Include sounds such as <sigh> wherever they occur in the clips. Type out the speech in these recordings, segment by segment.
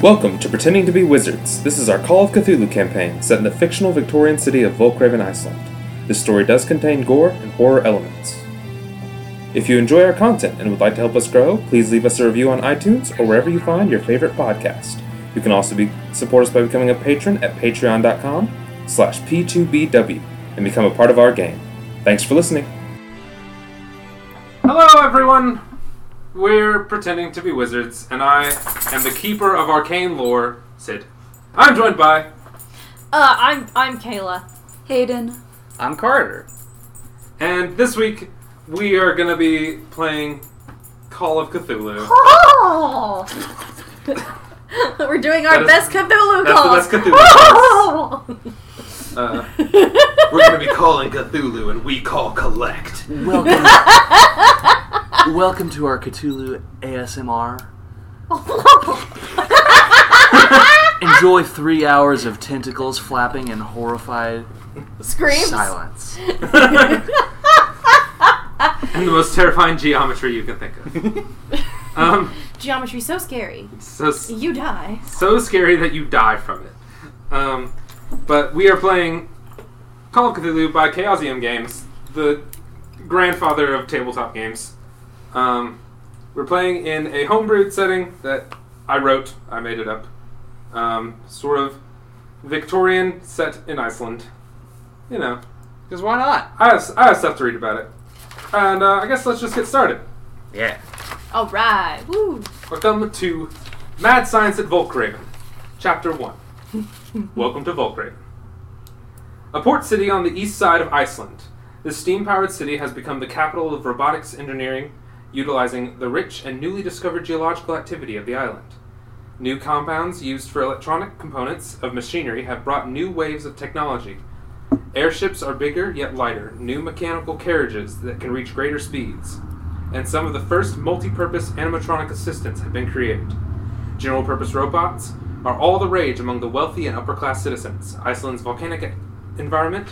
Welcome to Pretending to be Wizards. This is our Call of Cthulhu campaign set in the fictional Victorian city of Volkraven, Iceland. This story does contain gore and horror elements. If you enjoy our content and would like to help us grow, please leave us a review on iTunes or wherever you find your favorite podcast. You can also be, support us by becoming a patron at patreon.com slash p2bw and become a part of our game. Thanks for listening. Hello, everyone. We're pretending to be wizards, and I am the keeper of arcane lore, Sid. I'm joined by, Uh, I'm I'm Kayla. Hayden. I'm Carter. and this week we are going to be playing Call of Cthulhu. Oh! <laughs> We're doing That our is- best Cthulhu that's the call. best Cthulhu Uh, <laughs> we're going to be calling Cthulhu, and we call collect. <laughs> Welcome. Welcome to our Cthulhu ASMR. Enjoy three hours of tentacles flapping and horrified <laughs> Screams. silence. And the most terrifying geometry you can think of. <laughs> Um, Geometry so scary. so, You die. so scary that you die from it. Um, but we are playing Call of Cthulhu by Chaosium Games, the grandfather of tabletop games. Um, we're playing in a homebrewed setting that I wrote, I made it up. Um, sort of Victorian set in Iceland. You know, Because why not? I have, I have stuff to read about it. And uh, I guess let's just get started. Yeah. All right. Woo. Welcome to Mad Science at Volkraven, Chapter 1. Welcome to Volkraven. A port city on the east side of Iceland, this steam powered city has become the capital of robotics engineering, utilizing the rich and newly discovered geological activity of the island. New compounds used for electronic components of machinery have brought new waves of technology. Airships are bigger yet lighter, new mechanical carriages that can reach greater speeds, and some of the first multi purpose animatronic assistants have been created. General purpose robots are all the rage among the wealthy and upper class citizens. Iceland's volcanic e- environment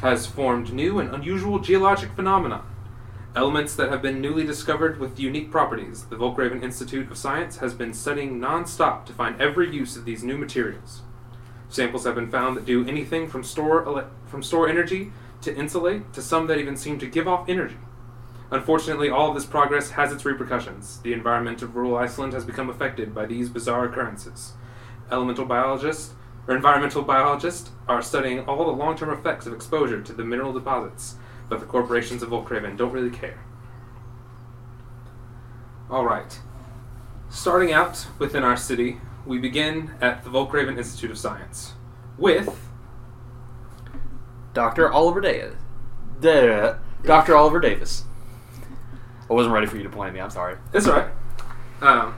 has formed new and unusual geologic phenomena. Elements that have been newly discovered with unique properties. The Volkraven Institute of Science has been studying non stop to find every use of these new materials. Samples have been found that do anything from store, ele- from store energy to insulate to some that even seem to give off energy. Unfortunately, all of this progress has its repercussions. The environment of rural Iceland has become affected by these bizarre occurrences. Elemental biologists or environmental biologists are studying all the long-term effects of exposure to the mineral deposits, but the corporations of Volkraven don't really care. All right. Starting out within our city, we begin at the Volkraven Institute of Science with Dr. Oliver Davis. Da- Dr. Oliver Davis. I wasn't ready for you to point at me, I'm sorry. It's all right. Um,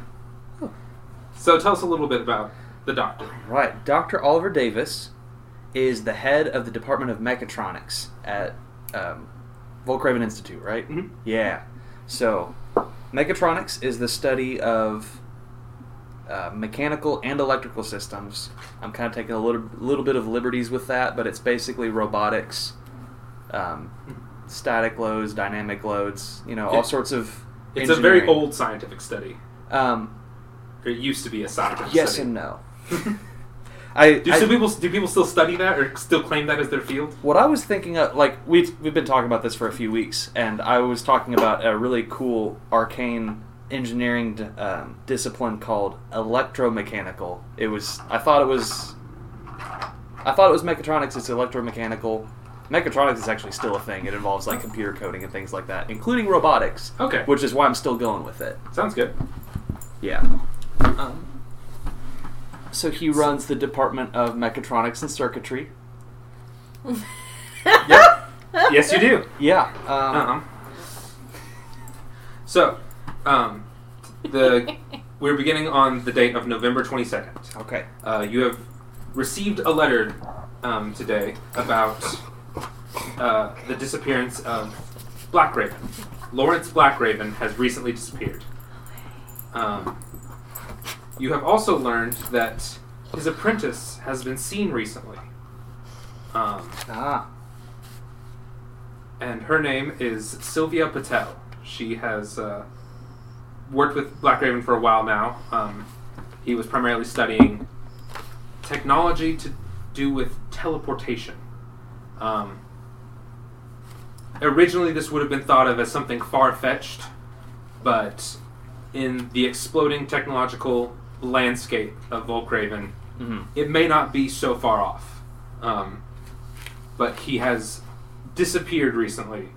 so tell us a little bit about the doctor. Right. Dr. Oliver Davis is the head of the Department of Mechatronics at um, Volkraven Institute, right? Mhm. Yeah. So, mechatronics is the study of uh, mechanical and electrical systems. I'm kind of taking a little, little bit of liberties with that, but it's basically robotics, Mm-hmm. um, static loads, dynamic loads, you know, all It- sorts of. It's a very engineering. old scientific study. Um, Or It used to be a scientific yes study. and no. <laughs> I, do I- some people do people still study that or still claim that as their field? What I was thinking of, like we we've been talking about this for a few weeks, and I was talking about a really cool arcane engineering um, discipline called electromechanical. It was I thought it was I thought it was mechatronics. It's electromechanical. Mechatronics is actually still a thing. It involves like computer coding and things like that, including robotics, Okay, which is why I'm still going with it. sounds good. Yeah. Um, so he runs the Department of Mechatronics and Circuitry. <laughs> yes, you do. Yeah. <laughs> Um, Uh-huh. So, um, <laughs> the we're beginning on the date of November twenty second. Okay. Uh, you have received a letter um, today about uh, the disappearance of Black Raven. Lawrence Black Raven has recently disappeared. Um, you have also learned that his apprentice has been seen recently. Um, Ah. and her name is Sylvia Patel. She has uh, worked with Black Raven for a while now. Um, He was primarily studying technology to do with teleportation. Um, originally, this would have been thought of as something far fetched, but in the exploding technological landscape of Volkraven, hmm it may not be so far off. Um, but he has disappeared recently,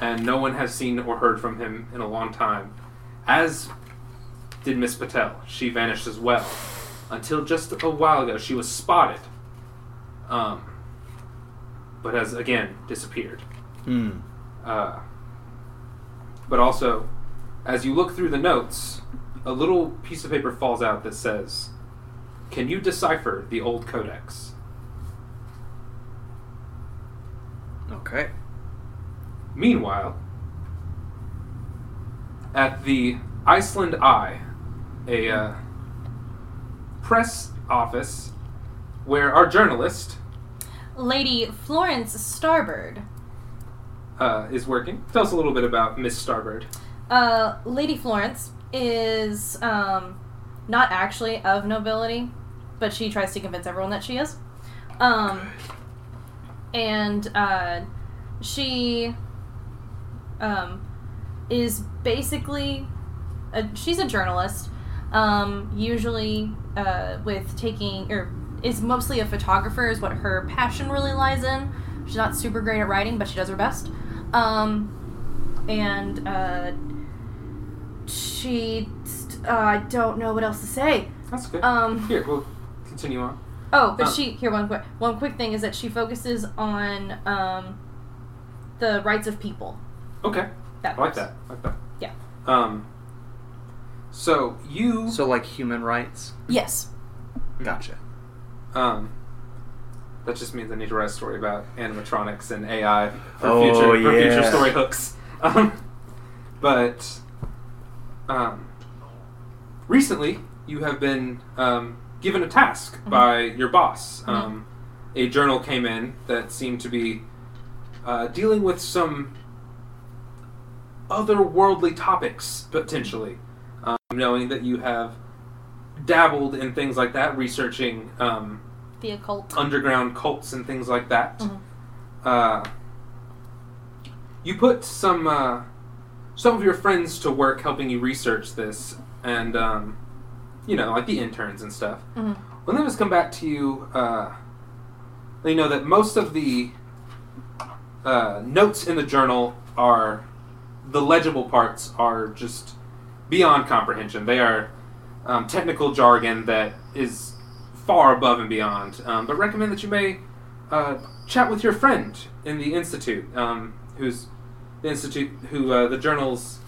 and no one has seen or heard from him in a long time. As did Miss Patel. She vanished as well. Until just a while ago, she was spotted. Um, but has again disappeared. Mm. Uh, but also, as you look through the notes, a little piece of paper falls out that says, Can you decipher the old codex? Okay. Meanwhile, at the Iceland Eye, a uh, press office where our journalist Lady Florence Starbird. uh, is working. Tell us a little bit about Miss Starbird. Uh, Lady Florence is um, not actually of nobility, but she tries to convince everyone that she is. Um, and uh, she um, is basically a, she's a journalist, um, usually uh, with taking or is mostly a photographer is what her passion really lies in. She's not super great at writing, but she does her best. Um, and uh, she st- uh, I don't know what else to say. That's good. Um, Here, we'll continue on. Oh, but Huh. she here one quick one quick thing is that she focuses on um, the rights of people. Okay. I like That works. that. I like that. Yeah. Um. So you So like human rights. Yes. Gotcha. um. That just means I need to write a story about animatronics and AI for Oh, future for future yeah. story hooks. Um, but um, recently you have been um, given a task by your boss. Um, a journal came in that seemed to be uh, dealing with some otherworldly topics potentially. Um, knowing that you have dabbled in things like that, researching um, The occult. underground cults and things like that. Mhm. Uh, you put some uh, some of your friends to work helping you research this, and um, you know, like the interns and stuff. Mhm. When they just come back to you, uh, they know that most of the uh, notes in the journal are the legible parts are just beyond comprehension. They are um, technical jargon that is far above and beyond. Um, but recommend that you may uh, chat with your friend in the institute, um, who's the institute who uh, the journals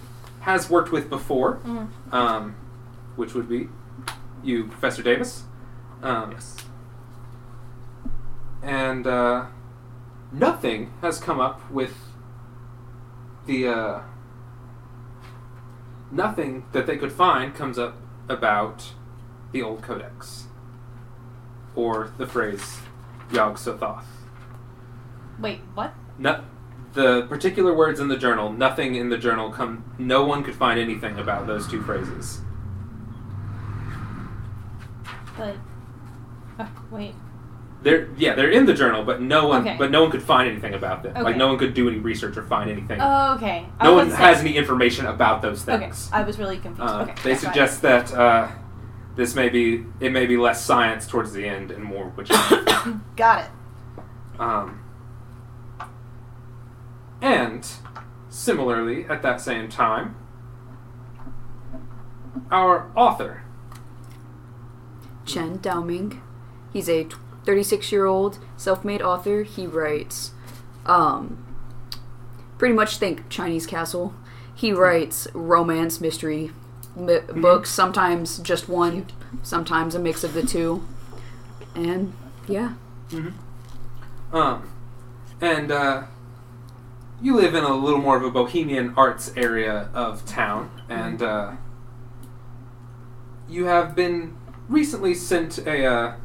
has worked with before, Mhm. um, which would be you, Professor Davis. Um, and uh, nothing has come up with the uh, nothing that they could find comes up about the old codex or the phrase Yog Sothoth. Wait, what? No, the particular words in the journal, nothing in the journal come. No one could find anything about those two phrases. But uh, wait. They're yeah, they're in the journal, but no one Okay. but no one could find anything about them. Like Okay. no one could do any research or find anything. Oh, okay. I no was one gonna say- has any information about those things. Okay, I was really confused. Uh, okay, they yeah, go ahead. suggest that uh, this may be it may be less science towards the end and more which <laughs> <coughs> Got it. <laughs> <laughs> um, and similarly at that same time our author Chen Daoming. He's a 36 year old self made author. He writes, um, pretty much think Chinese castle. He writes romance, mystery m- Mm-hmm. books, sometimes just one, sometimes a mix of the two. And yeah, Um, and uh, you live in a little more of a bohemian arts area of town, and uh, you have been recently sent a uh,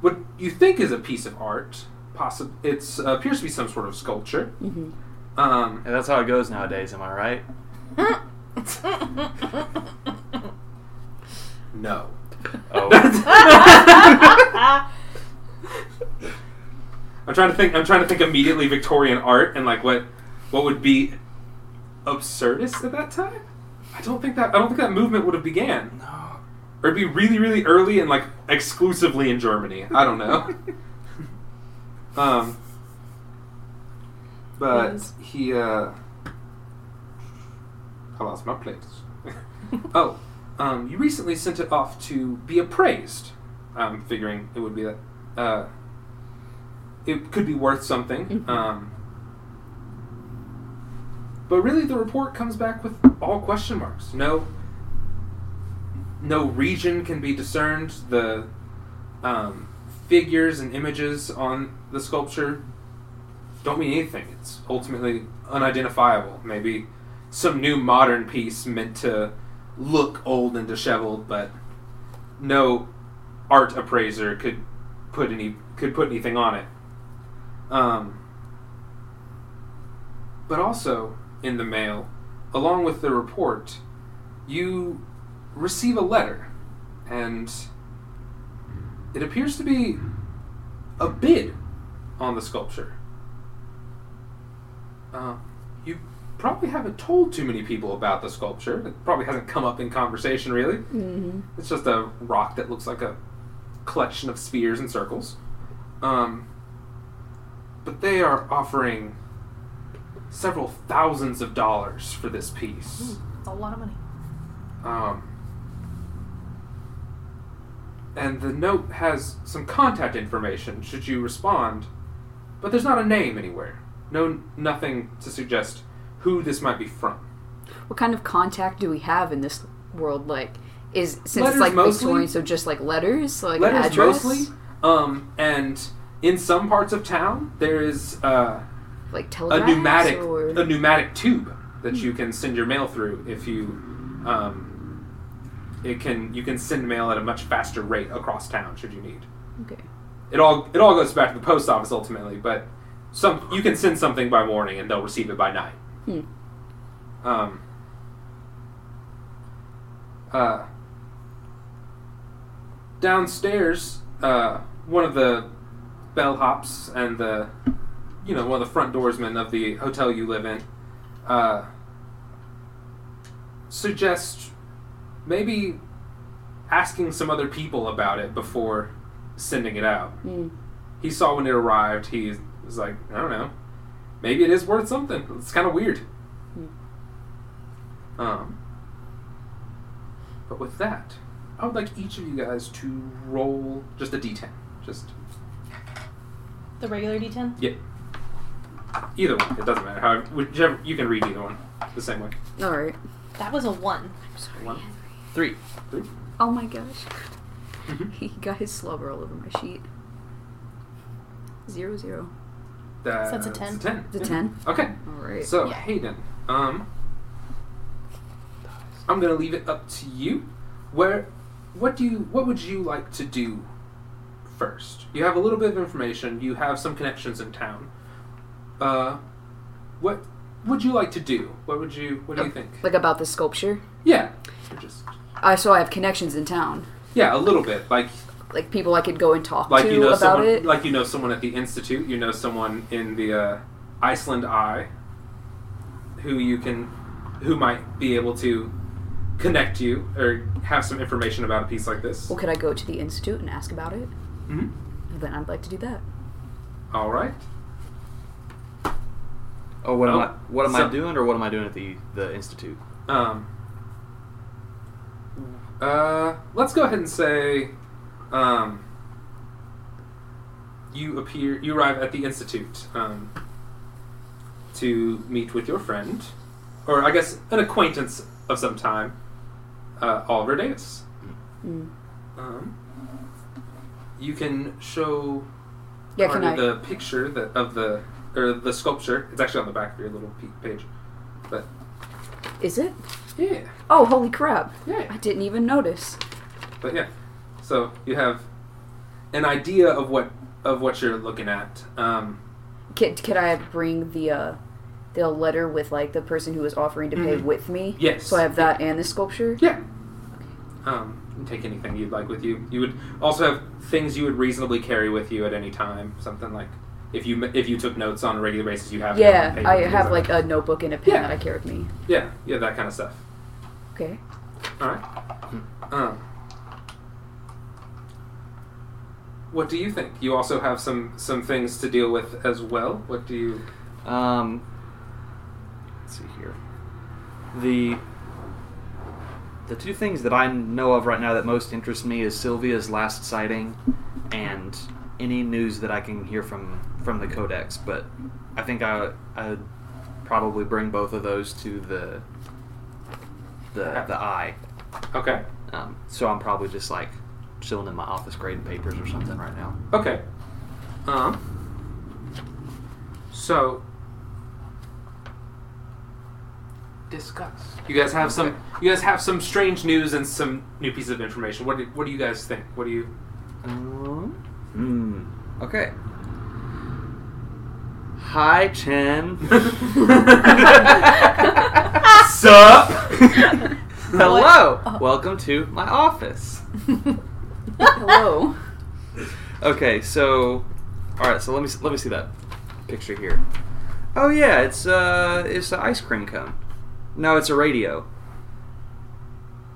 what you think is a piece of art. Possible, it appears to be some sort of sculpture. mhm. Um, And that's how it goes nowadays. Am I <laughs> right? <laughs> no, Oh. I'm trying to think. I'm trying to think immediately Victorian art and like what what would be absurdist at that time. I don't think that I don't think that movement would have began. No. Or it'd be really really early and like exclusively in Germany. I don't know. um. But Yes. he. Uh, I lost my place. <laughs> oh, um, you recently sent it off to be appraised. I'm figuring it would be that. Uh, it could be worth something. Mhm. Um, but really, the report comes back with all question marks. No, no region can be discerned. The um, figures and images on the sculpture don't mean anything. It's ultimately unidentifiable. Maybe some new modern piece meant to look old and disheveled, but no art appraiser could put any could put anything on it. Um, but also in the mail, along with the report, you receive a letter, and it appears to be a bid on the sculpture. Uh, you probably haven't told too many people about the sculpture. It probably hasn't come up in conversation, really. Mm-hmm. It's just a rock that looks like a collection of spheres and circles. Um, but they are offering several thousands of dollars for this piece. It's a lot of money. Um, and the note has some contact information should you respond, but there's not a name anywhere. No, nothing to suggest who this might be from. What kind of contact do we have in this world? Like, is since Letters it's like mostly. Victorian, so just like letters, like letters address, mostly, um, and in some parts of town there is uh, like a telegraph, pneumatic or Hmm. a pneumatic tube that you can send your mail through if you um, it can you can send mail at a much faster rate across town should you need okay. it all it all goes back to the post office ultimately but some you can send something by morning and they'll receive it by night Hmm. um, uh, downstairs, uh, one of the bellhops and the, you know, one of the front doorsmen of the hotel you live in, uh, suggests maybe asking some other people about it before sending it out. Mm. He saw when it arrived. He was like, I don't know, maybe it is worth something. It's kind of weird. Hmm. Um, but with that, I would like each of you guys to roll just a d10. Just The regular D10? yeah, either one. It doesn't matter. However, whichever you can read either one the same way. All right. That was <laughs> a 1. Sorry, One. Henry. Three. Oh my gosh. <laughs> Mhm. He got his slobber all over my sheet. Zero zero. That's it's a 10. ten. It's a yeah. 10. Okay. All right. So Yeah. Hayden, um, I'm gonna leave it up to you. Where, what do you, what would you like to do first? You have a little bit of information. You have some connections in town. Uh, what would you like to do? What would you, what do you think? like about the sculpture. Yeah, or just I so I have connections in town, yeah, a little bit. Like, like people I could go and talk like to you know about someone, it. like you know someone at the institute. You know someone in the uh, Iceland Eye, who you can, who might be able to connect you or have some information about a piece like this. well, could I go to the institute and ask about it? Mhm. Then I'd like to do that. All right. Oh, what Oh. am I? What am So- I doing, or what am I doing at the the institute? Um, uh, let's go ahead and say, um, you appear, you arrive at the institute, um, to meet with your friend, or I guess an acquaintance of some time, uh, Oliver Davis. Hmm. Mm. Um, you can show Yeah, part can of I? the picture that of the or the sculpture. It's actually on the back of your little pe- page, but Is it? yeah, Oh, holy crap! yeah. I didn't even notice. But yeah, so you have an idea of what of what you're looking at. Um, Could could I bring the uh, the letter with like the person who was offering to pay Mhm. with me? Yes. So I have that and the sculpture. yeah. Um, take anything you'd like with you. You would also have things you would reasonably carry with you at any time. Something like if you if you took notes on a regular basis, you have it on Yeah, paper, I things have like a notebook and a pen Yeah. that I carry with me. yeah, yeah, that kind of stuff. Okay. All right. Hmm. Um, what do you think? You also have some some things to deal with as well. What do you? Um, let's see here. The the two things that I know of right now that most interest me is Sylvia's last sighting and any news that I can hear from from the Codex. But I think I I'd probably bring both of those to the the the eye. Okay. Um, so I'm probably just like chilling in my office grading papers or something right now. Okay. Um. So. Discuss. You guys have some. You guys have some strange news and some new pieces of information. What do, What do you guys think? What do you? Um, hmm. Okay. Hi, Chen. Sup? Hello. Welcome to my office. <laughs> <laughs> Hello. Okay, so, all right. So let me let me see that picture here. Oh yeah, it's uh, it's an ice cream cone. No, it's a radio.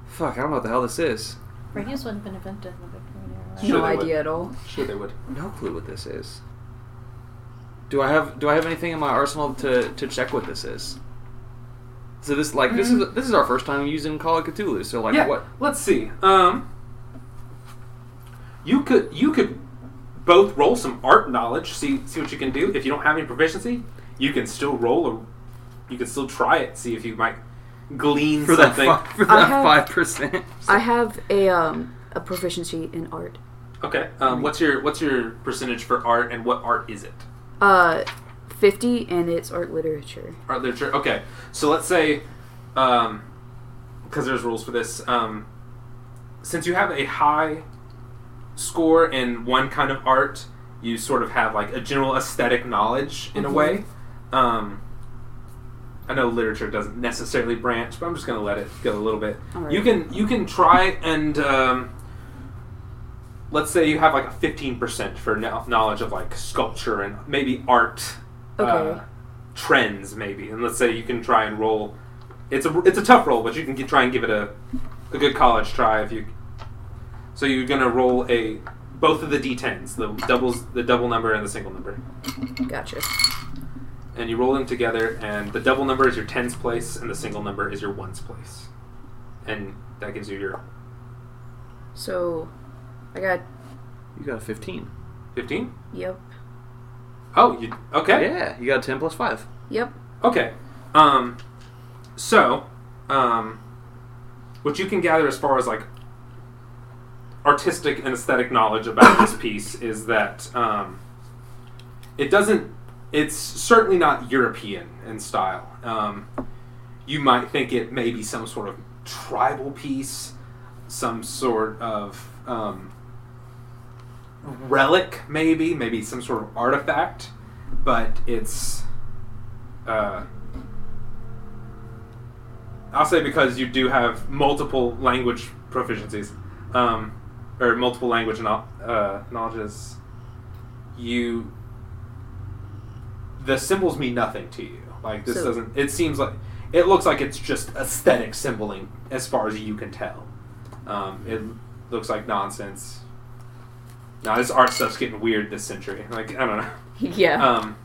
Fuck, I don't know what the hell this is. Radios wouldn't have been invented in the Victorian era. right? Sure no they would. idea at all. <laughs> Sure, they would. No clue what this is. Do I have do I have anything in my arsenal to, to check what this is? So this like this is this is our first time using Call of Cthulhu. So like yeah. what? Let's see. Um. You could. You could. Both roll some art knowledge. See. See what you can do. If you don't have any proficiency, you can still roll, or you can still try it. See if you might glean For <laughs> that something. fi- for I that have- five percent. I have a um a proficiency in art. Okay. Um, what's your what's your percentage for art, and what art is it? Uh, fifty, and it's art literature. Art literature. Okay. So let's say, because there's rules for this. Um, since you have a high score in one kind of art, you sort of have like a general aesthetic knowledge in a way. Mm-hmm. Um, I know literature doesn't necessarily branch, but I'm just going to let it go a little bit. All right. You can you can try and um, let's say you have like a 15% for kno- knowledge of like sculpture and maybe art uh, Okay. trends maybe. And let's say you can try and roll it's a it's a tough roll, but you can get, try and give it a a good college try if you so you're going to roll a both of the d10s, the doubles the double number and the single number Gotcha. and you roll them together, and the double number is your tens place, and the single number is your ones place, and that gives you your So, I got <laughs> You got a fifteen. fifteen. yep, Oh, you okay? Yeah, you got a ten plus five. yep. <laughs> Okay. Um, so, um, what you can gather as far as like artistic and aesthetic knowledge about this piece is that um, it doesn't. It's certainly not European in style. Um, you might think it may be some sort of tribal piece, some sort of um, relic, maybe, maybe some sort of artifact, but it's uh, I'll say because you do have multiple language proficiencies, um, or multiple language no- uh, knowledges. You, the symbols mean nothing to you. Like this So- doesn't. It seems like it looks like it's just aesthetic symboling as far as you can tell. Um, it looks like nonsense. Now this art stuff's getting weird this century. Like I don't know. Yeah. Um,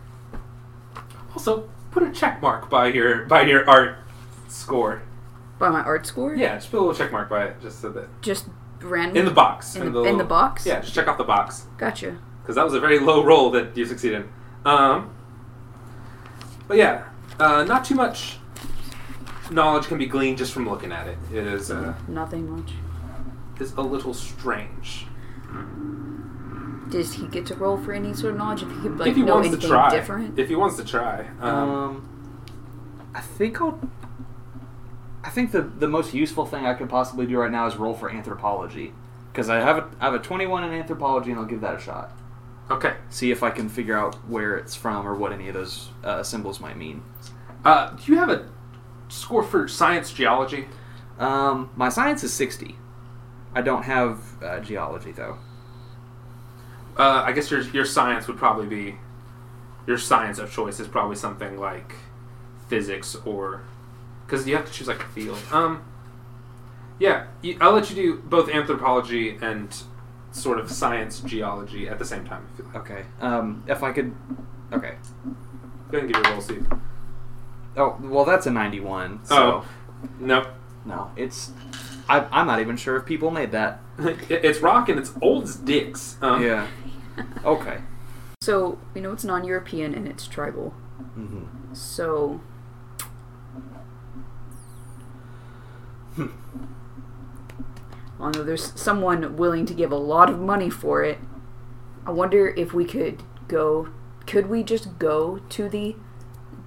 also, put a check mark by your by your art score. By my art score. Yeah, just put a little check mark by it, just so that Just random. in the box. In the- in the little- box? Yeah, just check off the box Gotcha. because that was a very low roll that you succeeded. in. Um, but yeah, uh, not too much knowledge can be gleaned just from looking at it. It is uh, Nothing much. Mm-hmm. is a little strange. Does he get to roll for any sort of knowledge if he could, like if he know wants to anything try, different? if he wants to try, um, Um, I think I'll. I think the the most useful thing I could possibly do right now is roll for anthropology because I have a I have a twenty one in anthropology and I'll give that a shot. okay. See if I can figure out where it's from or what any of those uh, symbols might mean. Uh, do you have a score for science geology? Um, my science is sixty. I don't have uh, geology though. Uh, I guess your your science would probably be your science of choice is probably something like physics or because you have to choose like a field. Um, yeah, y- I'll let you do both anthropology and sort of science geology at the same time. If you like. Okay. Um, if I could. Okay. Go ahead and give your roll, Steve. Oh well, that's a ninety-one. So Oh, no, no, it's. I, I'm not even sure if people made that. <laughs> It- it's rock and it's old as dicks. Um, yeah. <laughs> Okay. So we know it's non-European and it's tribal. Mm-hmm. hmm So Hmm. I know there's someone willing to give a lot of money for it. I wonder if we could go. Could we just go to the,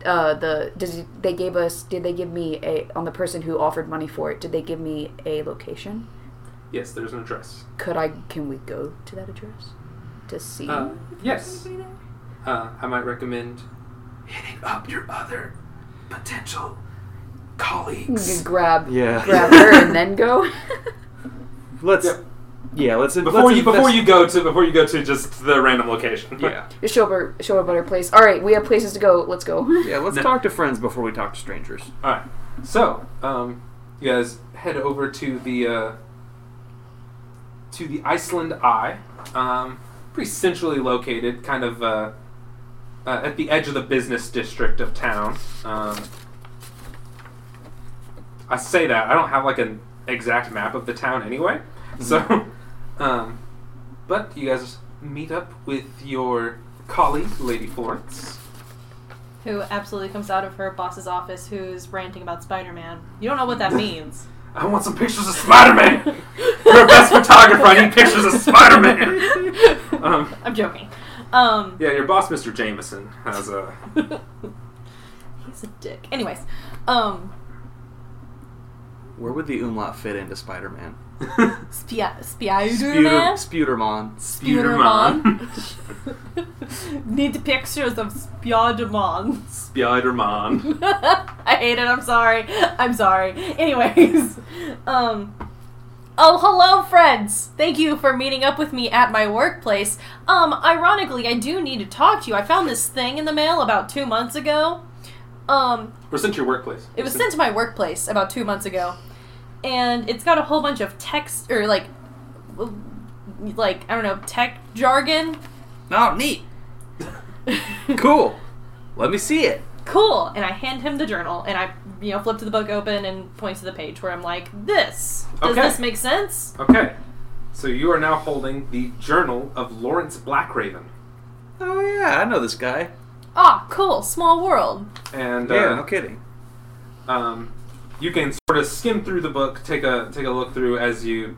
uh, the does they gave us? Did they give me a on the person who offered money for it? Did they give me a location? Yes, there's an address. Could I? Can we go to that address to see? Uh, yes. anybody there? Uh, I might recommend hitting up your other potential We could colleagues. grab Yeah. grab her and <laughs> then go. <laughs> Let's. Yep. Yeah. Let's. Before let's you before invest- you go to before you go to just the random location. Yeah. Just show up, our, show up at our place. All right, we have places to go. Let's go. Yeah. Let's No. talk to friends before we talk to strangers. All right. So, um, you guys head over to the uh, to the Iceland Eye. Um, pretty centrally located, kind of uh, uh, at the edge of the business district of town. Um, I say that I don't have like an exact map of the town anyway. So, <laughs> um, but you guys meet up with your colleague, Lady Florence. Who absolutely comes out of her boss's office who's ranting about Spider Man. You don't know what that means. <laughs> I want some pictures of Spider Man. <laughs> You're a best photographer. I need pictures of Spider-Man. Um, I'm joking. Um, Yeah, your boss, Mr. Jameson, has <laughs> a. <laughs> He's a dick. Anyways, um, Where would the umlaut fit into Spider-Man? Spia- Sputer, Spider-Man? Spudermon. Spider-Man. Spider-Man. <laughs> Need pictures of Spider-Man. Spider-Man. <laughs> I hate it. I'm sorry. I'm sorry. Anyways, um, oh hello, friends. Thank you for meeting up with me at my workplace. Um, ironically, I do need to talk to you. I found this thing in the mail about two months ago. Um, Or sent to your workplace. it was sent to my workplace about two months ago, and it's got a whole bunch of text or like, w- like I don't know, tech jargon. Oh, neat. <laughs> Cool. Let me see it. cool and i hand him the journal and i you know flip to the book open and point to the page where i'm like this does Okay. this make sense Okay, so you are now holding the Journal of Lawrence Blackraven, Oh yeah, I know this guy. ah cool small world <laughs> and uh, Yeah, no kidding. um, you can sort of skim through the book, take a take a look through as you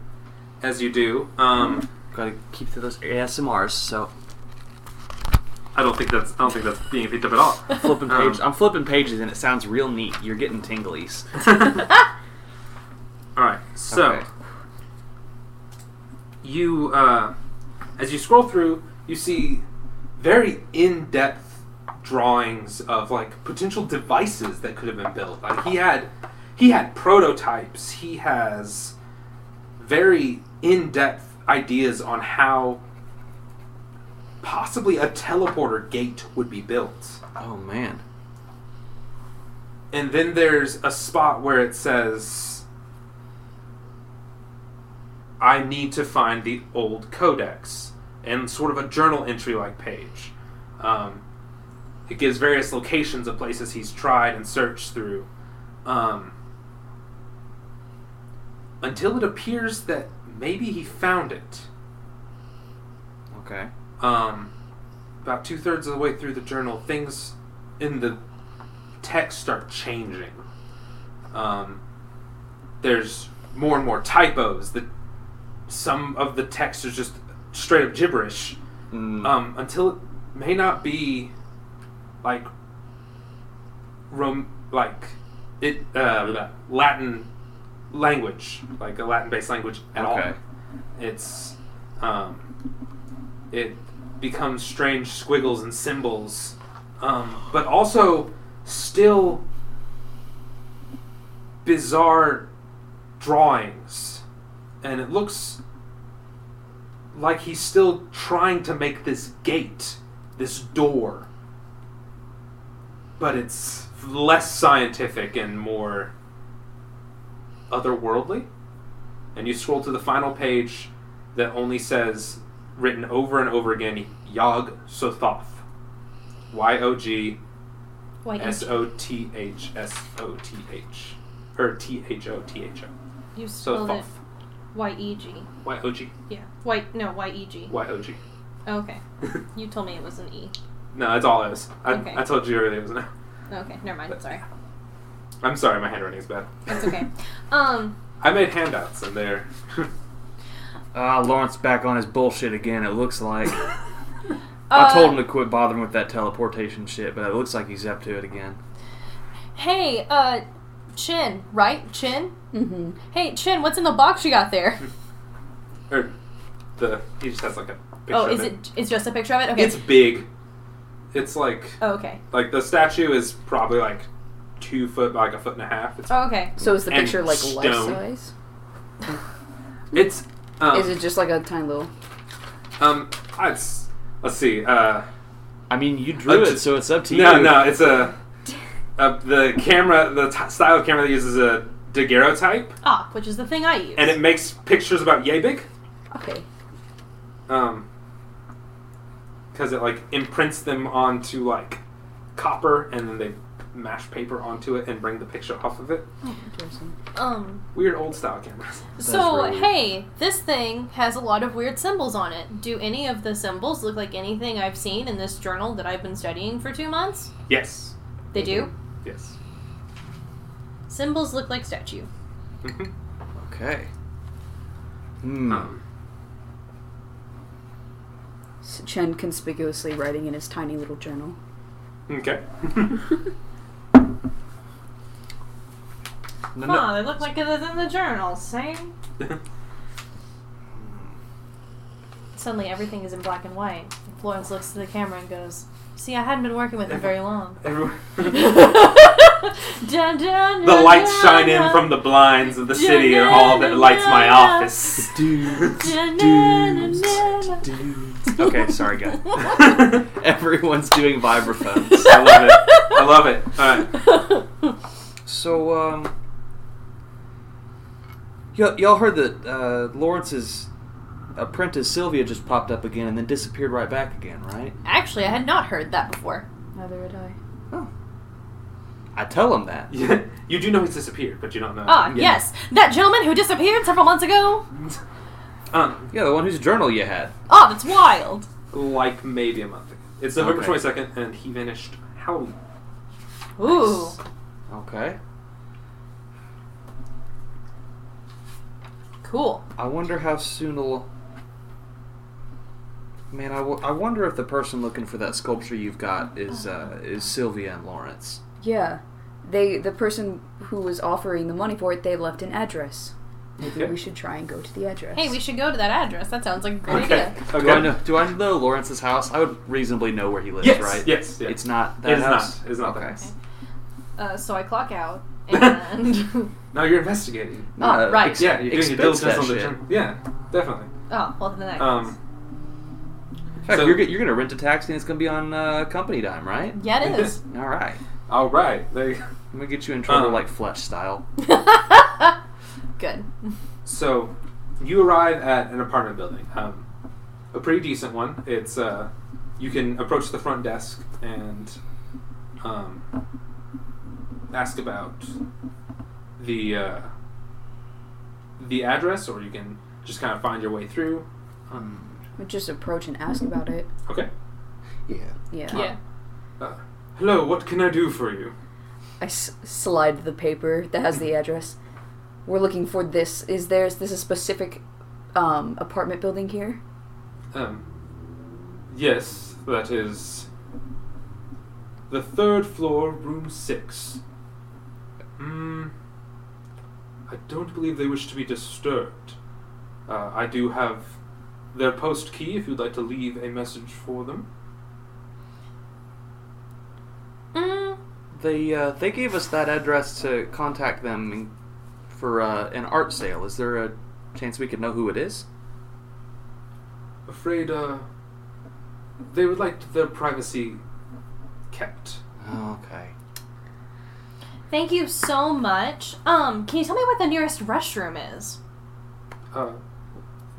as you do. Mm-hmm. Um, Gotta keep to those ASMRs. So I don't think that's I don't think that's being picked up at all. <laughs> flipping Um, pages. I'm flipping pages, and it sounds real neat. You're getting tinglies. <laughs> <laughs> All right. So Okay. you, uh, as you scroll through, you see very in-depth drawings of like potential devices that could have been built. Like he had, he had prototypes. He has very in-depth ideas on how possibly a teleporter gate would be built. Oh man. And then there's a spot where it says, I need to find the old codex, and sort of a journal entry like page. Um, it gives various locations of places he's tried and searched through. Um, until it appears that maybe he found it. Okay. Um, about two thirds of the way through the journal, things in the text start changing. Um, there's more and more typos. The some of the text is just straight up gibberish. Mm. Um, until it may not be like rom like it uh, Latin language, like a Latin based language at Okay. all it's um, it becomes strange squiggles and symbols um, but also still bizarre drawings and it looks like he's still trying to make this gate, this door. But it's less scientific and more otherworldly. And you scroll to the final page that only says, written over and over again, Yog Sothoth. Y O G Why S you, O T H S O T H. Or T H O T H O. you So spelled Thoth. it Y E G. Y O G. Yeah. White no, Y E G. Y O G. <laughs> Okay. You told me it was an E. No, that's all it is. I, Okay. I told you earlier it was an Okay, never mind, sorry. I'm sorry, my handwriting is bad. That's okay. Um <laughs> I made handouts, and <laughs> they're. Ah, Lawrence back on his bullshit again. It looks like uh, I told him to quit bothering with that teleportation shit, but it looks like he's up to it again. Hey, uh Chin, right? Chin? <laughs> Mm-hmm. Hey Chin, what's in the box you <laughs> got there? or the he just has like a. Picture Oh, of is it it's just a picture of it? Okay. It's big. It's like oh, okay. like the statue is probably like two foot by like a foot and a half. It's Oh, okay. So is the And picture like stone. life size? it's um, Is it just like a tiny little? um I- it's let's see uh I mean, you drew Uh, it, so it's up to no you. no it's a, a the camera the t- style of camera that uses a daguerreotype Ah, which is the thing I use. and it makes pictures about yay big. Okay. um because it like imprints them onto like copper and then they mash paper onto it and bring the picture off of it Interesting. um weird old style cameras so really- hey, this thing has a lot of weird symbols on it. Do any of the symbols look like anything I've seen in this journal that I've been studying for 2 months? yes They do. yes Symbols look like statue. Mhm. Okay. Hmm. um, S- Chen conspicuously writing in his tiny little journal. okay <laughs> No, no. Huh, they look like it is in the journal, same. Suddenly everything is in black and white. Florence looks to the camera and goes, See, I hadn't been working with him very <laughs> long. <laughs> Everyone- Dun, dun, dun, the lights dun, shine in dun. from the blinds of the city are all that lights my office Dun, dun, dun, dun. Okay, sorry, guys. <laughs> <laughs> i Everyone's doing vibraphones. love it i love it all right So, um, y'all, y'all heard that uh, Lawrence's apprentice Sylvia just popped up again and then disappeared right back again, right? <laughs> Actually, I had not heard that before. Neither would I. Oh. I tell him that. <laughs> Yeah, you do know he's disappeared but you don't know Ah, Yeah. yes. That gentleman who disappeared several months ago? um, Yeah, the one whose journal you had. Ah, that's wild. like maybe a month ago it's november Okay. 22nd and he vanished halloween Ooh. Okay. Cool. I wonder how soon it'll. Man, I, w- I wonder if the person looking for that sculpture you've got is uh, is Sylvia and Lawrence. Yeah. They the person who was offering the money for it, they left an address. Maybe Okay. we should try and go to the address. Hey, we should go to that address. That sounds like a great Okay. idea. Okay. Do I know? Do I know Lawrence's house? I would reasonably know where he lives, Yes, right? yes, yes. It's not that It is house. not. It is not that okay. house. Uh, so I <laughs> clock out and. <laughs> No, you're investigating. Oh, right. Uh, ex- Yeah, you're doing your Ah, diligence expense that on the gen- shit. Yeah, definitely. Oh, well, then that. Um, In fact, So- you're, go- you're going to rent a taxi and it's going to be on uh, company dime, right? yeah, it is. <laughs> All right. <laughs> all right. There you I'm going to get you in trouble Um, like Fletch style. Good. So, you arrive at an apartment building, um, a pretty decent one. It's uh, you can approach the front desk and um, ask about the uh, the address, or you can just kind of find your way through. Um, We'd just approach and ask about it. okay. <laughs> Yeah. Yeah. Yeah. Uh, hello. What can I do for you? I s- slide the paper that has the address. We're looking for this. Is there is this a specific um, apartment building here? Um, yes, that is the third floor, room six. Hmm. I don't believe they wish to be disturbed. Uh, I do have their post key if you'd like to leave a message for them. Mm, They, uh, they gave us that address to contact them in- for uh, an art sale. Is there a Chance we could know who it is? Afraid, uh, they would like their privacy kept. Oh, okay. Thank you so much. Um, can you tell me what the nearest restroom is? Uh,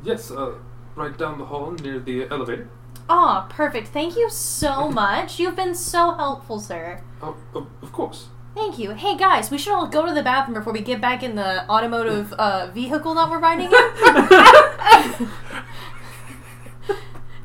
yes, uh, right down the hall near the elevator. Aw, perfect. Thank you so much. You've been so helpful, sir. Oh, of, of course. Thank you. Hey guys, we should all go to the bathroom before we get back in the automotive uh, vehicle that we're riding in.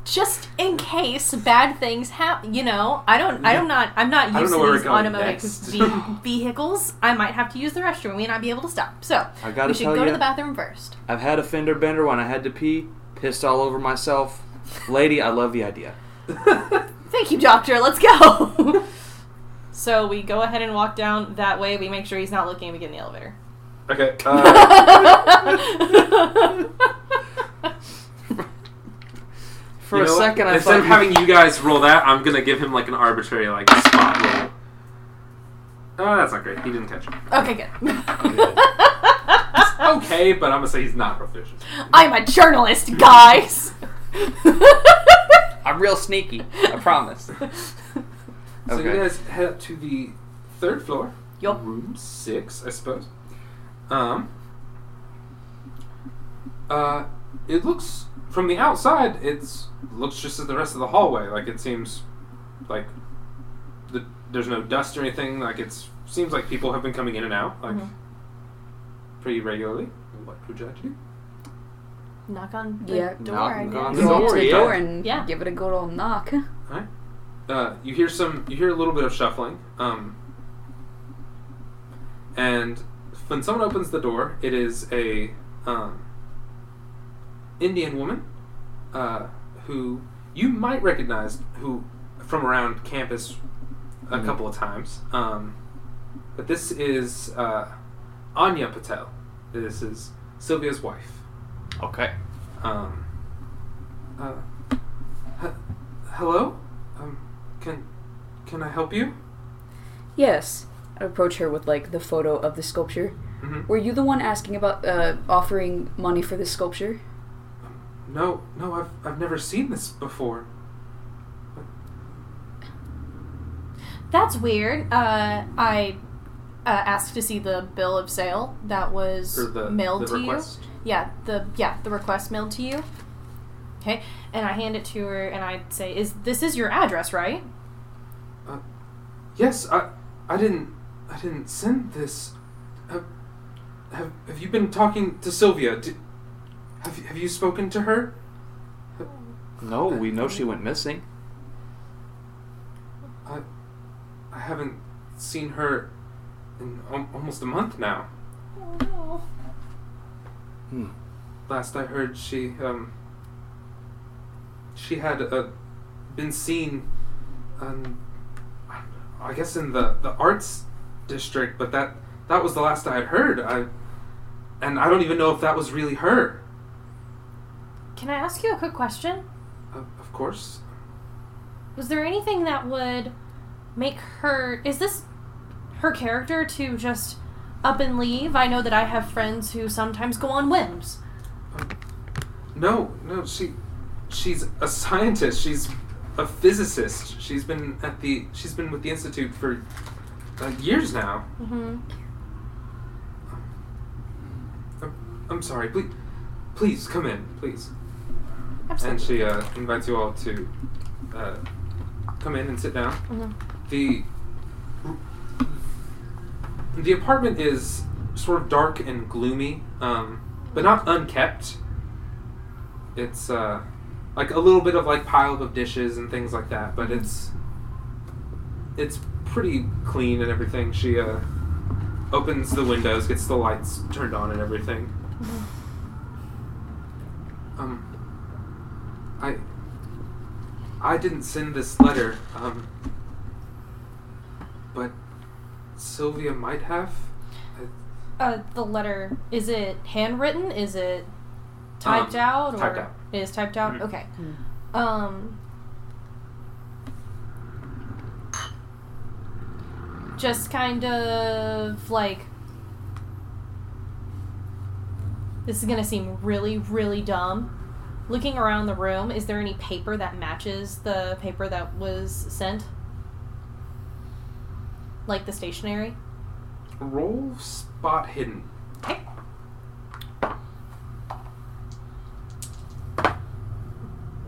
Just in case bad things happen, you know, I don't, I don't not, I'm not don't used know where to we're these going automotive next. ve- vehicles. I might have to use the restroom. We may not be able to stop. So I gotta we should tell go to ya. the bathroom first. I've had a fender bender when I had to pee, pissed all over myself. Lady, I love the idea. Thank you, doctor. Let's go. <laughs> so we go ahead and walk down that way. We make sure he's not looking. We get in the elevator. Okay, uh, <laughs> For you a know what? second, I Instead thought of having you guys roll that, I'm gonna give him, like, an arbitrary, like, spot roll. Oh, that's not great. He didn't catch it. <laughs> okay, good. <laughs> Oh. Okay, but I'm gonna say he's not proficient. I'm a journalist, <laughs> guys. I'm real sneaky. I promise. So Okay. you guys head up to the third floor. Yup. Room six, I suppose. Um. Uh, it looks from the outside. It's looks just as the rest of the hallway. Like it seems, like the, there's no dust or anything. Like it's seems like people have been coming in and out like Mhm. pretty regularly. What would you like to do? Knock on the Yeah. door. Knock I on guess. the Go up to door, the yeah. door and Yeah. give it a good old knock. All right. Uh, you hear some. You hear a little bit of shuffling. Um, and when someone opens the door, it is a um, Indian woman uh, who you might recognize, who from around campus a Mm. couple of times. Um, but this is uh, Anya Patel. This is Sylvia's wife. <laughs> Okay. Um. Uh, he- hello. Um. Can can I help you? Yes. I approach her with like the photo of the sculpture. Mhm. Were you the one asking about uh, offering money for this sculpture? No, no. I've I've never seen this before. That's weird. Uh, I uh, asked to see the bill of sale that was Or the mailed the to request. you. Yeah, the yeah the request mailed to you. Okay, and I hand it to her and I say, "Is this is your address, right?" Uh, Yes. I I didn't I didn't send this. Have have, have you been talking to Sylvia? Did, have you- have you spoken to her? Uh, No, we know she went missing. I I haven't seen her in al- almost a month now. Hmm. Last I heard, she um, she had uh, been seen, um, I guess in the, the arts district, but that that was the last I had heard. I and I don't even know if that was really her. Can I ask you a quick question? Uh, of course, Was there anything that would make her is this her character to just up and leave? I know that I have friends who sometimes go on whims. Um, no, no. She she's a scientist. She's a physicist. She's been at the she's been with the institute for uh, years now. Mm-hmm. I'm, I'm sorry. Please, please come in, please. And Absolutely. she uh, invites you all to uh, come in and sit down. Mhm. The the apartment is sort of dark and gloomy, um, but not unkept. It's uh, like a little bit of like piled up dishes and things like that, but it's it's pretty clean and everything. She uh, opens the windows, gets the lights turned on and everything. Mm-hmm. Um, I I didn't send this letter, um, but Sylvia might have. I- Uh, the letter is it handwritten? Is it typed Um, out? Or typed out. It is typed out. Mhm. Okay. Hmm. <laughs> Um. Just kind of like This is gonna seem really, really dumb. Looking around the room, is there any paper that matches the paper that was sent? Like the stationery? Roll spot hidden. Okay.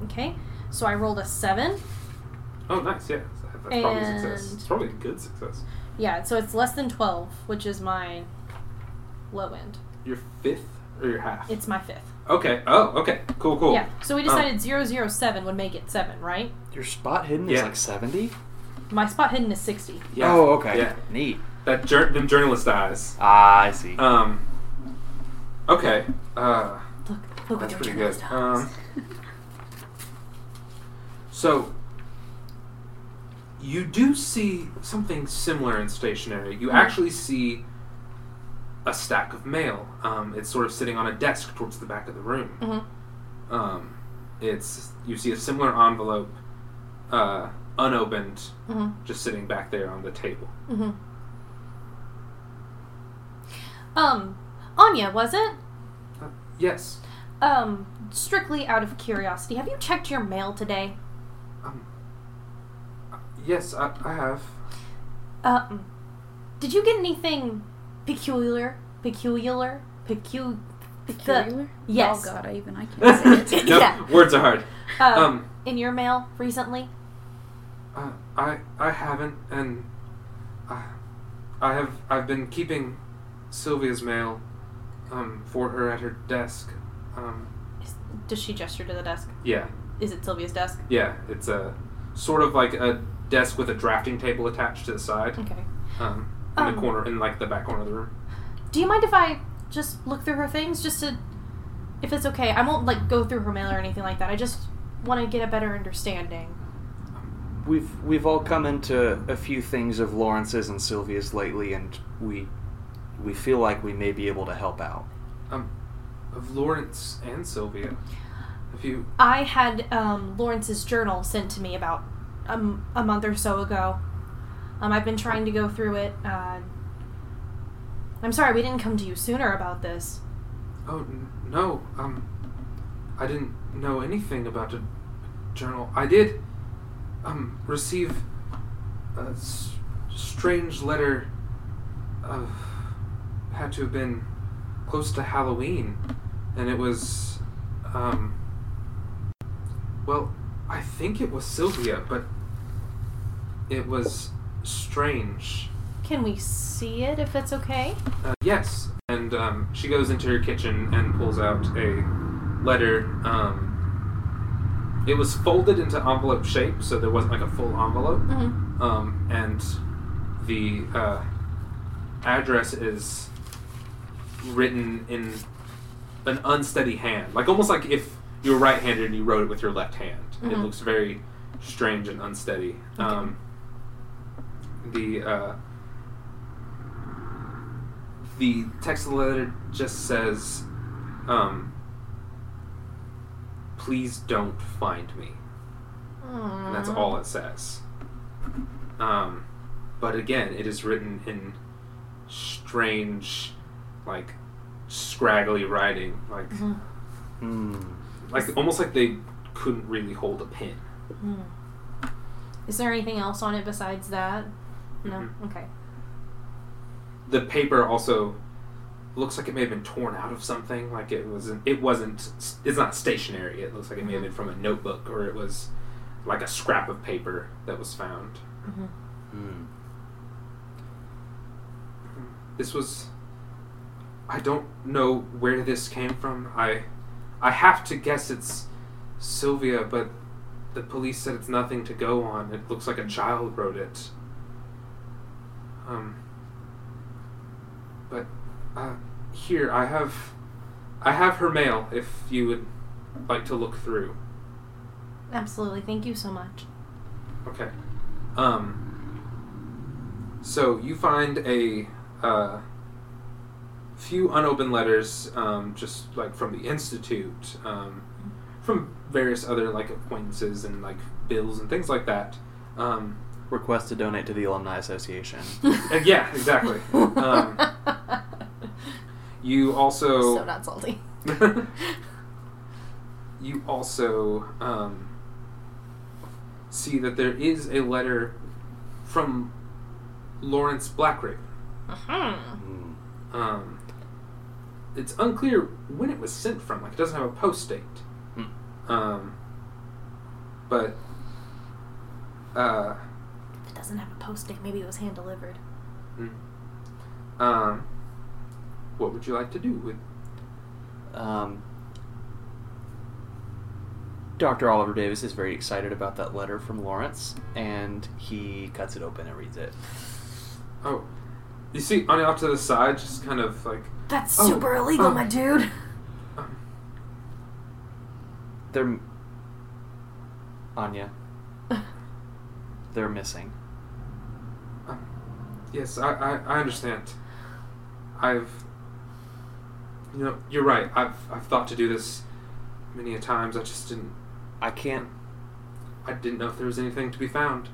Okay, so I rolled a seven. Oh, nice. Yeah, that's probably a success. And- It's probably a good success. Yeah, so it's less than 12, which is my low end. Your fifth or your half? It's my fifth. okay. Oh, okay. Cool. Cool. Oh. Yeah, so we decided zero zero seven 007 would make it 7, right? Your spot hidden Yeah. is like seventy. My spot hidden is 60. Yeah. Oh, okay. Yeah. Neat. That jour- them journalist eyes. Ah, I see. Um. Okay. Uh. Look, look That's what pretty they're good. Um, so you do see something similar in stationery. You actually see a stack of mail. Um, it's sort of sitting on a desk towards the back of the room. Mhm. Um, it's you see a similar envelope, uh, unopened, Mhm. just sitting back there on the table. Mm-hmm. Um, Anya, was it? Uh, yes. Um, strictly out of curiosity, have you checked your mail today? Um, uh, yes, I, I have. Um, did you get anything peculiar? Peculiar? Pecu- Peculiar? yes. Oh god, I even I can't say <laughs> it. <laughs> Nope, Yeah. words are hard. um, Um, in your mail recently? Uh, I I haven't, and I, I have I've been keeping Sylvia's mail, um, for her at her desk. Um, Is- Does she gesture to the desk? yeah, Is it Sylvia's desk? yeah, it's a sort of like a desk with a drafting table attached to the side, Okay. um, in Mm. Um. the corner, in like the back corner of the room. Do you mind if I just look through her things just to if it's okay? I won't like go through her mail or anything like that. I just want to get a better understanding. Um, We've we've all come into a few things of Lawrence's and Sylvia's lately, and we we feel like we may be able to help out. Um, of Lawrence and Sylvia. If you I had um, Lawrence's journal sent to me about um, a month or so ago. Um, I've been trying to go through it. Uh, I'm sorry we didn't come to you sooner about this. oh n- no um, I didn't know anything about a journal. I did um, receive a s- strange letter of had to have been close to Halloween, and it was um, well, I think it was Sylvia, but it was strange. Can we see it if it's okay? Uh, yes. And um, she goes into her kitchen and pulls out a letter. Um, it was folded into envelope shape, so there wasn't like a full envelope. Mm-hmm. Um, and the uh, address is written in an unsteady hand, like almost like if you were right-handed and you wrote it with your left hand. It Mhm. looks very strange and unsteady. Um, the uh, the text of the letter just says, um, "Please don't find me." and that's all it says. Um, but again, it is written in strange, like scraggly writing, like Mhm. Hmm. like almost like they couldn't really hold a pen. Mm. Is there anything else on it besides that? No. Mhm. Okay. The paper also looks like it may have been torn out of something. Like it wasn't. It wasn't. It's not stationary. It looks like it may have been from a notebook or it was like a scrap of paper that was found. hmm Hmm. This was. I don't know where this came from. I, I have to guess it's Sylvia, but the police said it's nothing to go on. It looks like a child wrote it. Um. But, uh, here I have, I have her mail. If you would like to look through. Absolutely. Thank you so much. Okay. Um. So you find a uh, few unopened letters, um, just like from the institute, um, from various other like acquaintances and like bills and things like that. Um, Request to donate to <laughs> Uh, <laughs> the Alumni Association. and yeah, exactly. Um, You also So not <laughs> salty. Uh-huh. you also um, see that there is a letter from Lawrence Blackraven. Mhm. Mm. Um, it's unclear when it was sent from. Like, it doesn't have a post date. Hmm. Um, but uh, If it doesn't have a post date, maybe it was hand delivered. hmm. um, what would you like to do with? Um, Dr. Oliver Davis is very excited about that letter from Lawrence, and he cuts it open and reads it. Oh, you see, on off to the side, just kind of like That's Oh, super illegal, oh. my dude. um, They're. Anya, they're missing. Um, yes, I, I, I understand. I've. You know, you're right. I've, I've thought to do this many a times. I just didn't. I can't. I didn't know if there was anything to be found.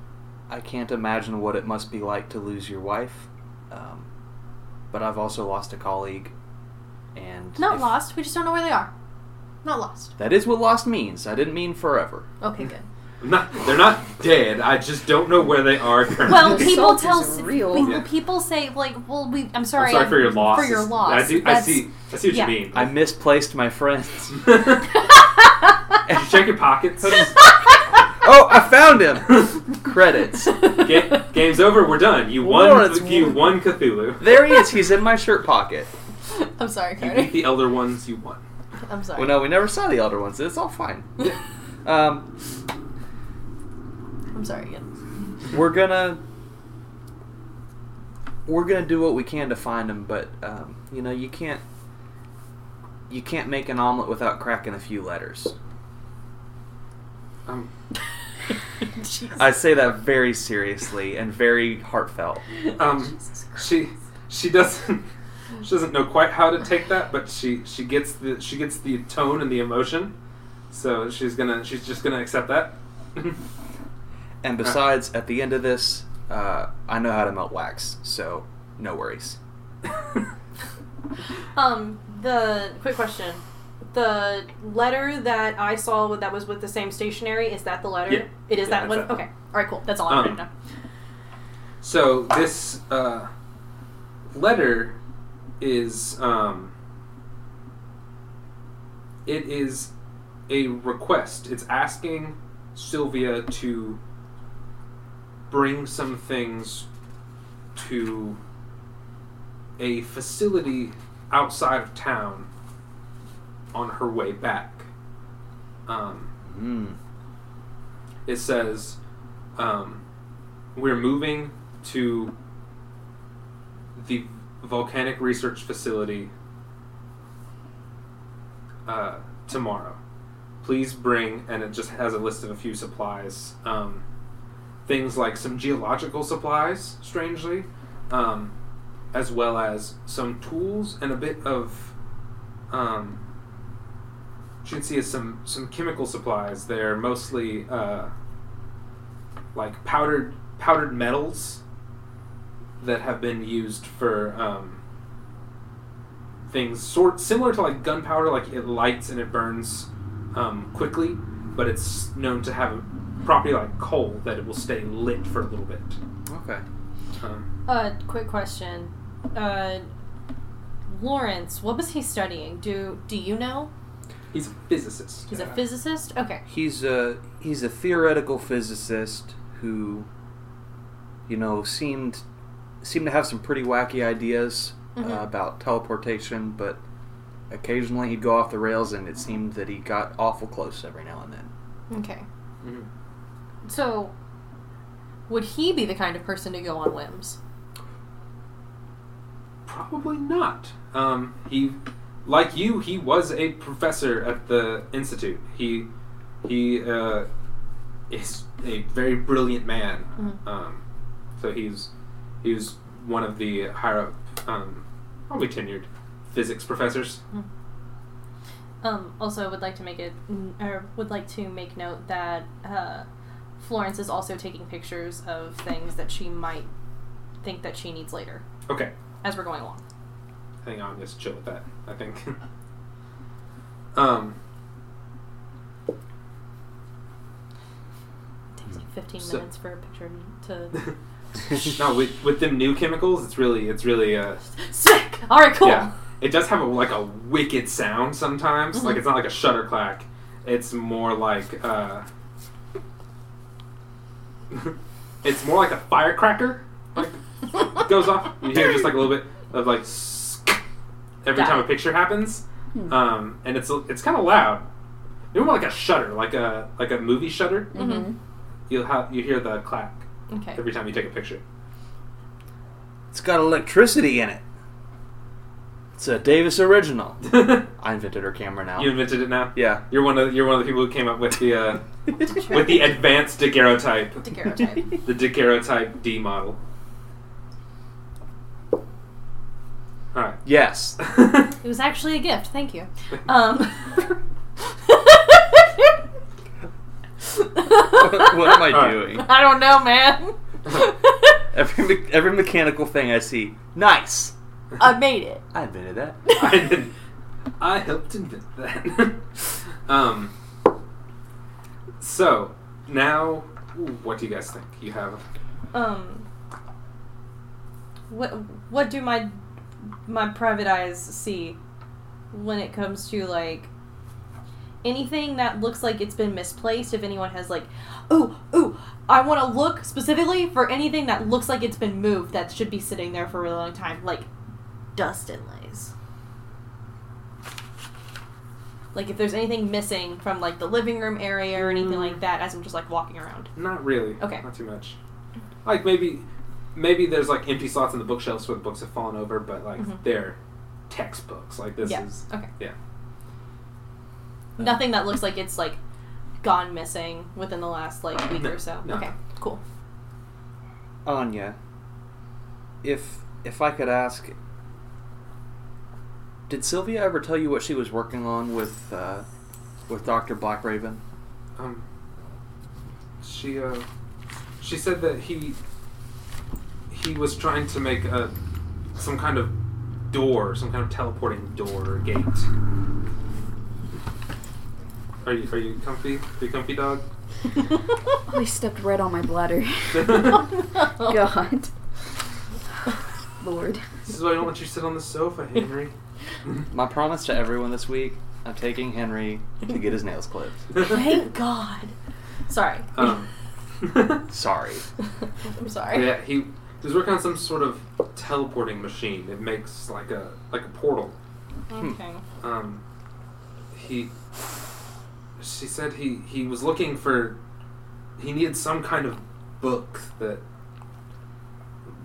I can't imagine what it must be like to lose your wife. Um, but I've also lost a colleague, <laughs> and Not if- lost. We just don't know where they are. Not lost. That is what lost means. I didn't mean forever. Okay, good. <laughs> I'm not, they're not dead. I just don't know where they are currently. <laughs> Well, The people salt tell is s- real. people, Yeah. people say like, well, we. I'm I'm sorry. sorry for your loss. For your It's- loss. I, do, I That's- <laughs> see. <laughs> I see what yeah. you mean. <laughs> I misplaced my friends. <laughs> Did you check your <laughs> pockets. oh, I found him. Credits. Ga- game's over. We're done. You won. Lawrence you won. won Cthulhu. There he is. He's in my shirt pocket. I'm sorry, You beat Cody. the elder ones. You won. I'm sorry. Well, no, we never saw the elder ones. It's all fine. Um, <laughs> I'm sorry again. we're gonna we're gonna do what we can to find him, but um, you know you can't you can't make an omelet without cracking a few letters. Um, I say that very seriously and very heartfelt. <laughs> um, she she doesn't she doesn't know quite how to take that, but she she gets the she gets the tone and the emotion, so she's gonna she's just gonna accept that. <laughs> And besides, at the end of this, uh, I know how to melt wax, so no worries. Um, the quick question: the letter that I saw with, that was with the same stationery is that the letter? Yeah. It is Yeah, that's that one. that one. Okay. All right. Cool. That's all I wanted to Um, know. so this uh, letter is um, it is a request. It's asking Sylvia to bring some things to a facility outside of town on her way back. Um, Mm. it says um, we're moving to the volcanic research facility uh, tomorrow please bring and it just has a list of a few supplies um, things like some geological supplies strangely um, as well as some tools and a bit of um, you can see is some some chemical supplies. They're mostly uh, like powdered powdered metals that have been used for um, things sort similar to like gunpowder. Like it lights and it burns um, quickly, but it's known to have a property like coal that it will stay lit for a little bit. Okay. Um, Uh, quick question. Uh, Lawrence, what was he studying? Do do you know? he's a physicist. He's Yeah. a physicist. Okay. He's a he's a theoretical physicist who, you know, seemed seemed to have some pretty wacky ideas Mhm. uh, about teleportation, but occasionally he'd go off the rails, and it seemed that he got awful close every now and then. Okay. Mhm. So, would he be the kind of person to go on whims? Probably not. Um, he, like you, he was a professor at the institute. He, he uh, is a very brilliant man. Mhm. Um, so he's he was one of the higher up, um, probably tenured physics professors. Hmm. Um, also, would like to make it, or would like to make note that uh, Florence is also taking pictures of things that she might think that she needs later Okay, as we're going along. hang on, just chill with that. I think. <laughs> um. <laughs> takes like 15 So- minutes for a picture to. <laughs> <laughs> no, with with them new chemicals, it's really it's really uh Sick! Alright, cool! yeah. It does have a, like a wicked sound sometimes. Like it's not like a shutter clack. It's more like uh. <laughs> it's more like a firecracker. Like it goes off. You hear just like a little bit of like every Yeah. time a picture happens, Hmm. um, and it's it's kind of loud. Maybe more like a shutter, like a like a movie shutter. Mm-hmm. Mhm. You'll have you hear the clack Okay. every time you take a picture. <laughs> It's got electricity in it. It's a <laughs> Davis original. you I invented her camera now. invented it now. yeah. You're one of you're one of the people who came up with the uh, with <laughs> the advanced daguerreotype, Daguerreotype. the daguerreotype D model. All right. <laughs> yes. <laughs> <laughs> It was actually a gift, thank you. Um. what, what <laughs> am I Alright. doing? I don't know, <laughs> man. Every me- every mechanical thing I see, nice. I made it. I invented that. <laughs> <laughs> I, did, I helped invent that. <laughs> um. So now, what do you guys think? You have Um. What what do my my private eyes see when it comes to like anything that looks like it's been misplaced? If anyone has like, ooh ooh, I want to look specifically for anything that looks like it's been moved that should be sitting there for a really long time, like dust inlays. Like if there's anything missing from like the living room area or anything like that, as I'm just like walking around. not really. Okay. Not too much. Like maybe, maybe there's like empty slots in the bookshelves where the books have fallen over, but like Mhm. they're textbooks. Like this yeah. is Okay. yeah. Nothing that looks like it's like gone missing within the last like week No, or so. no. Okay, cool. Anya, if if I could ask, did Sylvia ever tell you what she was working on with uh, with Doctor Blackraven? Um, she uh, she said that he he was trying to make a some kind of door, some kind of teleporting door or gate. Are you are you comfy? Are you comfy dog? Oh, <laughs> he stepped right on <laughs> my bladder. <laughs> Oh, God. Lord. This is why I don't let you sit on the sofa, Henry. My promise to everyone this week: I'm taking Henry to get his nails clipped. Thank God. Sorry. um, Sorry. <laughs> I'm sorry. yeah, he, he was working on some sort of teleporting machine. It makes like a like a portal. Okay. um, he she said he he was looking for he needed some kind of book that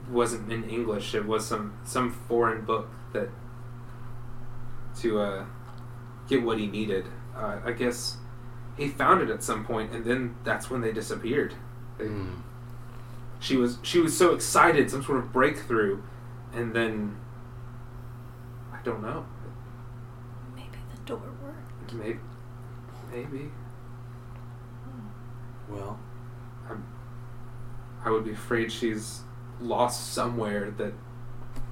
wasn't in English. It was some some foreign book that to uh, get what he needed. Uh, I guess he found it at some point, and then that's when they disappeared. They, Mm. she was she was so excited, some sort of breakthrough, and then I don't know. Maybe the door worked. Maybe. Maybe. Well, I'm, I would be afraid she's lost somewhere that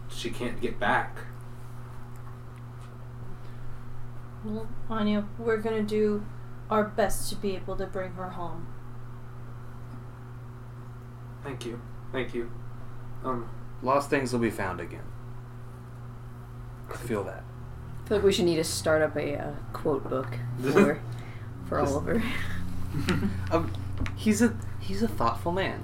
she can't get back. Well, Anya, we're gonna do our best to be able to bring her home. Thank you. Thank you. Um, lost things will be found again. I feel that. I feel like we should need to start up a uh, quote book <laughs> for, for Oliver. Um, he's a he's a thoughtful man.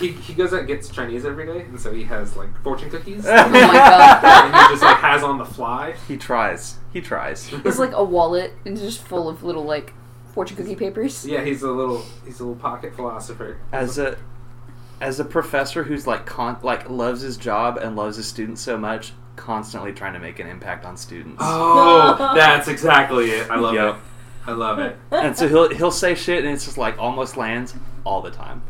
he, he goes out and gets Chinese every day, and so he has, like, fortune <laughs> cookies. Oh and my God. he just, like, has on the fly. He tries. He tries. It's like a wallet and it's just full of little like fortune cookie papers. Yeah, he's a little, he's a little pocket philosopher. as a as a professor who's like con- like loves his job and loves his students so much, constantly trying to make an impact on students. Oh, that's exactly it. I love Yep. it. I love it. And so he'll he'll say shit and it's just like almost lands all the time.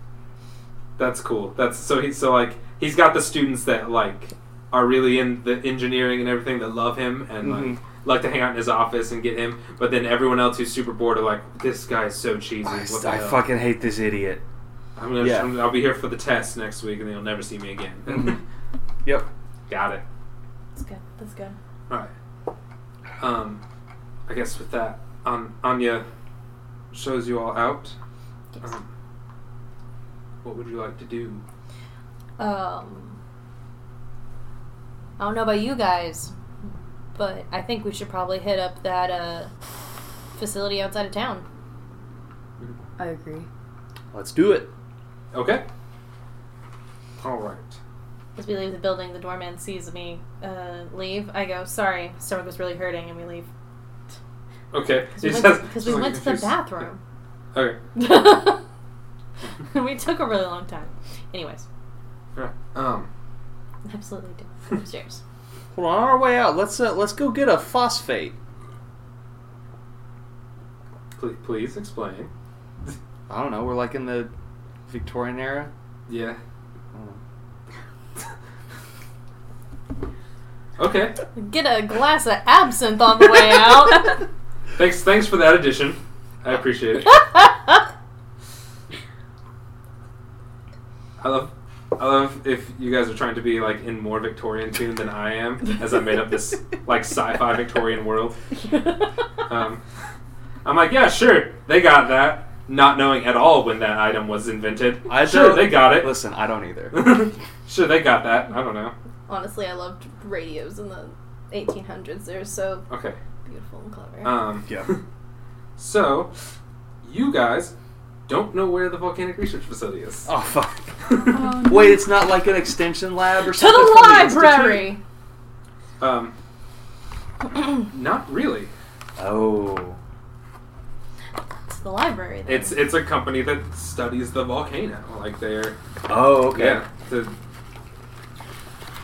<laughs> That's cool. That's so he so like he's got the students that like are really in the engineering and everything that love him and Mhm. like like to hang out in his office and get him. But then everyone else who's super bored are like, this guy's so cheesy. I, What the I hell? fucking hate this idiot. I'm gonna, Yeah. I'm- Mm-hmm. I'll be here for the test next week, and then you'll never see me again. Yep. <laughs> got it. That's good. That's good. All right. Um, I guess with that, um, Anya shows you all out. Yes. Um, what would you like to do? Um, I don't know about you guys, but I think we should probably hit up that uh, facility outside of town. I agree. Let's do it. Okay. All right. As we leave the building, the doorman sees me uh, leave. I go, sorry, stomach was really hurting, and we leave. Okay. Because He we, says- went, <laughs> 'cause we Sorry, went to the confused. bathroom. Okay. <laughs> we took a really long time. Anyways, Yeah. Um. absolutely do. Upstairs. Well, on our way out, let's uh, let's go get a phosphate. Please, please explain. <laughs> I don't know. We're like in the Victorian era. Yeah. I don't know. Okay. Get a glass of absinthe on the way <laughs> out. <laughs> <laughs> Thanks. Thanks for that addition. I appreciate it. I love. I love if you guys are trying to be like in more Victorian tune than I am, as I made up this like sci-fi Victorian world. <laughs> Um, I'm like, yeah, sure, they got that, not knowing at all when that item was invented. I sure, don't- they got it. Listen, I don't either. <laughs> sure, they got that. I don't know. Honestly, I loved radios in the 1800s. They're so Okay. beautiful and clever. Um, Yeah. <laughs> So, you guys don't know where the volcanic research facility is. oh <laughs> fuck. Oh, no. Wait, it's not like an extension lab or to something. the from library! <laughs> um, <clears throat> not really. Institute? Oh. to the library. Then. It's it's a company that studies the volcano. Like they're Oh, okay. yeah. The,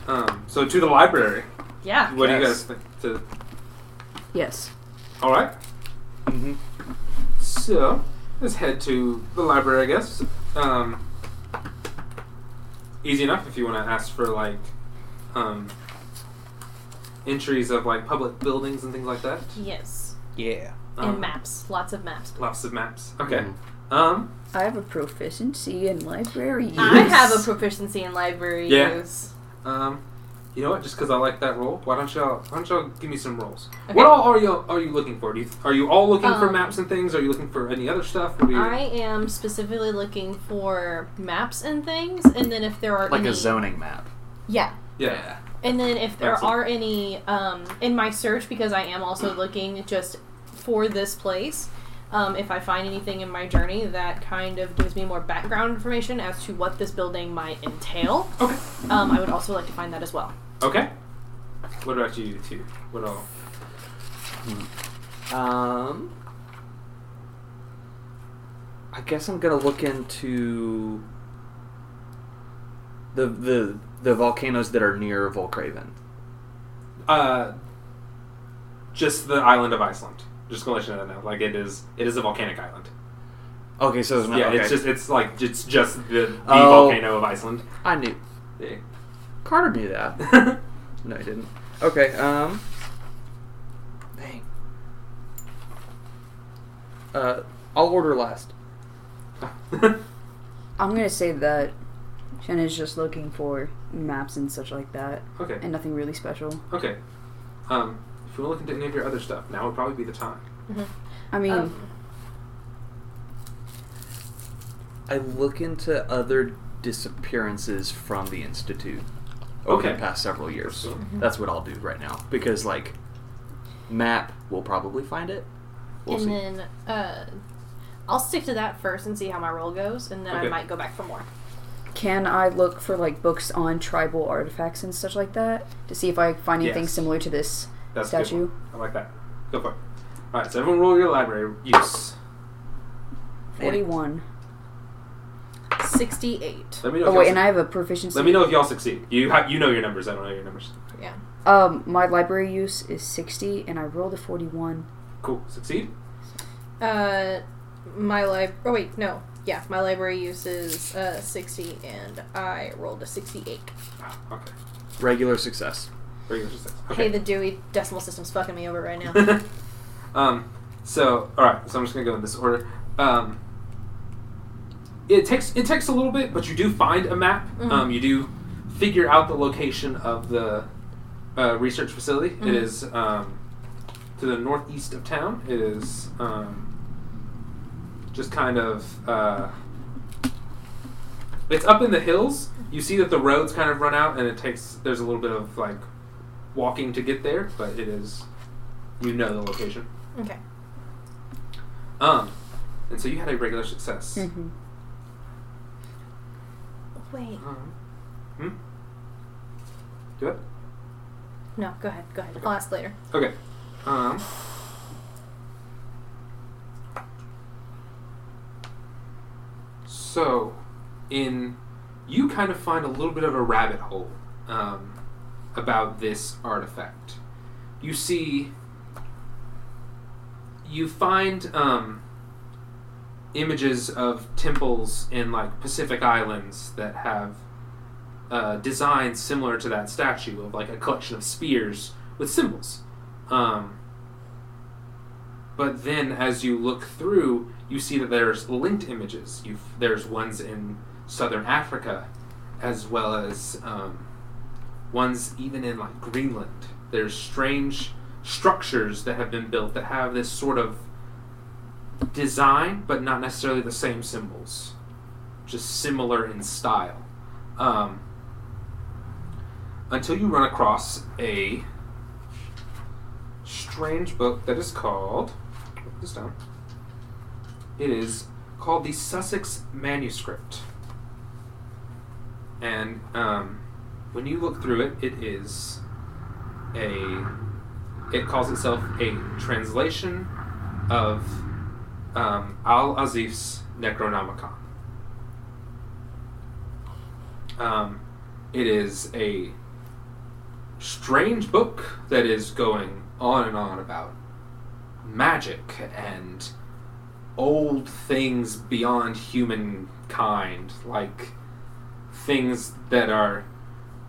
um, so to the library. yeah. What do you guys Yes. think? To Yes. all right. hmm So let's head to the library, I guess. Um, easy enough if you want to ask for like um, entries of like public buildings and things like that. Yes. Yeah. Um, and maps. Lots of maps. Lots of maps. Okay. Mhm. Um, I have a proficiency in library use. I have a proficiency in library Yeah. use. um, you know what? Just because I like that roll, why don't y'all why don't y'all give me some rolls? Okay. What all are you are you looking for? Do you, are you all looking for Um, maps and things? Are you looking for any other stuff? What are you, I am specifically looking for maps and things, and then if there are Like any, a zoning map. Yeah, yeah. and then if there Excellent. are any um, in my search, because I am also looking just for this place. Um, if I find anything in my journey that kind of gives me more background information as to what this building might entail, Okay. um, I would also like to find that as well. Okay. What about you two? What all? Um, I guess I'm gonna look into the the the volcanoes that are near Volcraven. Uh, just the island of Iceland. Just gonna let you know that now. Like it is, it is a volcanic island. Okay, so there's no, yeah, okay. it's just it's like it's just the, the Oh. volcano of Iceland. I knew Yeah. <laughs> Carter knew that. <laughs> No, I didn't. Okay. Um. Dang. Uh, I'll order last. I'm gonna say that Shanna's just looking for maps and such like that, okay. and nothing really special. Okay. Um, if you want to look into any of your other stuff, now would probably be the time. I mean, Um, I look into other disappearances from the institute over Okay. the past several years. So, Mm-hmm. That's what I'll do right now because like map will probably find it. We'll and see. then uh, I'll stick to that first and see how my roll goes, and then Okay. I might go back for more. can I look for like books on tribal artifacts and such like that to see if I find anything Yes. similar to this that's a good statue? one. I like that. Go for it. All right. So everyone, roll your library use. Forty-one. Sixty-eight. Let me know. Oh if wait, y'all and I suc- have a proficiency. let me know if y'all succeed. You ha- you know your numbers. I don't know your numbers. Yeah. Um, my library use is sixty, and I rolled a forty-one. Cool. Succeed. Uh, my lib. Oh wait, no. Yeah, my library uses uh, sixty, and I rolled a sixty-eight. Ah, Okay. Regular success. Regular success. Hey, Okay. the Dewey Decimal System's fucking me <laughs> over right now. um, so all right, so I'm just gonna go in this order. Um, it takes it takes a little bit, but you do find a map. Mhm. Um, you do figure out the location of the uh, research facility. It Mhm. is um, to the northeast of town. It is um, just kind of. Uh, it's up in the hills. You see that the roads kind of run out, and it takes. There's a little bit of like walking to get there, but it is. You know the location. Okay. Um, and so you had a regular success. Mm-hmm. Wait. Um, hmm. Do it. No, go ahead. Go ahead. I'll ask later. Okay. Um. So, in you kind of find a little bit of a rabbit hole um, about this artifact. You see, you find um, images of temples in like Pacific Islands that have uh, designs similar to that statue of like a collection of spears with symbols. Um, but then, as you look through, you see that there's linked images. You've, there's ones in southern Africa, as well as um, ones even in like Greenland. There's strange structures that have been built that have this sort of design, but not necessarily the same symbols, just similar in style. Um, until you run across a strange book that is called. Put this down. It is called the Sussex Manuscript, and um, when you look through it, it is a. It calls itself a translation of um, Al Azif's Necronomicon. Um, it is a strange book that is going on and on about magic and old things beyond humankind, like things that are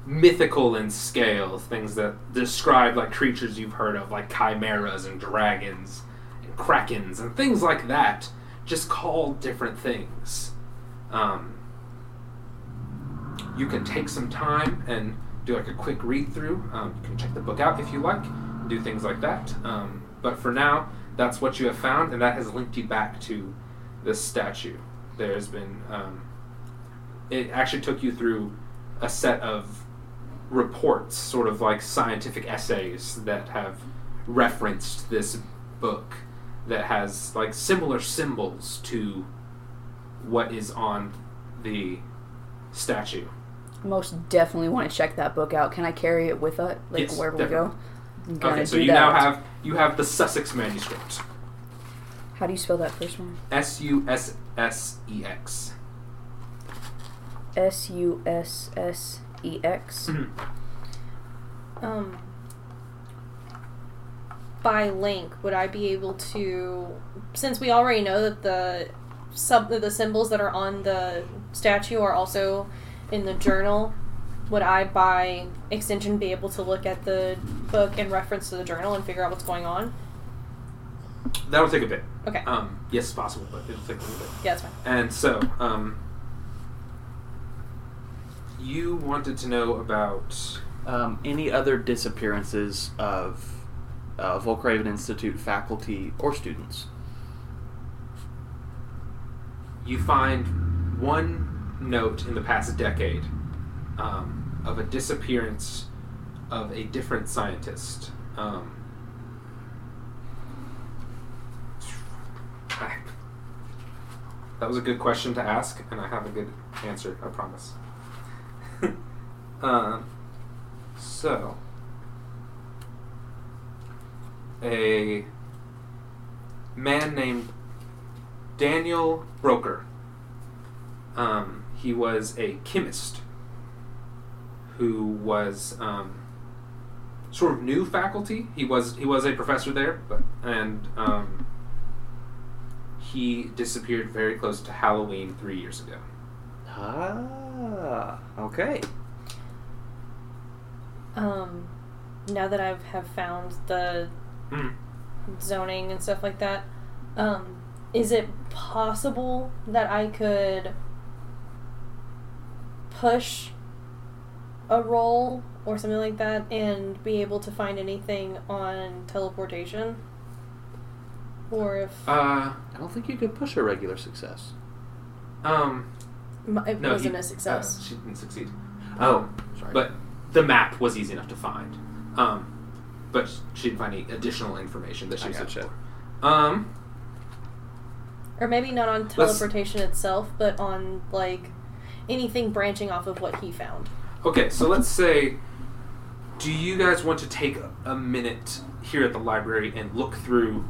mythical in scale, things that describe like creatures you've heard of, like chimeras and dragons and krakens and things like that, just called different things. Um, you can take some time and do like a quick read through. Um, you can check the book out if you like, do things like that. Um, but for now, that's what you have found, and that has linked you back to this statue. There's been um, it actually took you through a set of reports, sort of like scientific essays that have referenced this book that has like similar symbols to what is on the statue. Most definitely want to check that book out. Can I carry it with us, like Yes, wherever definitely. we go? I'm gonna Okay, so do you now that. have you have the Sussex manuscript. How do you spell that first one? S U S S E X. S U S S E X. Um, by link, would I be able to? Since we already know that the sub the symbols that are on the statue are also in the journal, would I, by extension, be able to look at the book in reference to the journal and figure out what's going on? That'll take a bit. Okay, Um, yes, possible, but it'll take a little bit. yeah, that's fine. And so, um, you wanted to know about Um, any other disappearances of uh, Volkraven Institute faculty or students? you find one note in the past decade um, of a disappearance of a different scientist. Um, I- that was a good question to ask, and I have a good answer, I promise. <laughs> um, so, a man named Daniel Broker. Um, he was a chemist who was um, sort of new faculty. He was he was a professor there, but and um, he disappeared very close to Halloween three years ago. Ah, okay. Um, now that I have found the Hmm. zoning and stuff like that. Um, is it possible that I could push a roll or something like that and be able to find anything on teleportation? Or if Uh, I don't think you could push a regular success. um, m- it no, wasn't he- a success. uh, she didn't succeed. Oh, Sorry. but the map was easy enough to find. Um, but she didn't find any additional information that she I was gotcha. looking for. Um, or maybe not on let's- teleportation itself, but on like anything branching off of what he found. Okay, so let's say, do you guys want to take a minute here at the library and look through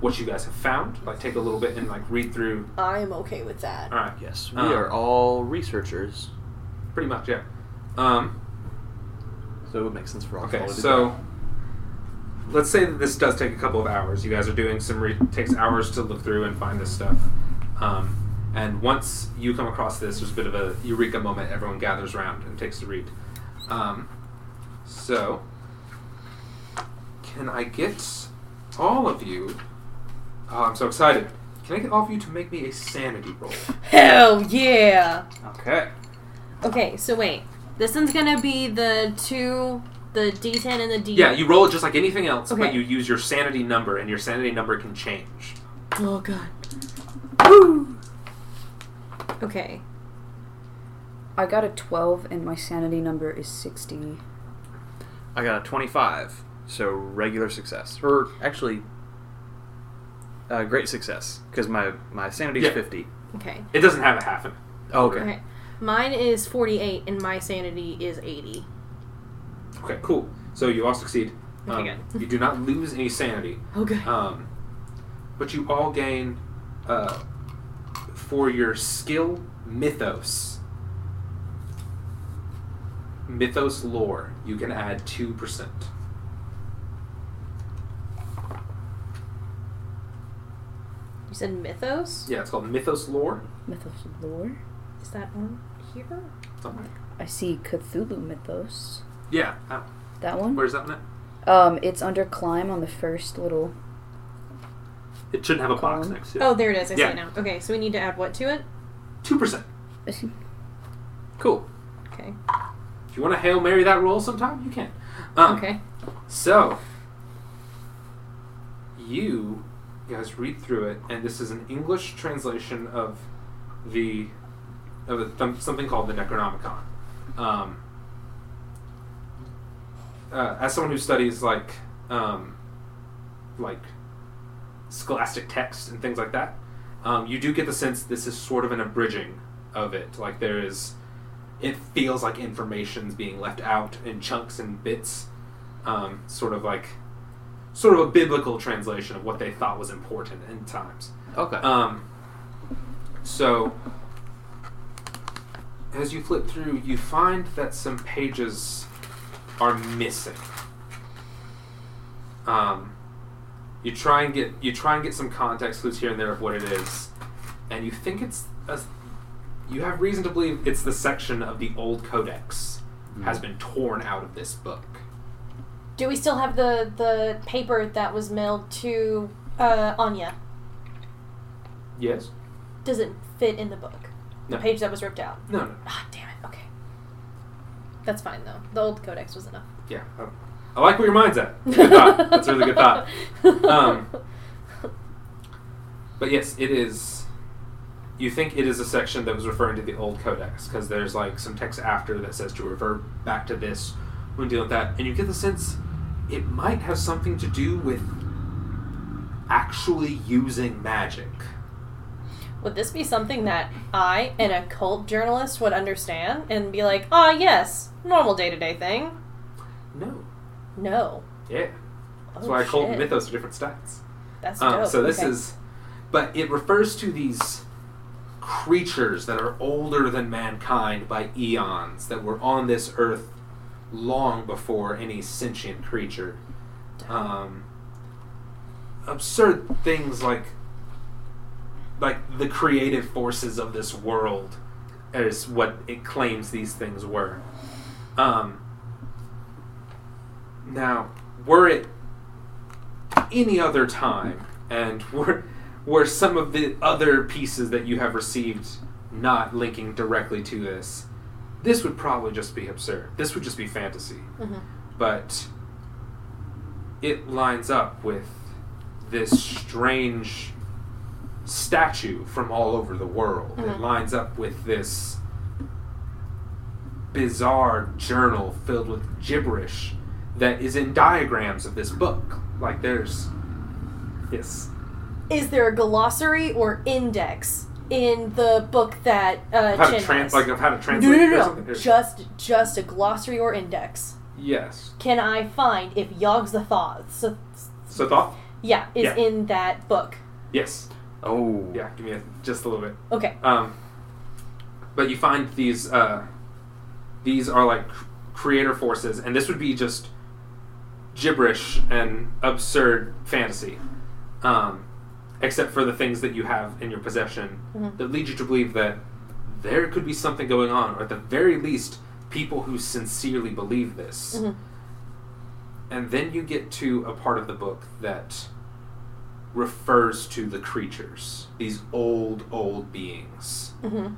what you guys have found? Like, take a little bit and like read through. I'm okay with that. All right, yes, we Uh. are all researchers, pretty much, yeah. Um, so it would make sense for all. of okay, us to do so let's say that this does take a couple of hours. You guys are doing some. Re- takes hours to look through and find this stuff. Um, and once you come across this, there's a bit of a eureka moment. Everyone gathers around and takes to read. Um, so, can I get all of you? Oh, I'm so excited. Can I get all of you to make me a sanity roll? Hell yeah! Okay. Okay, so wait. This one's gonna be the two, the D10 and the D. Yeah, you roll it just like anything else, but Okay. you use your sanity number, and your sanity number can change. Oh god. Okay. I got a 12 and my sanity number is 60. I got a 25, so regular success. Or actually, uh, great success, because my, my sanity is Yeah. 50. Okay. It doesn't have a half in it. Oh, okay. Okay. Mine is 48 and my sanity is 80. Okay, cool. So you all succeed. Um, Okay, <laughs> good. you do not lose any sanity, Okay. um, but you all gain uh, for your skill mythos. Mythos lore. You can add two percent. You said mythos? Yeah, it's called mythos lore. Mythos lore. Is that on here? Something. like- I see Cthulhu mythos. Yeah. that- That one? Where's that one? at? Um, it's under climb on the first little. It should have a box Column. next to it. Oh, there it is. I see Yeah. it now. Okay, so we need to add what to it? Two percent. I see- Cool. Okay. If you want to hail mary that roll sometime, you can. Um, Okay. So, you guys read through it, and this is an English translation of the of a th- something called the Necronomicon. Um, uh, as someone who studies like um, like scholastic texts and things like that, um, you do get the sense this is sort of an abridging of it. Like there is, it feels like information's being left out in chunks and bits um, sort of like sort of a biblical translation of what they thought was important in times. Okay. Um, so as you flip through, you find that some pages are missing. Um, you try and get you try and get some context clues here and there of what it is, and you think it's a, you have reason to believe it's the section of the old codex Mm-hmm. has been torn out of this book. Do we still have the the paper that was mailed to uh, Anya? Yes. Does it fit in the book? No. The page that was ripped out. No, no. Ah, damn it. Okay. That's fine though. The old codex was enough. Yeah. I- I like where your mind's at. Good <laughs> thought. That's a really good thought. Um, But yes, it is. You think it is a section that was referring to the old codex because there's like some text after that says to revert back to this when dealing with that, and you get the sense it might have something to do with actually using magic. Would this be something that I, an occult journalist, would understand and be like, ah, yes, normal day to day thing? No. No. Yeah. That's Oh, why I call shit. mythos are different stats. That's Um, dope. so this Okay. is, but it refers to these creatures that are older than mankind by eons that were on this earth long before any sentient creature. Um, absurd things like like the creative forces of this world is what it claims these things were. Um, now, were it any other time, and were were some of the other pieces that you have received not linking directly to this, this would probably just be absurd. This would just be fantasy. Mhm. But it lines up with this strange statue from all over the world. It Mhm. lines up with this bizarre journal filled with gibberish that is in diagrams of this book. Like there's yes. Is there a glossary or index in the book that uh, How to Chin trans has? like of how to no, no, translate no, or no, something. There's- Just, just a glossary or index. Yes. Can I find if Yogs the Thoth, so, So thought? yeah, is Yeah. in that book? Yes. Oh. Yeah, give me a, just a little bit. Okay. Um, but you find these uh, these are like cr- creator forces, and this would be just gibberish and absurd fantasy, um, except for the things that you have in your possession Mhm. that lead you to believe that there could be something going on, or at the very least, people who sincerely believe this. Mhm. And then you get to a part of the book that refers to the creatures, these old, old beings. Mhm.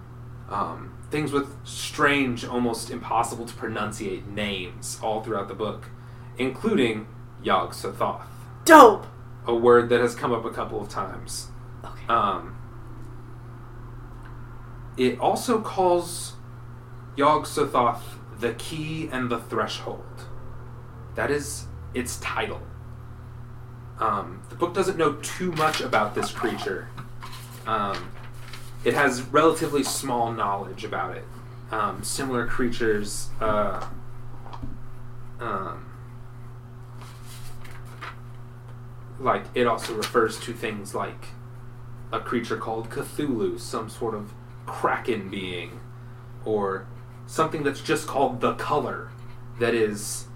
Um, things with strange, almost impossible to pronunciate names all throughout the book, including Yog Sothoth, Dope. a word that has come up a couple of times. Okay. Um, it also calls Yog Sothoth the key and the threshold. That is its title. Um, the book doesn't know too much about this creature. Um, it has relatively small knowledge about it. Um, similar creatures. Uh, um, like, it also refers to things like a creature called Cthulhu, some sort of kraken being, or something that's just called the color that is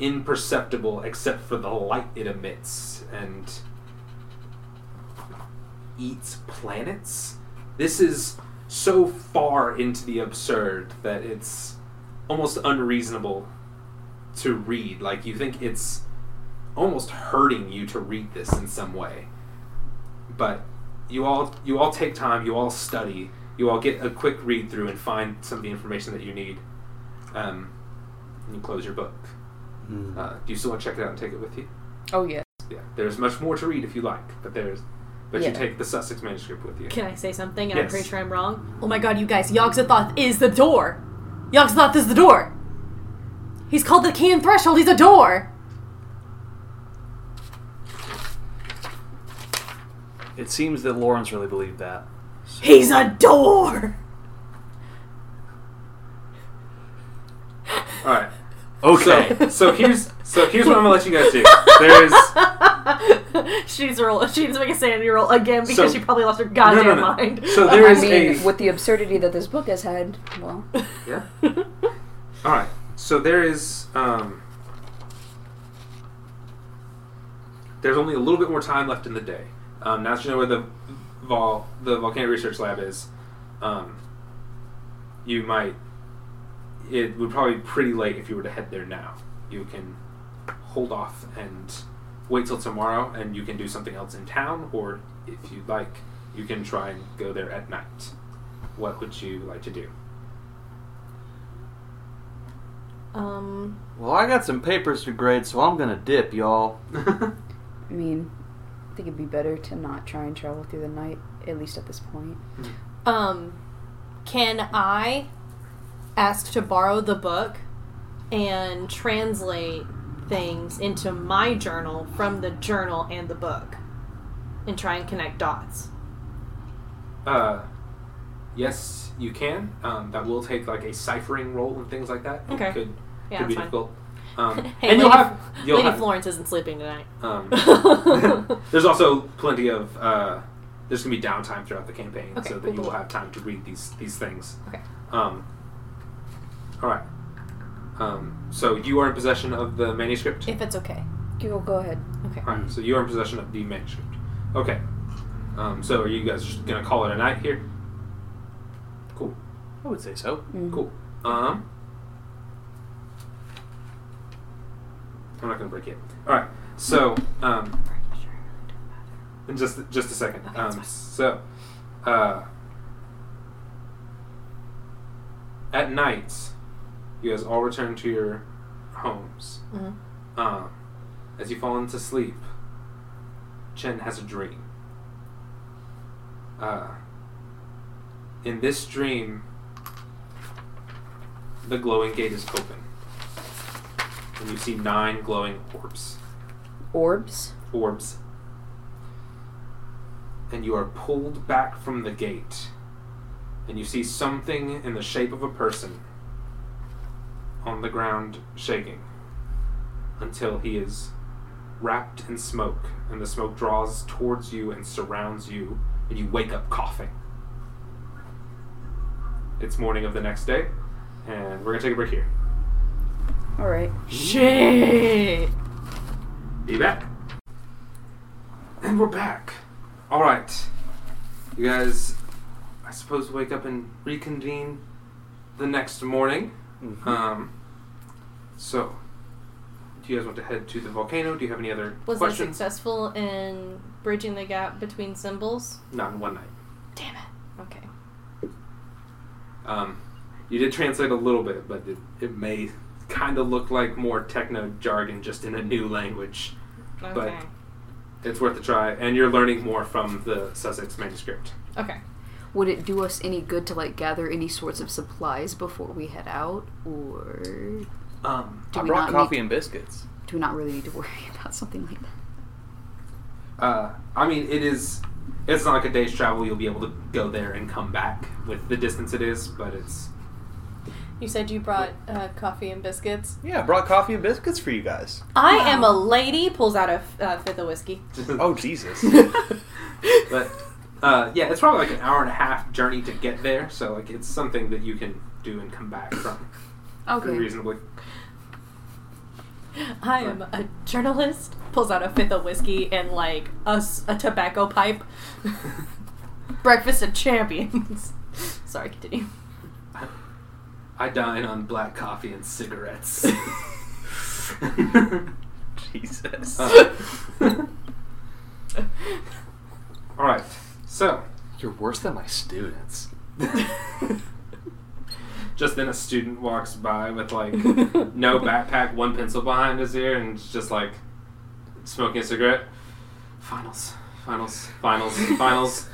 imperceptible except for the light it emits and eats planets. This is so far into the absurd that it's almost unreasonable to read. Like, you think it's almost hurting you to read this in some way but you all you all take time, you all study, you all get a quick read through and find some of the information that you need. Um, and you close your book. Uh, do you still want to check it out and take it with you? Oh yeah. Yeah. There's much more to read if you like, but there's but Yeah. you take the Sussex manuscript with you. Can I say something? And I'm Yes. pretty sure I'm wrong. Oh my god, you guys, Yogg-Sothoth is the door. Yogg-Sothoth is the door. He's called the key and threshold. He's a door. It seems that Lawrence really believed that. He's a <laughs> door. All right. Okay. So, <laughs> so here's so here's what I'm gonna let you guys do. <laughs> There's She's roll. She needs to make a sanity roll again because Uh. So- she probably lost her goddamn no, no. mind. Oh so <laughs> there I is mean, a with the absurdity that this book has had, well, yeah. All right. So there is um, there's only a little bit more time left in the day. Um, now that you know where the vol the volcanic research lab is, um, you might it would probably be pretty late if you were to head there now. You can hold off and wait till tomorrow, and you can do something else in town, or if you'd like, you can try and go there at night. What would you like to do? <laughs> Um. Well, I got some papers to grade, so I'm gonna dip, y'all. I mean, I think it'd be better to not try and travel through the night, at least at this point. Um. Can I ask to borrow the book and translate things into my journal from the journal and the book, and try and connect dots? Uh, yes, you can. Um, that will take like a ciphering roll and things like that. It Okay. could, Yeah, could be that's fine. difficult. Um, <laughs> hey, and Lady, you'll have you'll Lady have, Florence isn't sleeping tonight. <laughs> um, <laughs> there's also plenty of uh, there's gonna be downtime throughout the campaign, Okay, so that cool, you will cool. have time to read these these things. Okay. Um, all right. Um, so you are in possession of the manuscript. If it's okay. Go, go ahead. Okay. All right. So you are in possession of the manuscript. Okay. Um, so are you guys just gonna call it a night here? Cool. I would say so. Mm. Cool. Um, I'm not gonna break it. All right. So, um, in just just a second. Okay, that's Um, fine. so, uh, At night, you guys all return to your homes. Mhm. Um, as you fall into sleep, Chen has a dream. Uh, in this dream, the glowing gate is open. And you see nine glowing orbs. Orbs. Orbs. And you are pulled back from the gate. And you see something in the shape of a person on the ground shaking until he is wrapped in smoke. And the smoke draws towards you and surrounds you. And you wake up coughing. It's morning of the next day. And we're going to take a break here. All right. Shit. Mm-hmm. Be back. And we're back. All right. You guys, I suppose, wake up and reconvene the next morning. Um, so, do you guys want to head to the volcano? Do you have any other <clears throat> Was I questions? successful in bridging the gap between symbols? Not in one night. Damn it. Okay. Um, you did translate a little bit, but it, it may kind of look like more techno jargon just in a new language. Okay. It's worth a try, and you're learning more from the Sussex manuscript. okay. Would it do us any good to like gather any sorts of supplies before we head out, or do Um, Do I we brought not coffee need- and biscuits. we not really need to worry <laughs> about something like that? Uh, I mean, it is. It's not like a day's travel. You'll be able to go there and come back with the distance it is, but it's. You said you brought uh, coffee and biscuits. Yeah, I brought coffee and biscuits for you guys. I Wow. am a lady. Pulls out a f- uh, fifth of whiskey. Oh <laughs> Jesus! <laughs> but uh, yeah, it's probably like an hour and a half journey to get there. So like, it's something that you can do and come back from Oh, pretty okay. reasonably. <laughs> I am a journalist. Pulls out a fifth of whiskey and like a, s- a tobacco <laughs> pipe. Breakfast of champions. <laughs> Sorry, continue. I dine on black coffee and cigarettes. <laughs> <laughs> Jesus. Uh, <laughs> all right, so You're worse than my students. just then a student walks by with like no <laughs> backpack, one pencil behind his ear, and it's just like smoking a cigarette. Finals, finals, finals, finals.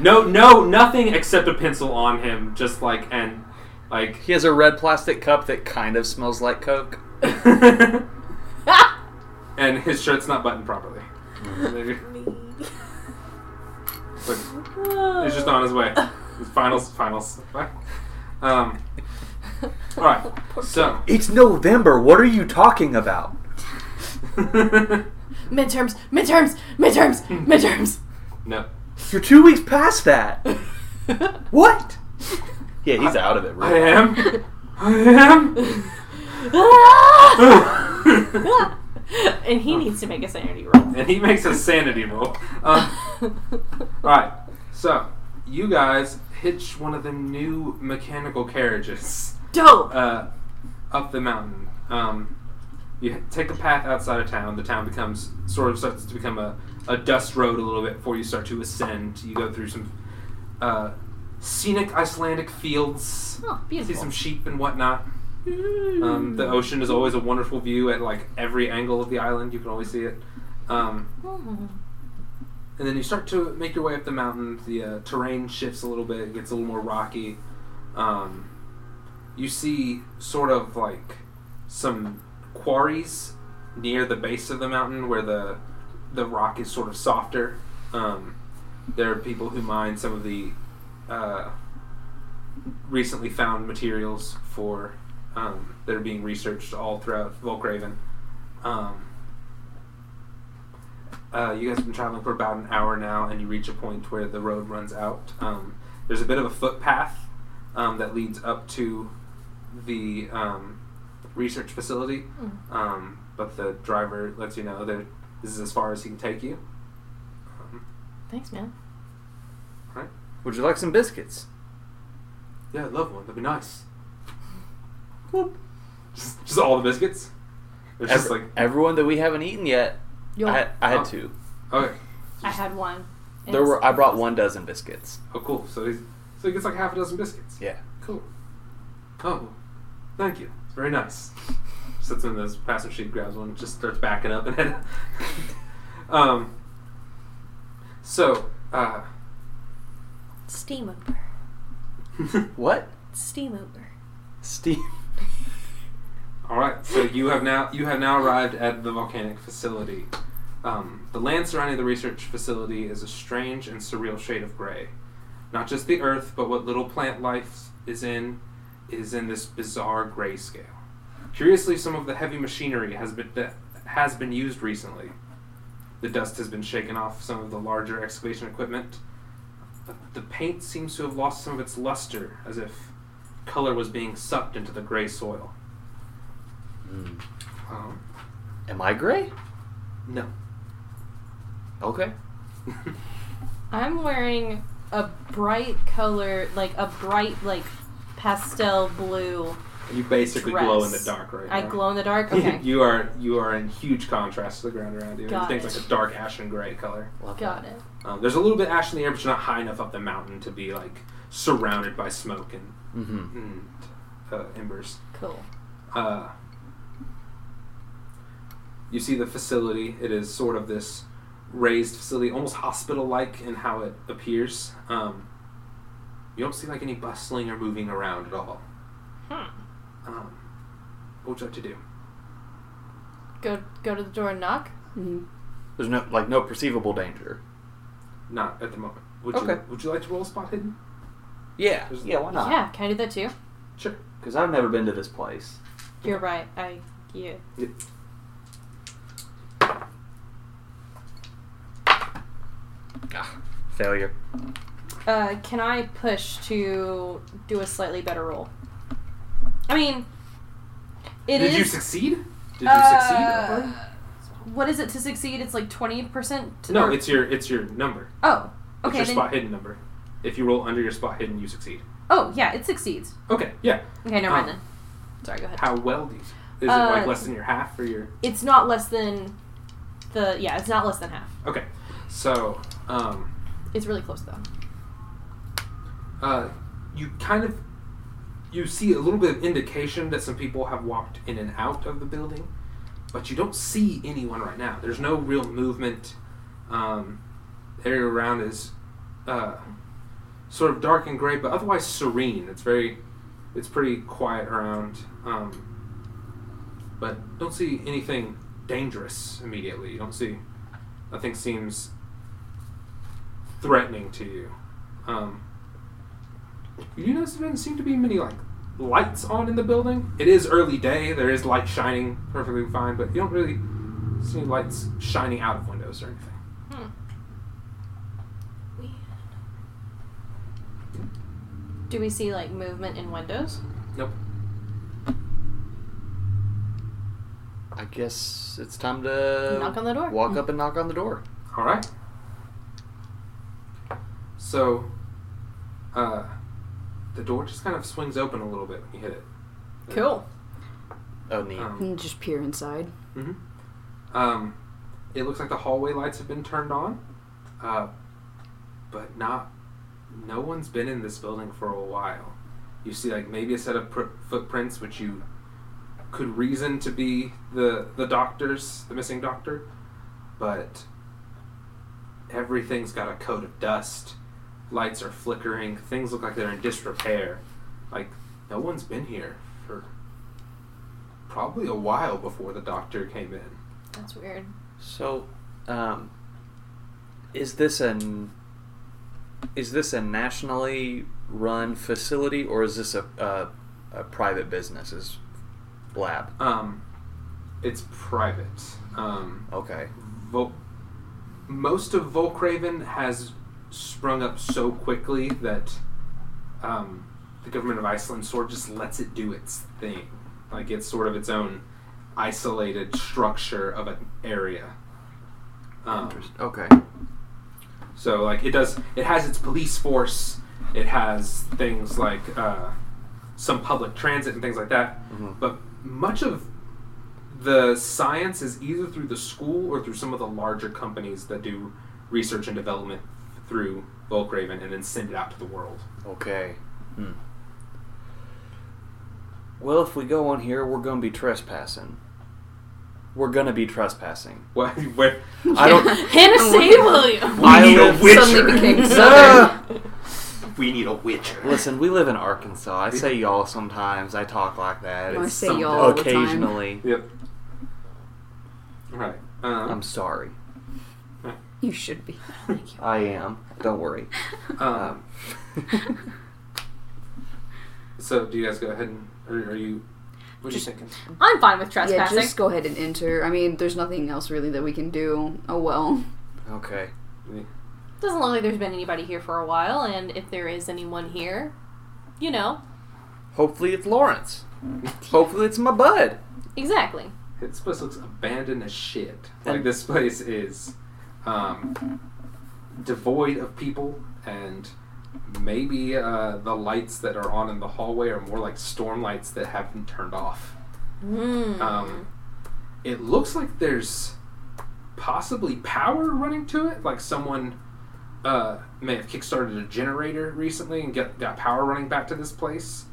No, no, nothing except a pencil on him. Just like and like. <laughs> He has a red plastic cup that kind of smells like Coke. and his shirt's not buttoned properly. It's like, he's just on his way. Finals, finals. Um, all right. So It's November. What are you talking about? midterms, midterms, midterms, Hmm. midterms. <laughs> no. You're two weeks past that. what? Yeah, he's out of it. I Really. am. I am. <laughs> <laughs> and he needs to make a sanity roll. and he makes a sanity roll. <laughs> Um, all right, so you guys hitch one of the new mechanical <laughs> carriages Dope. uh, up the mountain. Um, you take a path outside of town. The town becomes sort of starts to become a, a dust road a little bit before you start to ascend. You go through some uh, scenic Icelandic fields. Oh, See beautiful. some sheep and whatnot. Um, the ocean is always a wonderful view at like every angle of the island. You can always see it. Um, Mm-hmm. and then you start to make your way up the mountain. The uh, terrain shifts a little bit; it gets a little more rocky. Um, you see sort of like some quarries near the base of the mountain where the the rock is sort of softer. Um, there are people who mine some of the uh, recently found materials for um, that are being researched all throughout Volkraven. Um, uh, you guys have been traveling for about an hour now, and you reach a point where the road runs out. Um, there's a bit of a footpath um, that leads up to the um, research facility, Mm-hmm. um, but the driver lets you know that this is as far as he can take you. Um, Thanks, man. all right? Would you like some biscuits? Yeah, I'd love one. That'd be nice. Just, just all the biscuits. It's just Every- like everyone that we haven't eaten yet. I had, I Oh. had two. okay, I had one. and There it's- were I brought one dozen biscuits. oh cool. So he's, so he gets like half a dozen biscuits. Yeah. Cool. Oh, thank you. It's very nice. Sits in this passenger seat, grabs one, just starts backing up and head. <laughs> um. So, uh, <laughs> Steam over. What? Steam over. Steve. All right. So you have now you have now arrived at the volcanic facility. Um, the land surrounding the research facility is a strange and surreal shade of gray. Not just the earth, but what little plant life is in is in this bizarre grayscale. Curiously, some of the heavy machinery has been that has been used recently. The dust has been shaken off some of the larger excavation equipment, but the paint seems to have lost some of its luster, as if color was being sucked into the gray soil. Hmm. Um, Am I gray? no. Okay. I'm wearing a bright color, like a bright, like pastel blue. <laughs> You basically glow in the Dress. dark right I now. <laughs> glow in the dark. Okay, you are you are in huge contrast to the ground around you. Got Everything's it. like a dark ashen gray color. Love got that. it. Um, there's a little bit of ash in the air, but you're not high enough up the mountain to be like surrounded by smoke and, Mm-hmm. and uh, embers. Cool. Uh, you see the facility. It is sort of this raised facility, almost hospital-like in how it appears. Um, you don't see like any bustling or moving around at all. Hmm. Um, what would you like to do? Go go to the door and knock. Mhm. There's no like no perceivable danger. Not at the moment. Would Okay. you Would you like to roll a spot hidden? Yeah. There's- yeah. Why not? Yeah, can I do that too? Sure. Because I've never been to this place. You're right. I yeah. Failure. Uh, can I push to do a slightly better roll? I mean, it is. Did you succeed? Did you uh, succeed? What is it to succeed? It's like twenty percent. No, it's your it's your number. oh It's uh, okay. your then- spot hidden number. If you roll under your spot hidden, you succeed. oh yeah, it succeeds. Okay. Yeah. Okay, never mind Um, then. Sorry, go ahead. How well do you? Is it Uh, like less than your half or your? It's not less than the yeah. It's not less than half. Okay. So, um, It's really close though. uh, you kind of you see a little bit of indication that some people have walked in and out of the building, but you don't see anyone right now. There's no real movement. Um, area around is uh, sort of dark and gray, but otherwise serene. It's very, it's pretty quiet around. Um, but don't see anything dangerous immediately. You don't see nothing seems threatening to you. Um, you do notice there doesn't seem to be many like lights on in the building. It is early day. There is light shining perfectly fine, but you don't really see lights shining out of windows or anything. Hmm. Do we see like movement in windows? Nope. I guess it's time to Knock on the door. Walk up and knock on the door. All right. So, uh, the door just kind of swings open a little bit when you hit it. Cool. Oh, neat. Um, And Just peer inside. mhm. Um, it looks like the hallway lights have been turned on, uh, but not. No one's been in this building for a while. You see, like maybe a set of pr- footprints, which you could reason to be the the doctor's, the missing doctor, but everything's got a coat of dust. Lights are flickering. Things look like they're in disrepair. Like no one's been here for probably a while before the doctor came in. That's <laughs> weird. So, um, is this an is this a nationally run facility or is this a a, a private business's lab? Um, it's private. Um, Okay. Vol- most of Volkraven has sprung up so quickly that um, the government of Iceland sort of just lets it do its thing. Like it's sort of its own isolated structure of an area. Um, Interest- Okay. so like it does, it has its police force. It has things like uh, some public transit and things like that. Mhm. But much of the science is either through the school or through some of the larger companies that do research and development through Hmm. Volkraven and then send it out to the world. Okay. Hmm. well, if we go on here, we're going to be trespassing. We're going to be trespassing. <laughs> What? Where? I <laughs> <laughs> don't. Hennessy Williams. I need a live- witcher. Suddenly <laughs> became Ah! southern. <laughs> We need a witcher. Listen, we live in Arkansas. I say y'all sometimes. I talk like that. I It's say some- y'all all the time. occasionally. Yep. Right. Uh-huh. Um, I'm sorry. You should be. I am. Don't worry. um, Um, so, do you guys go ahead and or are you? What are you thinking? I'm fine with yeah, trespassing. just go ahead and enter. I mean, there's nothing else really that we can do. Oh well. <laughs> okay. Doesn't look like there's been anybody here for a while, and if there is anyone here, you know Hopefully it's Lawrence. Hopefully it's my bud. exactly. This place looks abandoned as shit. Like And- this place is um, devoid of people, and maybe uh, the lights that are on in the hallway are more like storm lights that have been turned off. Hmm. Mm. Um, it looks like there's possibly power running to it. Like someone uh, may have kickstarted a generator recently and get, got power running back to this place.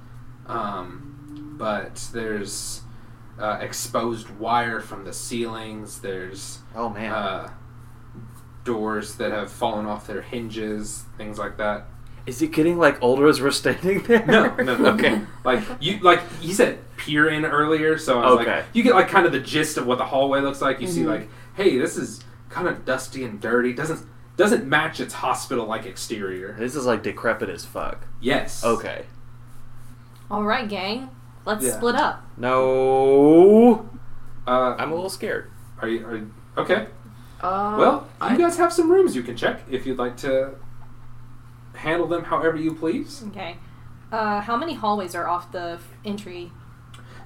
Um, but there's uh, exposed wire from the ceilings. There's Oh man. uh, doors that have fallen off their hinges, things like that. Is it getting like older as we're standing there? <laughs> No, no, no. okay. Like you, like he said, peer in earlier. So I was Okay. like, you get like kind of the gist of what the hallway looks like. You see, like, hey, this is kind of dusty and dirty. Doesn't doesn't match its hospital like exterior. This is like decrepit as fuck. Yes. Okay. All right, gang, let's Yeah. split up. No. Uh, I'm a little scared. are you? Are you okay. Uh, well, I, you guys have some rooms you can check if you'd like to handle them however you please. Okay. Uh, how many hallways are off the f- entry?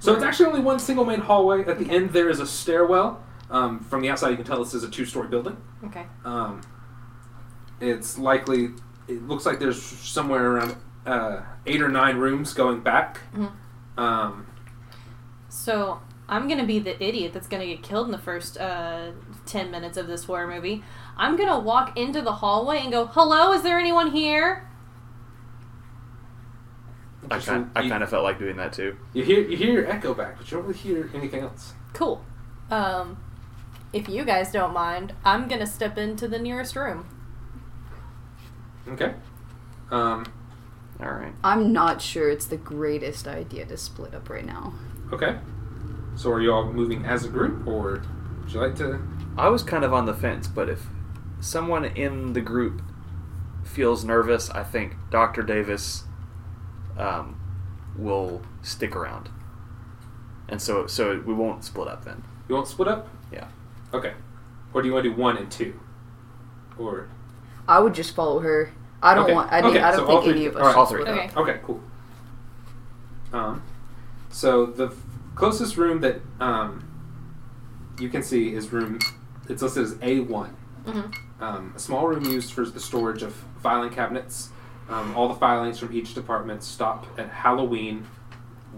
So it's actually only one single main hallway. At the end, there is a stairwell. Um, from the outside, you can tell this is a two-story building. Okay. Um, it's likely. It looks like there's somewhere around uh, eight or nine rooms going back. Mm-hmm. Mhm. Um, So I'm gonna be the idiot that's gonna get killed in the first uh, ten minutes of this horror movie. I'm gonna walk into the hallway and go, "Hello, is there anyone here?" I kind, I kind of felt like doing that too. You hear you hear your echo back, but you don't really hear anything else. Cool. Um, if you guys don't mind, I'm gonna step into the nearest room. Okay. Um, All right. I'm not sure it's the greatest idea to split up right now. okay. So are you all moving as a group, or would you like to? I was kind of on the fence, but if someone in the group feels nervous, I think Dr. Davis um, will stick around. And so so we won't split up then. You won't split up. Yeah. Okay. Or do you want to do one and two? Or I would just follow her. I don't Okay. want. I, think- Okay, I don't so all think any three- of all us. right. should All three. split up. Okay. Okay, cool. Um, so the f- closest room that um, you can see is room. It's listed as A one. Mhm. Um, a small room used for the storage of filing cabinets. Um, all the filings from each department stop at Halloween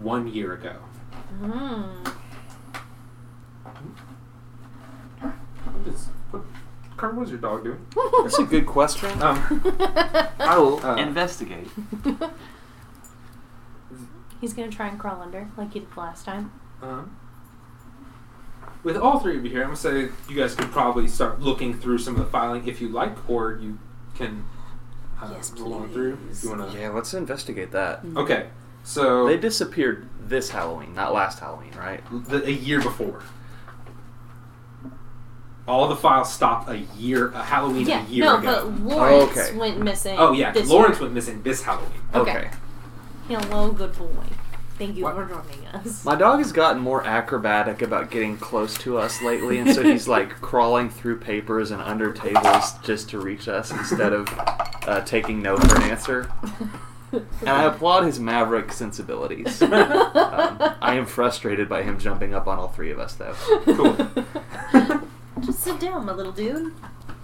one year ago. Mm. What is, what, Carter, what is your dog doing? <laughs> That's a good question. Um, I will Uh, investigate. <laughs> He's gonna try and crawl under like he did last time. Um, with all three of you here, I'm gonna say you guys could probably start looking through some of the filing if you like, or you can uh, Yes, roll on through if you wanna. Yeah, let's investigate that. Okay, so They disappeared this Halloween, not last Halloween, right? the, a year before, all the files stopped a year, a Halloween Yeah, a year no, ago. but Lawrence Okay. went missing. oh yeah, this Lawrence year. went missing this Halloween. Okay. Hello, good boy. Thank you What? for joining us. My dog has gotten more acrobatic about getting close to us lately, and so <laughs> he's like crawling through papers and under tables just to reach us instead of uh, taking no for an answer. And I applaud his maverick <laughs> sensibilities. Um, I am frustrated by him jumping up on all three of us, though. <laughs> Hmm. Cool. <laughs> Just sit down, my little dude.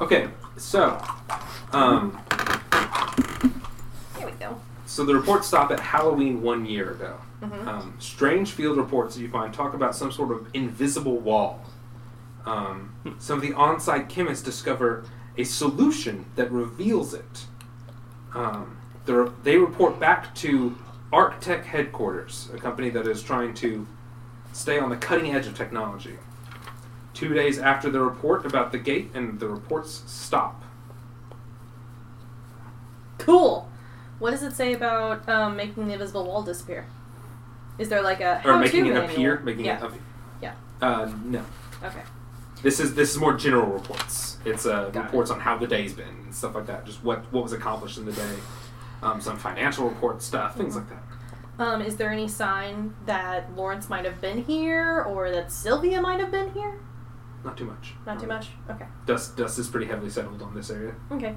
Okay, so um, Here we go. So the reports stop at Halloween one year ago. Mhm. Um, strange field reports that you find talk about some sort of invisible wall. Um, some of the on-site chemists discover a solution that reveals it. Um, the re- they report back to ArcTech Headquarters, a company that is trying to stay on the cutting edge of technology. Two days after the report about the gate and the report's stop. Cool. What does it say about um, making the invisible wall disappear? Is there like a Or how-to making it Oh, manual? appear. Making yeah. it appear. Yeah. Uh, no. Okay. This is this is more general reports. It's uh, Got it. reports on how the day's been and stuff like that. Just what what was accomplished in the day, um, some financial report stuff, things like that. Um, is there any sign that Lawrence might have been here or that Sylvia might have been here? Not too much. Not too much. Okay. Dust dust is pretty heavily settled on this area. Okay.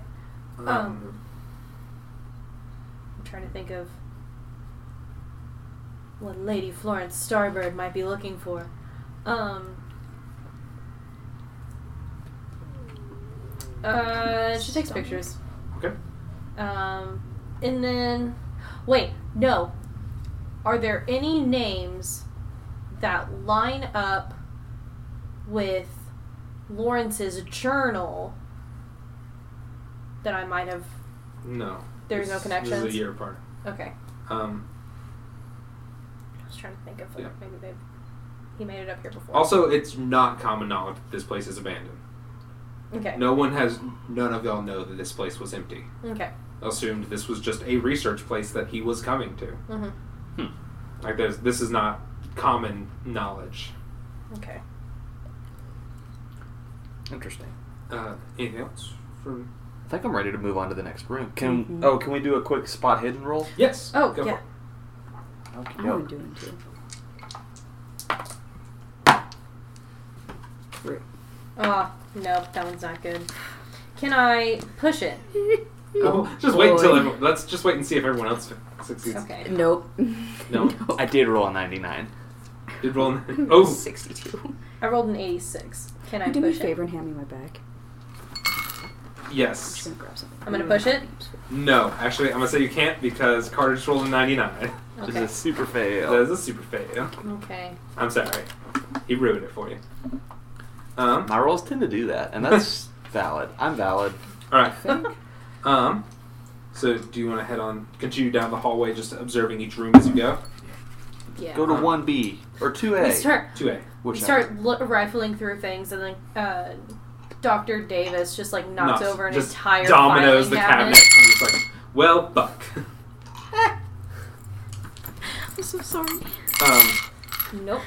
Um, Um, I'm trying to think of what Lady Florence Starbird might be looking for. Um. Uh, she takes pictures. okay. Um, and then, wait, no. Are there any names that line up with Lawrence's journal that I might have? No. This- There's This no is connections? a year apart. Okay, Um, I was trying to think of Yeah. like, maybe they he made it up here before. also, it's not common knowledge that this place is abandoned. okay, No one has. None of y'all know that this place was empty. okay, Assumed this was just a research place that he was coming to. hmm Like there's this is not common knowledge. okay. Interesting. Uh, anything else from? I think I'm ready to move on to the next room. Can Mm-hmm. oh, can we do a quick spot hidden roll? Yes. Oh go for yeah, it. Okay. I'm gonna do it too. Three. ah, no, that one's not good. Can I push it? <laughs> Oh, just wait until boy. everyone, let's just wait and see if everyone else succeeds. Okay. Nope. <laughs> <laughs> No. I did roll a 99. Did roll. Oh, 62. I rolled an 86. Can I Do me a push it? favor and hand me my back. I'm just yes. gonna grab something. I'm gonna push it? No. Actually, I'm gonna say you can't because Carter's rolled a 99. This is a Okay. super That is fail. a super fail. Okay. I'm sorry. He ruined it for you. Um. My rolls tend to do that, <laughs> and that's valid. I'm valid. All right. think. Um. So, do you want to head on, continue down the hallway, just observing each room as you go? Yeah. Go to 1B or 2A. we start Two A. we Which start lo- rifling through things and then uh, Dr. Davis just like knocks over an just entire dominoes filing the cabinet. cabinet. and it's like, well, buck. I'm so sorry. <laughs> Um. Nope.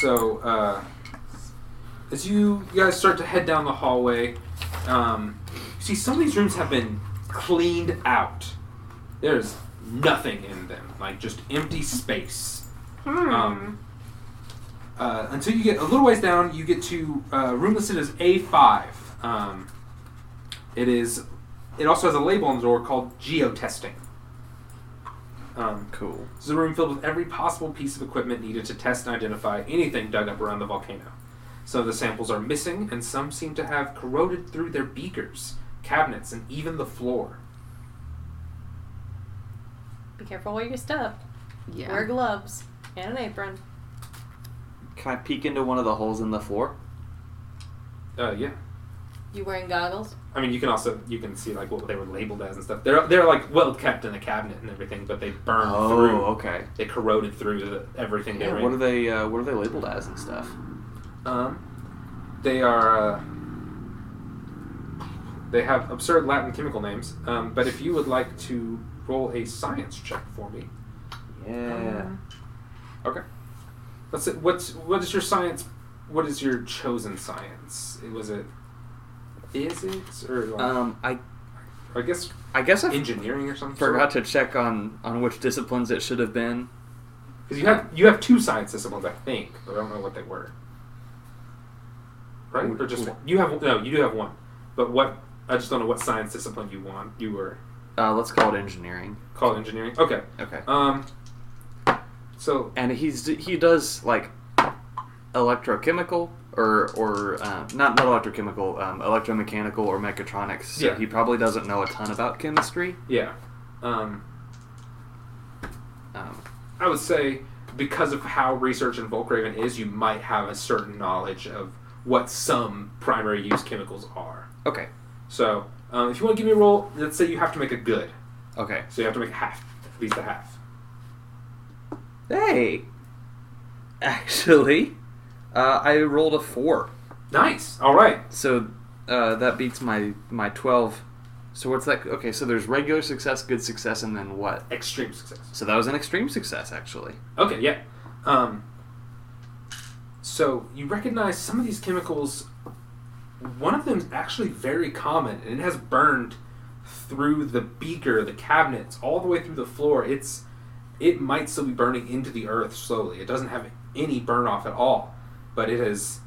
So, uh, as you guys start to head down the hallway, um, you see some of these rooms have been cleaned out. There's nothing in them, like just empty space. Um, uh, until you get a little ways down, you get to uh, room listed as A5. Um, it is. It also has a label on the door called geotesting. Um, Cool. this is a room filled with every possible piece of equipment needed to test and identify anything dug up around the volcano. Some of the samples are missing, and some seem to have corroded through their beakers, cabinets, and even the floor. Be careful where you step. Yeah. Wear gloves and an apron. Can I peek into one of the holes in the floor? Uh, yeah. You wearing goggles? I mean, you can also you can see like what they were labeled as and stuff. They're they're like well kept in a cabinet and everything, but they burned through. Oh, okay. They corroded through the, everything they Yeah, were. what are in. they? Uh, what are they labeled as and stuff? Um, they are. Uh, they have absurd Latin chemical names. Um, but if you would like to roll a science check for me, Yeah. okay. let's. see- What's what is your science? What is your chosen science? Was it? Is it or like, Um, I I guess I guess I engineering or something? forgot to check on on which disciplines it should have been. because you have you have two science disciplines, I think, but I don't know what they were. Right or just one? you have no, you do have one, but what? I just don't know what science discipline you want. You were Uh, let's call it engineering. called engineering. Okay. Okay. Um. So and he's he does like electrochemical or or uh, not not electrochemical, um, electromechanical or mechatronics. So Yeah. he probably doesn't know a ton about chemistry. yeah, um, Um, I would say because of how research in Volkraven is, you might have a certain knowledge of what some primary use chemicals are. okay, So um, if you want to give me a roll, let's say you have to make a good. okay, So you have to make half, at least a half. Hey, actually, uh, I rolled a four, Nice. All right. so uh, that beats my my twelve. So what's that? Okay, so there's regular success, good success, and then what? Extreme success. So that was an extreme success, actually. Okay. Yeah. Um, so you recognize some of these chemicals. One of them is actually very common, and it has burned through the beaker, the cabinets, all the way through the floor. It's it might still be burning into the earth slowly. It doesn't have any burn off at all, but it has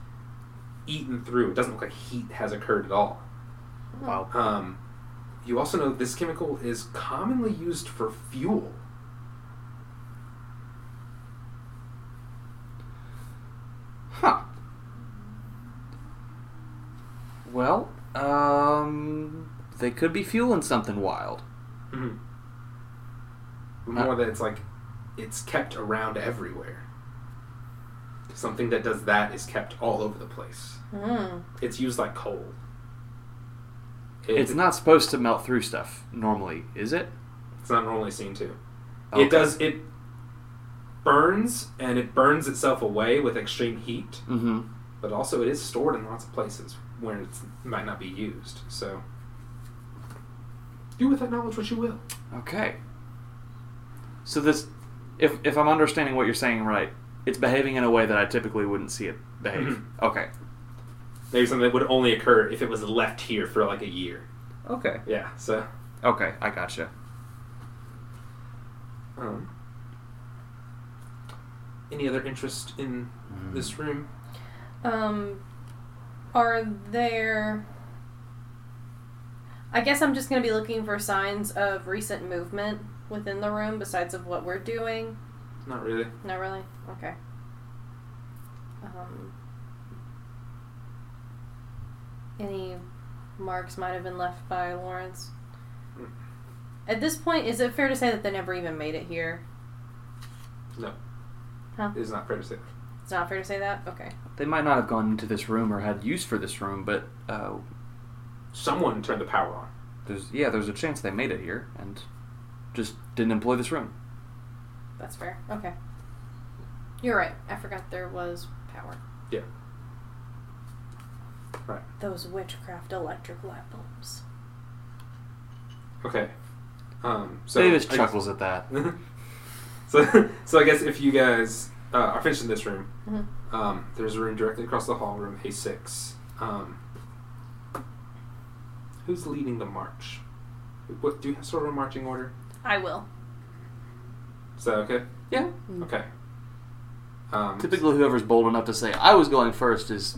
eaten through. It doesn't look like heat has occurred at all. Wow. Um, you also know this chemical is commonly used for fuel. Huh. Well, um, they could be fueling something wild. Mm-hmm. Uh, More that it's like it's kept around everywhere. Something that does that is kept all over the place. Mm. It's used like coal. It- It's not supposed to melt through stuff normally, is it? It's not normally seen too. Okay. It does. It burns and it burns itself away with extreme heat, Mm-hmm. but also it is stored in lots of places where it might not be used. So do with that knowledge what you will. Okay. So this, if if I'm understanding what you're saying right, it's behaving in a way that I typically wouldn't see it behave. Mhm. Okay. Maybe something that would only occur if it was left here for like a year. Okay. Yeah. So. Okay, I gotcha. Um, any other interest in Mm-hmm. this room? Um, are there? I guess I'm just gonna be looking for signs of recent movement within the room, besides of what we're doing. Not really. Not really. Okay. Um, any marks might have been left by Lawrence. Mm. At this point, is it fair to say that they never even made it here? No. Huh? It is not fair to say. that. It's not fair to say that. Okay. They might not have gone into this room or had use for this room, but uh, Someone turned the power on. there's yeah, there's a chance they made it here and just didn't employ this room. That's fair. Okay. You're right. I forgot there was power. Yeah. Right. Those witchcraft electric light bulbs. Okay. Um, so Davis I- chuckles <laughs> at that. so, so I guess if you guys uh, are finished in this room, Mhm. um, there's a room directly across the hall, room A6. Um, who's leading the march? What do you have sort of a marching order? I will. Is that okay? Yeah. Okay. Um, Typically, whoever's bold enough to say I was going first is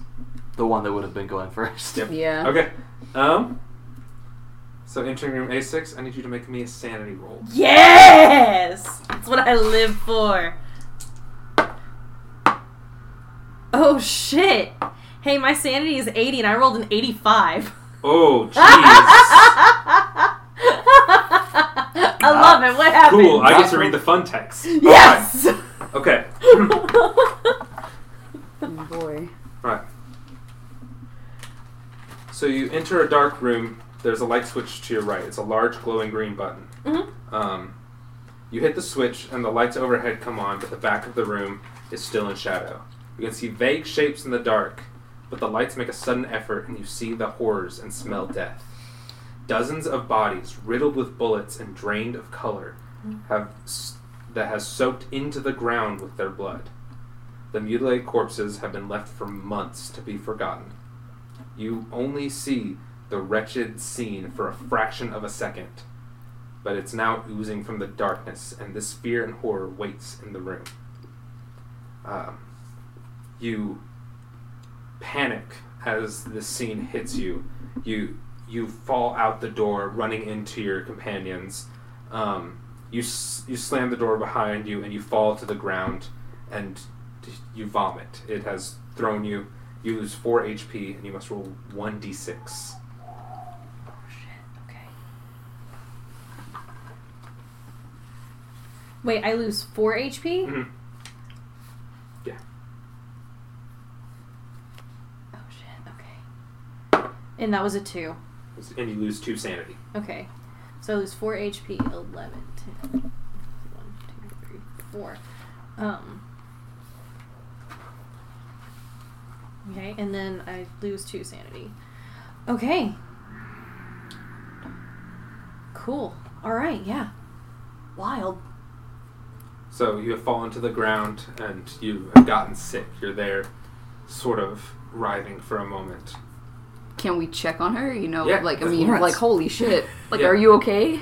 the one that would have been going first. Yep. Yeah. Okay. Um. So entering room A6, I need you to make me a sanity roll. Yes! That's what I live for. Oh shit! Hey, my sanity is 80 and I rolled an <laughs> 85. Oh, jeez. I love it. What happened? cool. I get to read the fun text. <laughs> Yes! <laughs> Alright, Okay. Oh, boy. All right. So you enter a dark room. There's a light switch to your right. It's a large glowing green button. Mhm. Um, you hit the switch, and the lights overhead come on, but the back of the room is still in shadow. You can see vague shapes in the dark, but the lights make a sudden effort, and you see the horrors and smell death. Dozens of bodies, riddled with bullets and drained of color, have s- that has soaked into the ground with their blood. The mutilated corpses have been left for months to be forgotten. You only see the wretched scene for a fraction of a second, but it's now oozing from the darkness, and this fear and horror waits in the room. Um, you panic as this scene hits you. You you fall out the door, running into your companions. Um, you s- you slam the door behind you, and you fall to the ground, and you vomit. It has thrown you. You lose four HP, and you must roll one d6. Oh, Okay. Wait, I lose 4 HP? Mhm. Yeah. Oh shit, okay. And that was a 2. And you lose two sanity. Okay. So I lose 4 HP, 11, 10, 1, 2, 3, 4. Um. Okay, and then I lose two sanity. Okay. Cool. All right. Yeah. Wild. So you have fallen to the ground and you have gotten sick. You're there, sort of writhing for a moment. Can we check on her? You know, Yeah, like I of mean, course. like holy shit! Like, Yeah. are <laughs> you okay?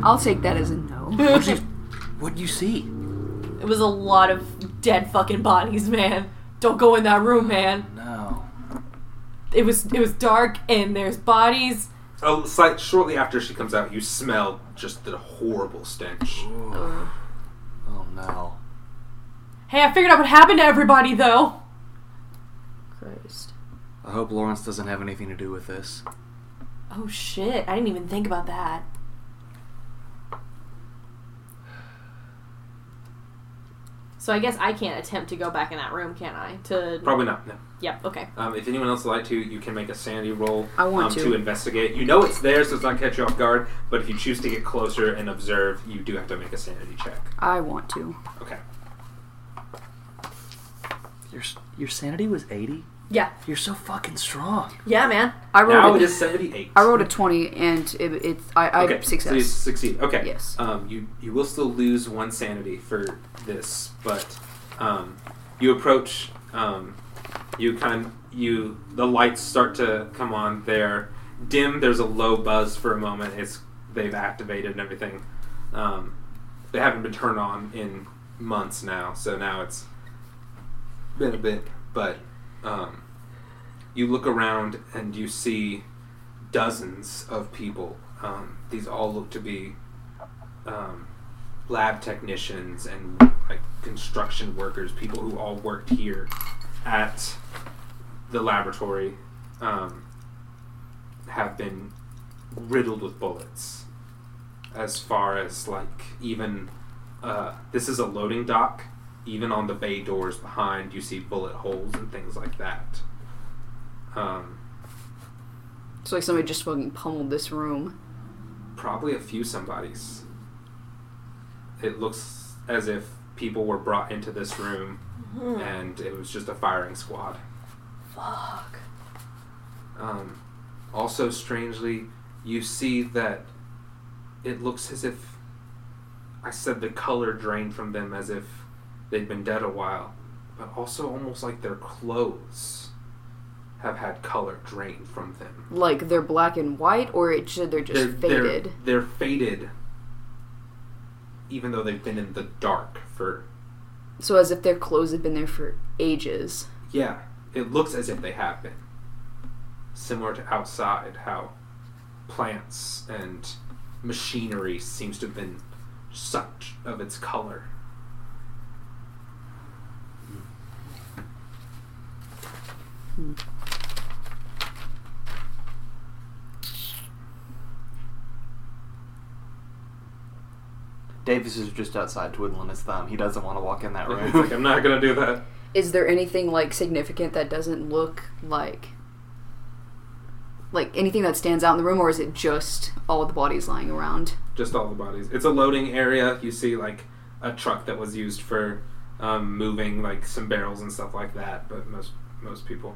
I'll take that as a no. What do you see? It was a lot of dead fucking bodies, man. Don't go in that room, man. No. It was it was dark and there's bodies. A slight, shortly after she comes out, you smell just the horrible stench. Uh, Oh no. Hey, I figured out what happened to everybody though. <laughs> Christ. I hope Lawrence doesn't have anything to do with this. Oh shit! I didn't even think about that. So I guess I can't attempt to go back in that room, can I? To Probably not. No. Yep. Okay. Um, if anyone else would like to, you can make a sanity roll I want um, to. investigate. You know it's there, so it's not catch you off guard. But if you choose to get closer and observe, you do have to make a sanity check. I want to. Okay. Your your sanity was 80. Yeah. You're so fucking strong. Yeah, man. I Now rolled. it A, is seventy-eight. I rolled a twenty, and it, it I, I okay, So you success. succeed. Okay. Yes. Um, you you will still lose one sanity for this, but um, you approach. Um, you kind you the lights start to come on. They're dim. There's a low buzz for a moment. It's they've activated and everything. Um, they haven't been turned on in months now, so now it's been a bit. But um, you look around and you see dozens of people. Um, these all look to be um, lab technicians and like construction workers, people who all worked here at the laboratory, um, have been riddled with bullets. As far as like even uh, this is a loading dock. Even on the bay doors behind, you see bullet holes and things like that. Um, So like somebody just fucking pummeled this room. probably a few somebodies. It looks as if people were brought into this room Hmm, and it was just a firing squad. Fuck. Um, also, strangely, you see that it looks as if I said the color drained from them as if they'd been dead a while, but also almost like their clothes have had color drained from them. Like they're black and white, or it should they're just faded. They're, faded, even though they've been in the dark for. So as if their clothes have been there for ages. Yeah, it looks as if they have been. Similar to outside, how plants and machinery seems to have been sucked of its color. Davis is just outside twiddling his thumb. He doesn't want to walk <laughs> in that room. It's like I'm not gonna do that. Is there anything like significant that doesn't look like like anything that stands out in the room, or is it just all the bodies lying around? Just all the bodies. It's a loading area. You see like a truck that was used for um, moving like some barrels and stuff like that. But most most people,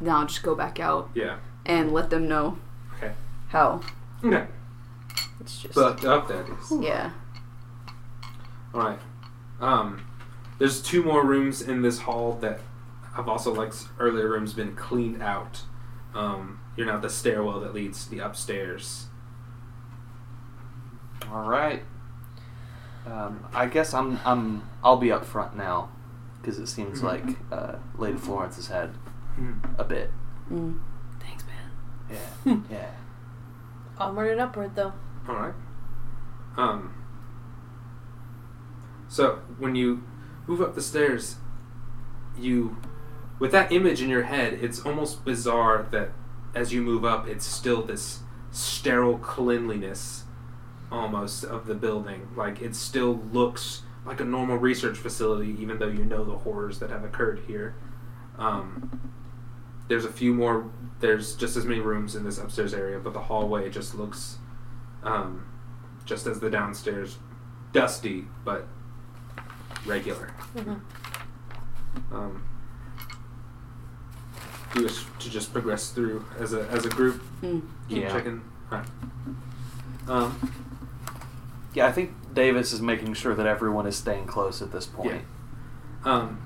Now just go back out yeah. and let them know Okay. how Okay. it's just Fucked up that oh, is. yeah. All right. Um, there's two more rooms in this hall that have also, like s- earlier rooms, been cleaned out. Um, you're now at the stairwell that leads to the upstairs. All right. Um, I guess I'm I'm I'll be up front now, because it seems Mhm. like uh, Lady Florence has had a bit. <laughs> Mm. Thanks, man. Yeah. yeah. Onward and upward, though. All right. Um, so when you move up the stairs, you, with that image in your head, it's almost bizarre that as you move up, it's still this sterile cleanliness, almost of the building. Like it still looks like a normal research facility, even though you know the horrors that have occurred here. Um, there's a few more. There's just as many rooms in this upstairs area, but the hallway just looks um, just as the downstairs, dusty but regular. Mm-hmm. Um, do you wish to just progress through as a as a group? Mm. Keep Yeah. checking. Alright. Um, Yeah, I think Davis is making sure that everyone is staying close at this point. um,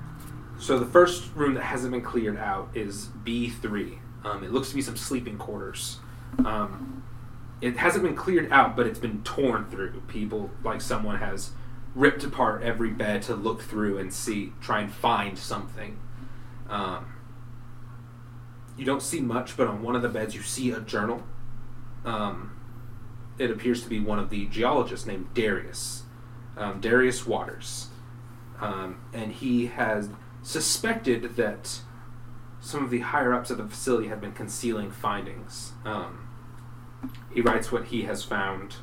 so the first room that hasn't been cleared out is B three. Um, it looks to be some sleeping quarters. Um, it hasn't been cleared out, but it's been torn through. People like someone has ripped apart every bed to look through and see, try and find something. Um, you don't see much, but on one of the beds you see a journal. Um, it appears to be one of the geologists named Darius, um, Darius Waters, um, and he has suspected that some of the higher ups at the facility have been concealing findings. Um, he writes what he has found,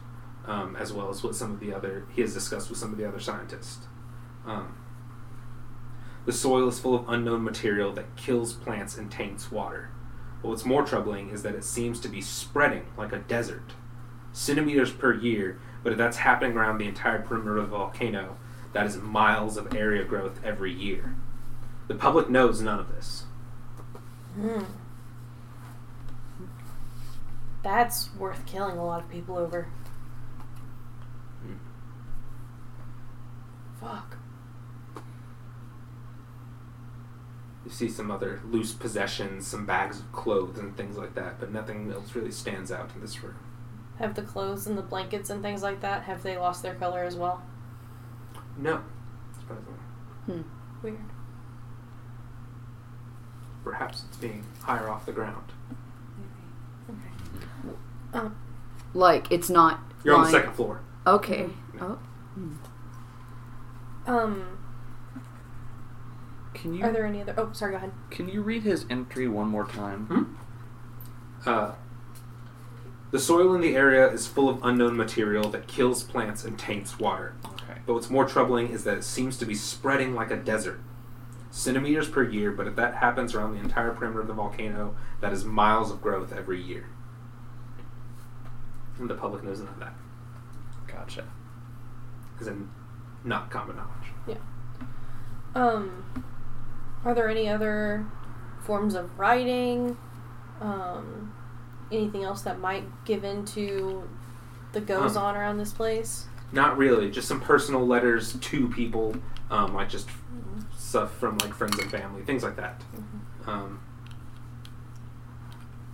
um, as well as what some of the other he has discussed with some of the other scientists. Um, the soil is full of unknown material that kills plants and taints water. But what's more troubling is that it seems to be spreading like a desert, centimeters per year. But if that's happening around the entire perimeter of the volcano, that is miles of area growth every year. The public knows none of this. Hmm. That's worth killing a lot of people over. Fuck. You see some other loose possessions, some bags of clothes and things like that, but nothing else really stands out in this room. Have the clothes and the blankets and things like that, have they lost their color as well? No. Surprisingly. Hmm. Weird. Perhaps it's being higher off the ground. Okay. Um, Like it's not. You're on the lying- second floor. Okay. Mhm. Oh, Um, Can you are there any other. Oh, sorry, go ahead. can you read his entry one more time? Hmm? Uh, the soil in the area is full of unknown material that kills plants and taints water. Okay. But what's more troubling is that it seems to be spreading like a desert. Centimeters per year, but if that happens around the entire perimeter of the volcano, that is miles of growth every year. And the public knows none of that. Gotcha. Is in not common knowledge. Yeah. Um, are there any other forms of writing? Um, anything else that might give into the goes Um. on around this place? Not really, just some personal letters to people, um, like just stuff from like friends and family, things like that. Um,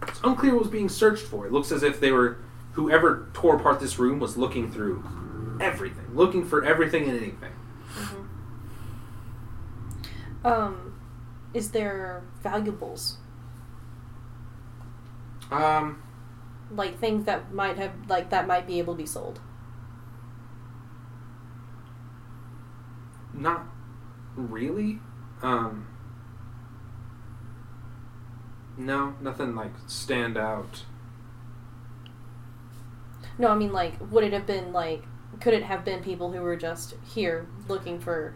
it's unclear what was being searched for. It looks as if they were whoever tore apart this room was looking through everything, looking for everything and anything. Mm-hmm. Um, is there valuables? Um, Like things that might have, like, that might be able to be sold? not really. Um, no, nothing like stand out. No, I mean, like, would it have been, like, could it have been people who were just here looking for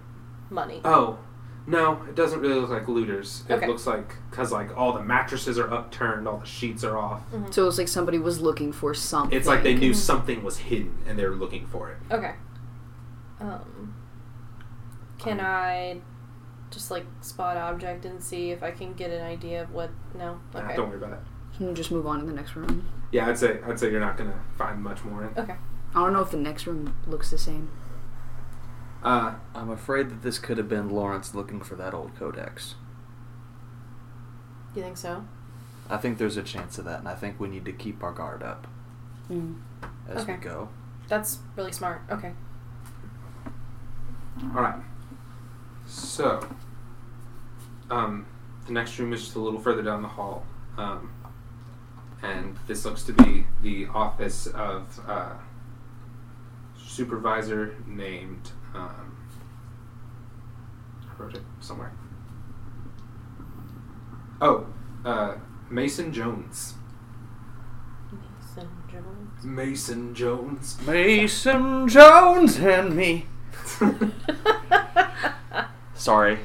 money? Oh, no, it doesn't really look like looters. It Okay. looks like because like all the mattresses are upturned, all the sheets are off. Mm-hmm. so it was like somebody was looking for something. It's like they mm. knew something was hidden and they were looking for it. Okay. Um, can Um, I just like spot object and see if I can get an idea of what? No. Nah, Okay. don't worry about it. Can you just move on to the next room? Yeah, I'd say I'd say you're not gonna find much more. In. Okay. I don't know if the next room looks the same. Uh, I'm afraid that this could have been Lawrence looking for that old codex. You think so? I think there's a chance of that, and I think we need to keep our guard up Mm. as we Okay. go. That's really smart. Okay. all right. So, um, the next room is just a little further down the hall, um, and this looks to be the office of uh, supervisor named. Um, I wrote it somewhere. Oh, uh, Mason Jones. Mason Jones. Mason <laughs> Jones. Mason Jones and me. Sorry.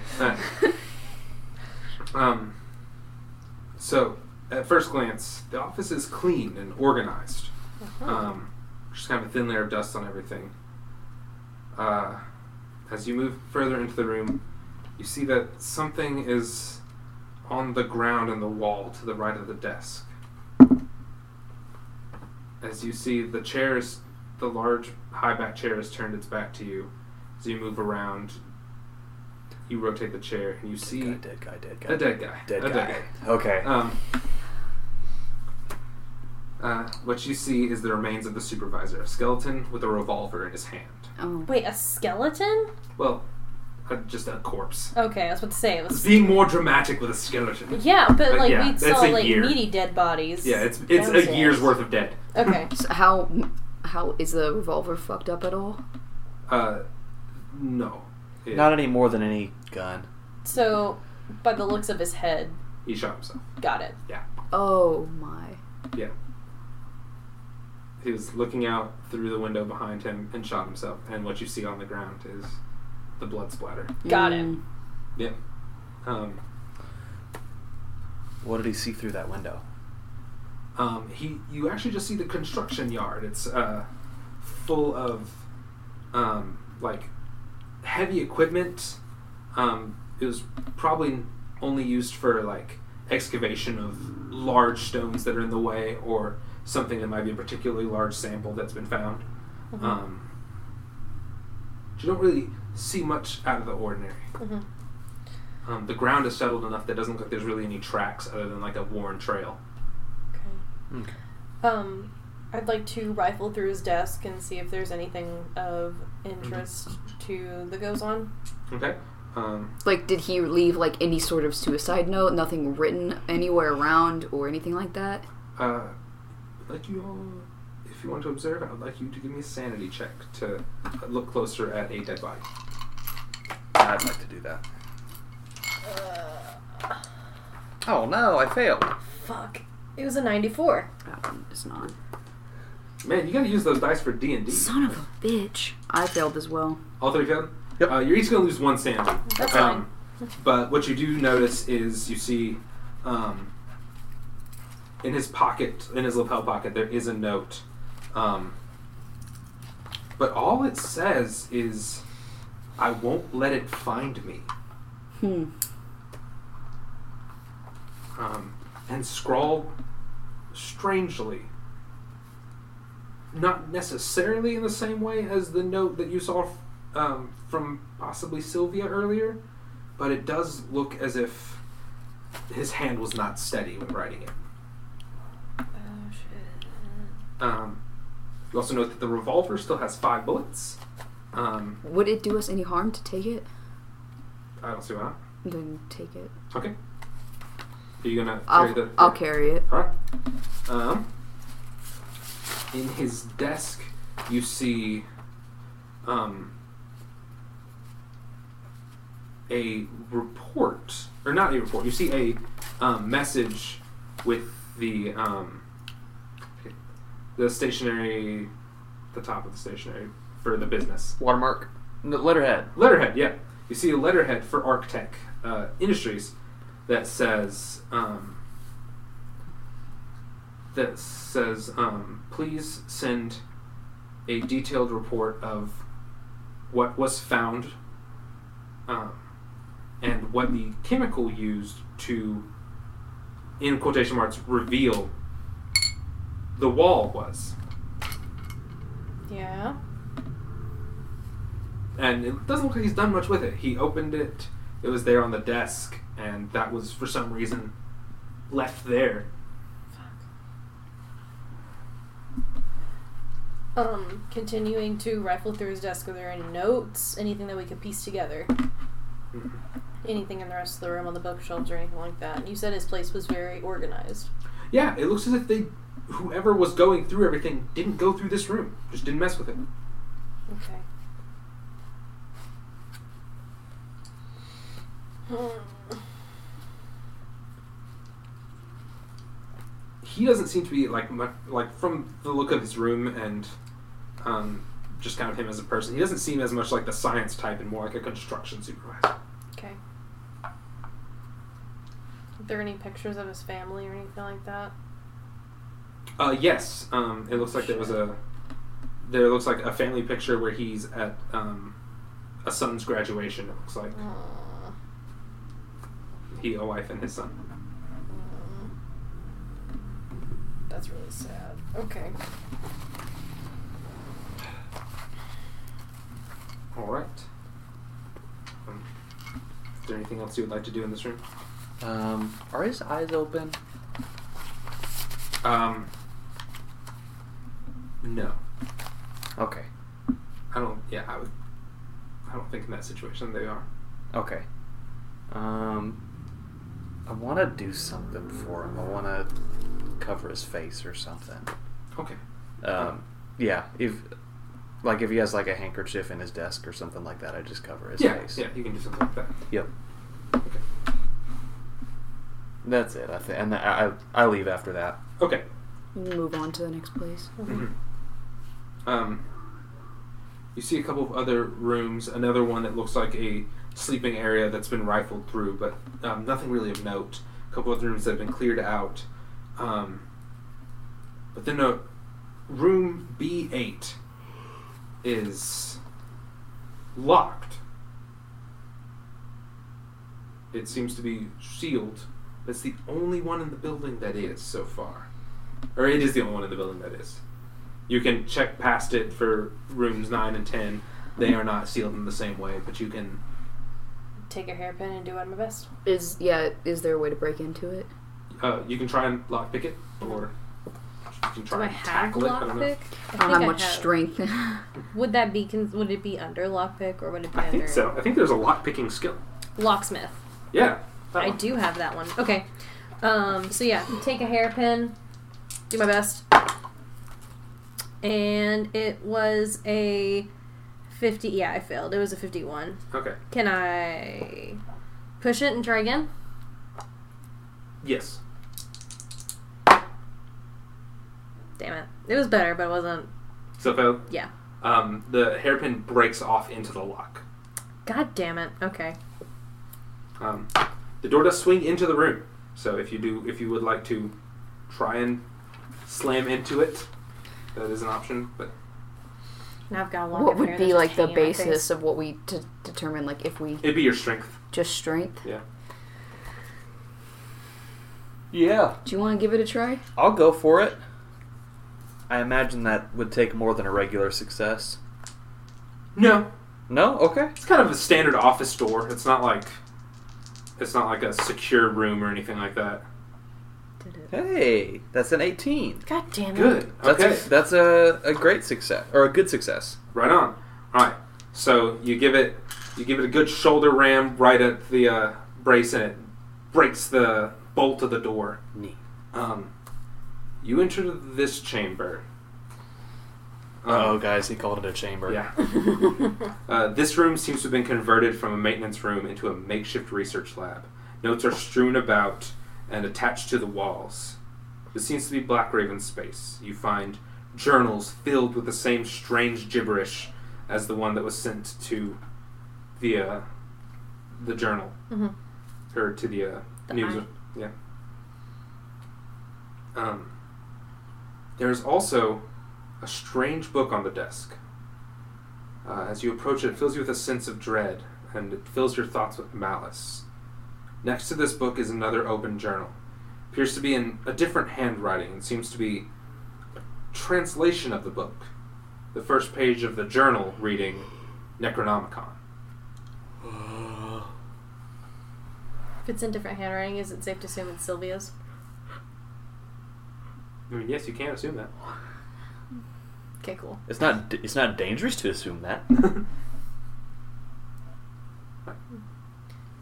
um, <laughs> so, at first glance, the office is clean and organized. Um, just kind of a thin layer of dust on everything. Uh, as you move further into the room, you see that something is on the ground in the wall to the right of the desk. As you see, the chair is the large high back chair has turned its back to you. As you move around, you rotate the chair and you see Guy, dead guy, dead guy. a dead guy. Dead a guy. Oh, dead guy. Okay. Um, uh, what you see is the remains of the supervisor, a skeleton with a revolver in his hand. Oh. Wait, a skeleton? Well, uh, just a corpse. Okay, I was about to say it was. Being more dramatic with a skeleton. Yeah, but But like yeah, we that's saw a like year. meaty dead bodies. Yeah, it's it's That was a it. year's worth of dead. Okay. So how how is the revolver fucked up at all? Uh, no, It- Not any more than any gun. So, by the looks of his head, he shot himself. got it. Oh my. He was looking out through the window behind him and shot himself. And what you see on the ground is the blood splatter. Got it. Mm. Um, What did he see through that window? Um, he, you actually just see the construction yard. It's uh, full of um, like heavy equipment. Um, it was probably only used for like excavation of large stones that are in the way, or something that might be a particularly large sample that's been found. Mhm. Mm-hmm. Um, but you don't really see much out of the ordinary. Mhm. Um, the ground is settled enough that doesn't look like there's really any tracks other than like a worn trail. Hmm. Okay. Um, I'd like to rifle through his desk and see if there's anything of interest to the goes on. Okay. Um, Like, did he leave like any sort of suicide note? Nothing written anywhere around or anything like that? Uh, I'd like you all, if you want to observe, I would like you to give me a sanity check to uh, look closer at a dead body. I'd like to do that. Uh. Oh no, I failed. Fuck. It was a 94. That one is not. Man, you gotta use those dice for D and D. Son of a bitch. I failed as well. All three of them. Yep. Uh, you're each gonna lose one sanity. Um, That's But what you do notice is you see, um, in his pocket, in his lapel pocket, there is a note. Um, but all it says is, "I won't let it find me." Hmm. um, and scrawled strangely. Not necessarily in the same way as the note that you saw um, from possibly Sylvia earlier, but it does look as if his hand was not steady when writing it. Oh shit. Um, you also note that the revolver still has five bullets. Um, Would it do us any harm to take it? I don't see why. not. Then take it. Okay. Are you gonna carry I'll, the? I'll carry it. Alright. Um, in his desk, you see um, a report, or not a report, you see a um, message with the um, the stationery, the top of the stationery for the business. Watermark. No, letterhead. Letterhead, yeah. You see a letterhead for Arctech uh, Industries that says um, that says um, please send a detailed report of what was found um, and what the chemical used to in quotation marks reveal the wall was. Yeah. and it doesn't look like he's done much with it. He opened it; it was there on the desk, and that was for some reason left there. Um, continuing to rifle through his desk. Are there any notes? Anything that we could piece together? Anything in the rest of the room on the bookshelves or anything like that? You said his place was very organized. Yeah, it looks as if they, whoever was going through everything, didn't go through this room; just didn't mess with it. Okay. Hmm. He doesn't seem to be like much, like from the look of his room and um, just kind of him as a person. He doesn't seem as much like the science type, and more like a construction supervisor. Okay. Are there any pictures of his family or anything like that? Uh, yes, um, it looks like there was a there looks like a family picture where he's at um, a son's graduation. It looks like Oh. Aw. he, a wife, and his son. Um, That's really sad. Okay. All right. Um, is there anything else you would like to do in this room? Um, are his eyes open? Um, no, Okay. I don't. Yeah, I would. I don't think in that situation they are. Okay. Um, I want to do something for him. I want to cover his face or something. Okay. Um, yeah. If like if he has like a handkerchief in his desk or something like that, I just cover his yeah, face. yeah, you can do something like that. Yep. Okay. That's it. I think, and I, I I leave after that. Okay. Move on to the next place. Mhm. Um, you see a couple of other rooms. Another one that looks like a sleeping area that's been rifled through, but um, nothing really of note. A couple of rooms that have been cleared out. Um, but then uh, room B8 is locked. It seems to be sealed. That's the only one in the building that is so far. Or it is the only one in the building that is. You can check past it for rooms 9 and 10. They are not sealed in the same way, but you can. Take a hairpin and do out my best. Is yeah? Is there a way to break into it? Uh, you can try and lockpick it, or you can Do try I and have tackle it. I don't know. lockpick? I don't have think much strength. <laughs> Would that be? Cons- would it be under lockpick or would it be I under think so. I think there's a lockpicking skill. locksmith? Yeah. that I one. do have that one. Okay. Um, so yeah, take a hairpin, do my best. And it was a 50. Yeah, I failed. It was a 51. Okay. Can I push it and try again? Yes. Damn it. It was better, but it wasn't. So, Fel, Yeah. um, the hairpin breaks off into the lock. God damn it. Okay. Um, the door does swing into the room. So, if you do, if you would like to try and slam into it, that is an option. But Now I've got a lot what would be like the basis of what we to determine like if we it'd be your strength. just strength? Yeah. Yeah. Do you want to give it a try? I'll go for it. I imagine that would take more than a regular success. No, No? Okay. it's kind of a standard office door. It's not like it's not like a secure room or anything like that. Hey, that's an 18. God damn it. Good. That's, Okay. a, that's a, a great success, or a good success. Right on. All right. So you give it you give it a good shoulder ram right at the uh, brace, and it breaks the bolt of the door. Neat. Um, you enter this chamber. Um, Oh, guys, he called it a chamber. Yeah. Uh, this room seems to have been converted from a maintenance room into a makeshift research lab. Notes are strewn about and attached to the walls. This seems to be Black Raven's space. You find journals filled with the same strange gibberish as the one that was sent to the uh, the journal Mhm. or to the, uh, The news. eye. Yeah. Um, there is also a strange book on the desk. Uh, as you approach it, it fills you with a sense of dread, and it fills your thoughts with malice. Next to this book is another open journal. Appears to be in a different handwriting and seems to be a translation of the book. The first page of the journal reading Necronomicon. If it's in different handwriting, is it safe to assume it's Sylvia's? I mean, yes, you can assume that. Okay, cool. It's not it's not dangerous to assume that.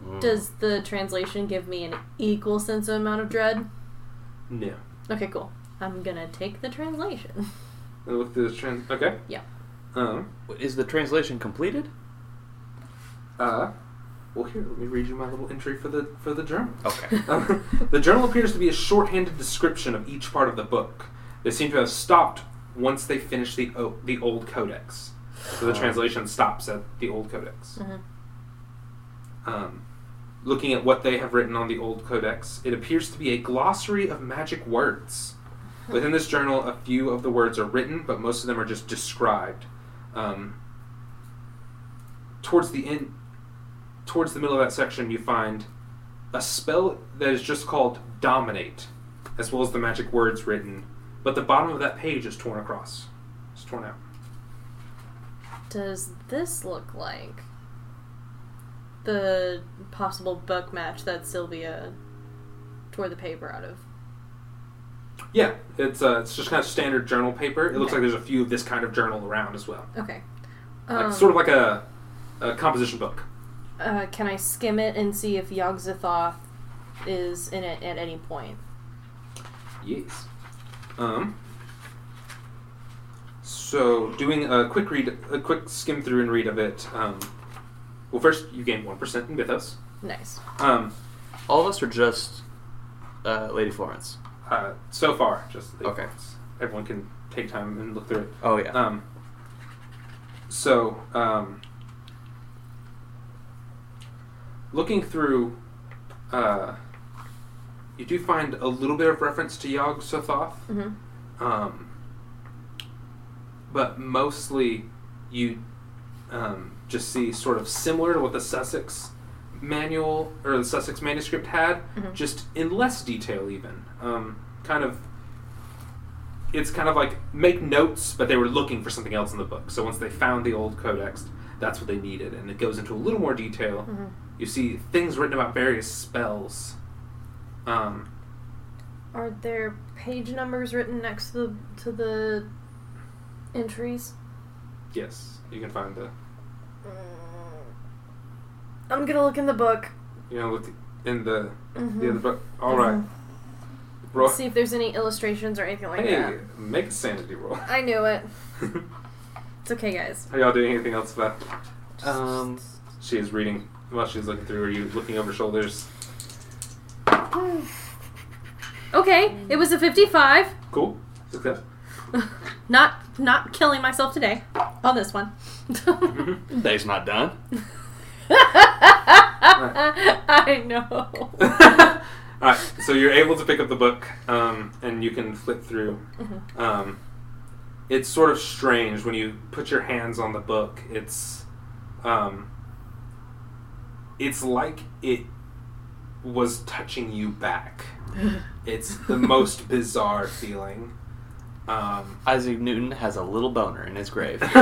Mm. Does the translation give me an equal sense of amount of dread? <laughs> no. Okay, cool. I'm gonna take the <laughs> translation. And Look through this trans. Okay. Yeah. Um. Is the translation completed? Uh. Well, here, let me read you my little entry for the for the journal. <laughs> Okay. Um, the journal appears to be a shorthanded description of each part of the book. They seem to have stopped once they finished the o- the old codex. So the Oh. translation stops at the old codex. Mhm. Um, looking at what they have written on the old codex, it appears to be a glossary of magic words. Within this journal, a few of the words are written, but most of them are just described. Um, towards the end, towards the middle of that section, you find a spell that is just called "dominate," as well as the magic words written. But the bottom of that page is torn across. It's torn out. Does this look like the possible book match that Sylvia tore the paper out of? Yeah, it's uh, it's just kind of standard journal paper. It looks Okay. like there's a few of this kind of journal around as well, Okay. like Um, sort of like a, a composition book. Uh, can I skim it and see if Yogg-Sothoth is in it at any point? Yes. Um. So, doing a quick read, a quick skim through and read of it. Um, well, first you gain one percent in Mythos. Nice. Um, All of us are just uh, Lady Florence. uh, so far, just the- Okay. Everyone can take time and look through it. Oh yeah. Um, so, um, looking through, uh, you do find a little bit of reference to Yog Sothoth, Mm-hmm. um, but mostly you um, just see sort of similar to what the Sussex manual or the Sussex manuscript had, Mhm. just in less detail, even. Um, kind of, it's kind of like make notes, but they were looking for something else in the book. So once they found the old codex, that's what they needed, and it goes into a little more detail. Mhm. You see things written about various spells. Um, Are there page numbers written next to the to the entries? Mm. yes, you can find the. I'm gonna look in the book. You know, look in the Mhm. the other book. All right, Mm-hmm. Roy. Let's see if there's any illustrations or anything like hey, that. make a sanity roll. I knew it. It's okay, guys. <laughs> Are y'all doing anything else about? Um, She is reading while she's looking through. Are you looking over shoulders? Okay, it was a <laughs> 55. Cool. Success. Not not killing myself today on <laughs> this one. Mm-hmm. Mm-hmm. day's not done. <laughs> I know. <laughs> All right. So you're able to pick up the book, um, and you can flip through. Um, it's sort of strange when you put your hands on the book. It's, um, it's like it was touching you back. It's the most bizarre feeling. Um, Isaac Newton has a little boner in his grave. <laughs>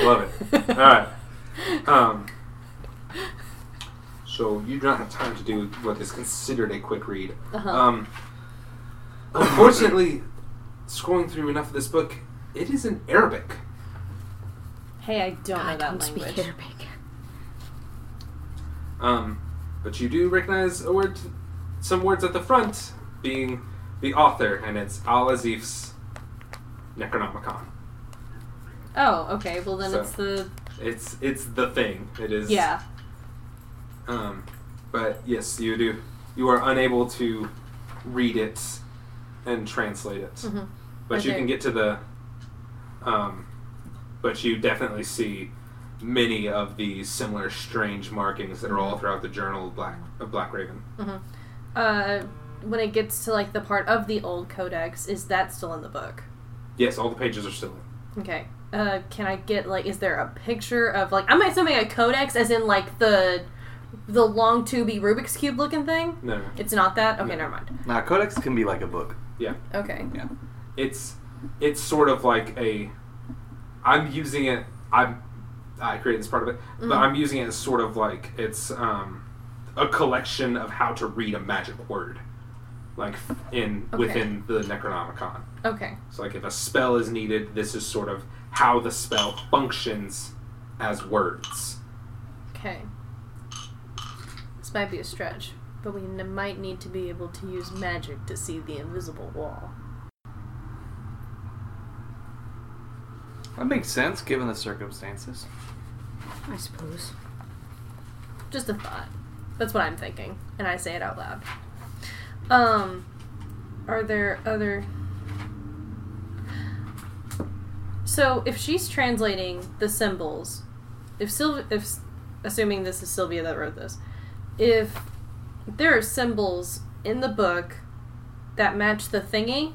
Love it. All right. Um, so you do not have time to do what is considered a quick read. Uh-huh. Um, unfortunately, scrolling through enough of this book, it is in Arabic. Hey, I don't know I that don't language. speak Arabic. Um, but you do recognize a word, some words at the front being the author, and it's Al Azif's Necronomicon. Oh, okay. Well, then So- it's the It's it's the thing. It is yeah. Um, but yes, you do. You are unable to read it and translate it, Mhm. but you Okay. can get to the. Um, but you definitely see many of these similar strange markings that are all throughout the journal of Black of Black Raven. Mm-hmm. Uh, when it gets to like the part of the old codex, is that still in the book? Yes, all the pages are still. in. Okay. Uh, can I get like, is there a picture of like, am I assuming a codex as in like the the long tubey Rubik's cube looking thing? No, no, It's not that. Okay, No. never mind. now Codex can be like a book. Okay. it's it's sort of like a. I'm using it. I'm. I created this part of it, Mm-hmm. but I'm using it as sort of like it's um, a collection of how to read a magic word, like in Okay. within the Necronomicon. Okay. So like if a spell is needed, this is sort of how the spell functions as words. Okay. This might be a stretch, but we n- might need to be able to use magic to see the invisible wall. That makes sense given the circumstances. I suppose. Just a thought. That's what I'm thinking, and I say it out loud. Um, are there other? So if she's translating the symbols, if Sylvia, if assuming this is Sylvia that wrote this, if there are symbols in the book that match the thingy.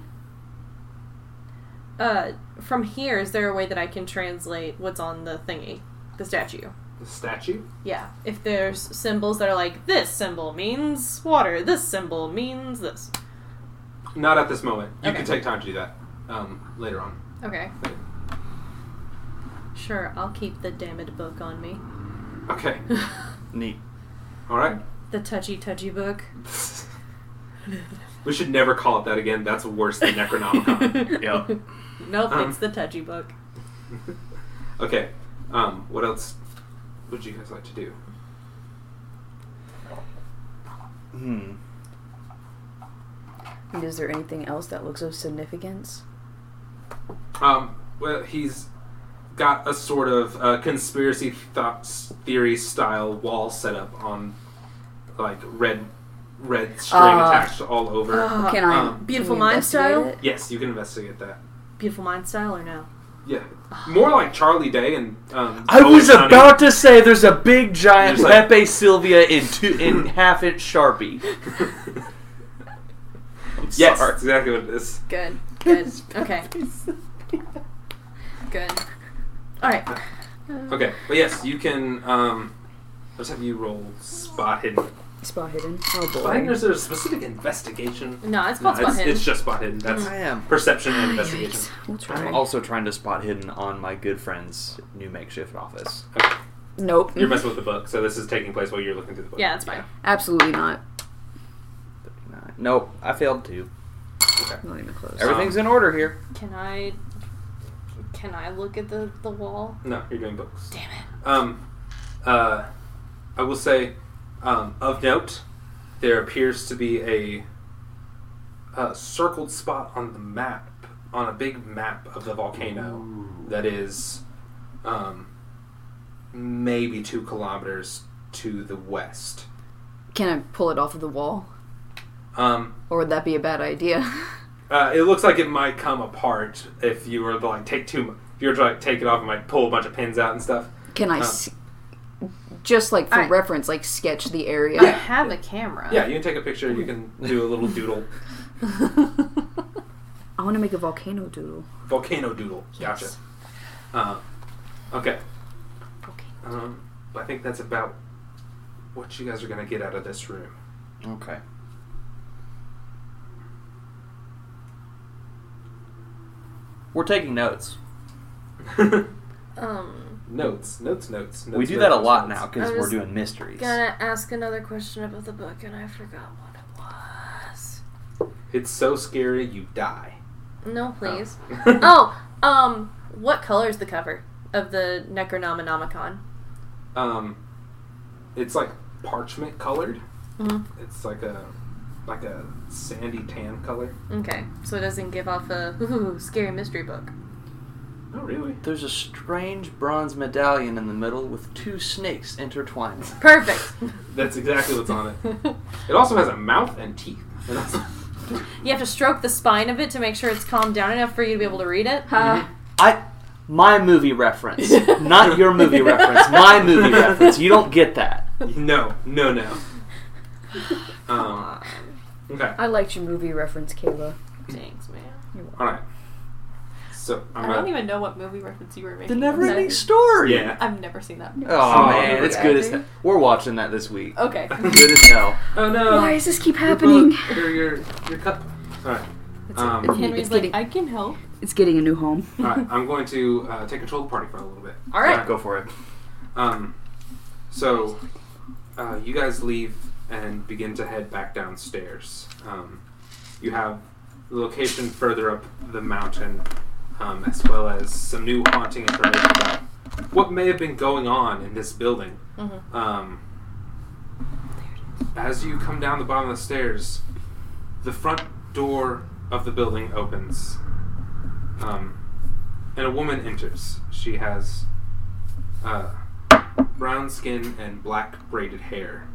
Uh, from here, is there a way that I can translate what's on the thingy, the statue? The statue? Yeah. If there's symbols that are like this symbol means water, this symbol means this. Not at this moment. You Okay. can take time to do that um, later on. Okay. Sure, I'll keep the damned book on me. <laughs> Okay. Neat. All right. <laughs> the touchy touchy book. we should never call it that again. That's worse than Necronomicon. <laughs> <laughs> Yep. Nope, Um, it's the touchy book. okay. Um, what else would you guys like to do? Hmm. And is there anything else that looks of significance? Um, well, he's got a sort of uh, conspiracy th- theory style wall set up on like red red string Ah. attached all over. Ah. Can I? um, Beautiful Uh, can we mind investigate style? it? Yes, you can investigate that. Beautiful mind style or no? Yeah, more like Charlie Day and um, I Owen was Cunning. about to say there's a big giant There's like- Pepe Sylvia in two in half inch Sharpie. I'm <laughs> yes, sorry. that's exactly what it is. Good. Good. <laughs> okay. Good. Alright. Okay, but yes, you can. Um, let's have you roll spot hidden. <laughs> Spot hidden. Oh Spot hidden. boy. Is there a specific investigation? No, it's No, called it's, spot hidden. it's just spot hidden. That's I am. perception and investigation. We'll I'm try. also trying to spot hidden on my good friend's new makeshift office. Okay. Nope. You're messing with the book, so this is taking place while you're looking through the book. yeah, it's fine. <laughs> Absolutely not. 39. Nope, I failed too. Not even close. Everything's in order here. Can I can I look at the, the wall? No, you're doing books. Damn it. Um, uh, I will say, um, of note, there appears to be a, uh circled spot on the map, on a big map of the volcano that is um, maybe two kilometers to the west. Can I pull it off of the wall? Um, Or would that be a bad idea? <laughs> uh, it looks like it might come apart if you were to like take two. If you were to like take it off and like pull a bunch of pins out and stuff. Can I, Uh. s- just like for Alright. reference, like sketch the area? I have a camera. Yeah, you can take a picture. You can do a little doodle, I want to make a volcano doodle. volcano doodle. Gotcha. Yes. Uh, okay. Okay. Um, I think that's about what you guys are going to get out of this room. <laughs> Okay. We're taking notes. Um notes, notes, notes, notes. we do notes, that a notes, lot notes. now because I we're was doing mysteries. gonna ask another question about the book and I forgot what it was. It's so scary you die. No <laughs> please. oh. Oh, um, what color is the cover of the Necronomicon? um, it's like parchment colored. Mhm. Mm-hmm. It's like a like a sandy tan color. Okay, so it doesn't give off a ooh, scary mystery book. Oh, really? There's a strange bronze medallion in the middle with two snakes intertwined. Perfect. <laughs> That's exactly what's on it. <laughs> you It also has a mouth and teeth. <laughs> And that's- have to stroke the spine of it to make sure it's calmed down enough for you to be able to read it. Ha. I my movie reference, <laughs> not your movie reference. My movie reference. You don't get that. no, no, no. <laughs> Um, okay. I liked your movie reference, Kayla. Thanks, man. All right. So I'm I gonna- don't even know what movie reference you were making. The Neverending That- Story. Yeah. I've never seen that. movie. Oh Oh, man, it's yeah. good as hell. We're watching that this <laughs> week. Okay. Good as hell. Oh no! Why does this keep Your happening? book, Your, your, your cup. Alright. Um, it's- Henry's It's like, getting- I can help. It's getting a new home. alright, I'm going to uh, take control of the party for a little bit. All right. Go for it. Um, so, uh, you guys leave and begin to head back downstairs. Um, you have the location further up the mountain, um, as well as some new haunting information about what may have been going on in this building. Mm-hmm. Um, as you come down the bottom of the stairs, the front door of the building opens, um, and a woman enters. She has uh, brown skin and black braided hair.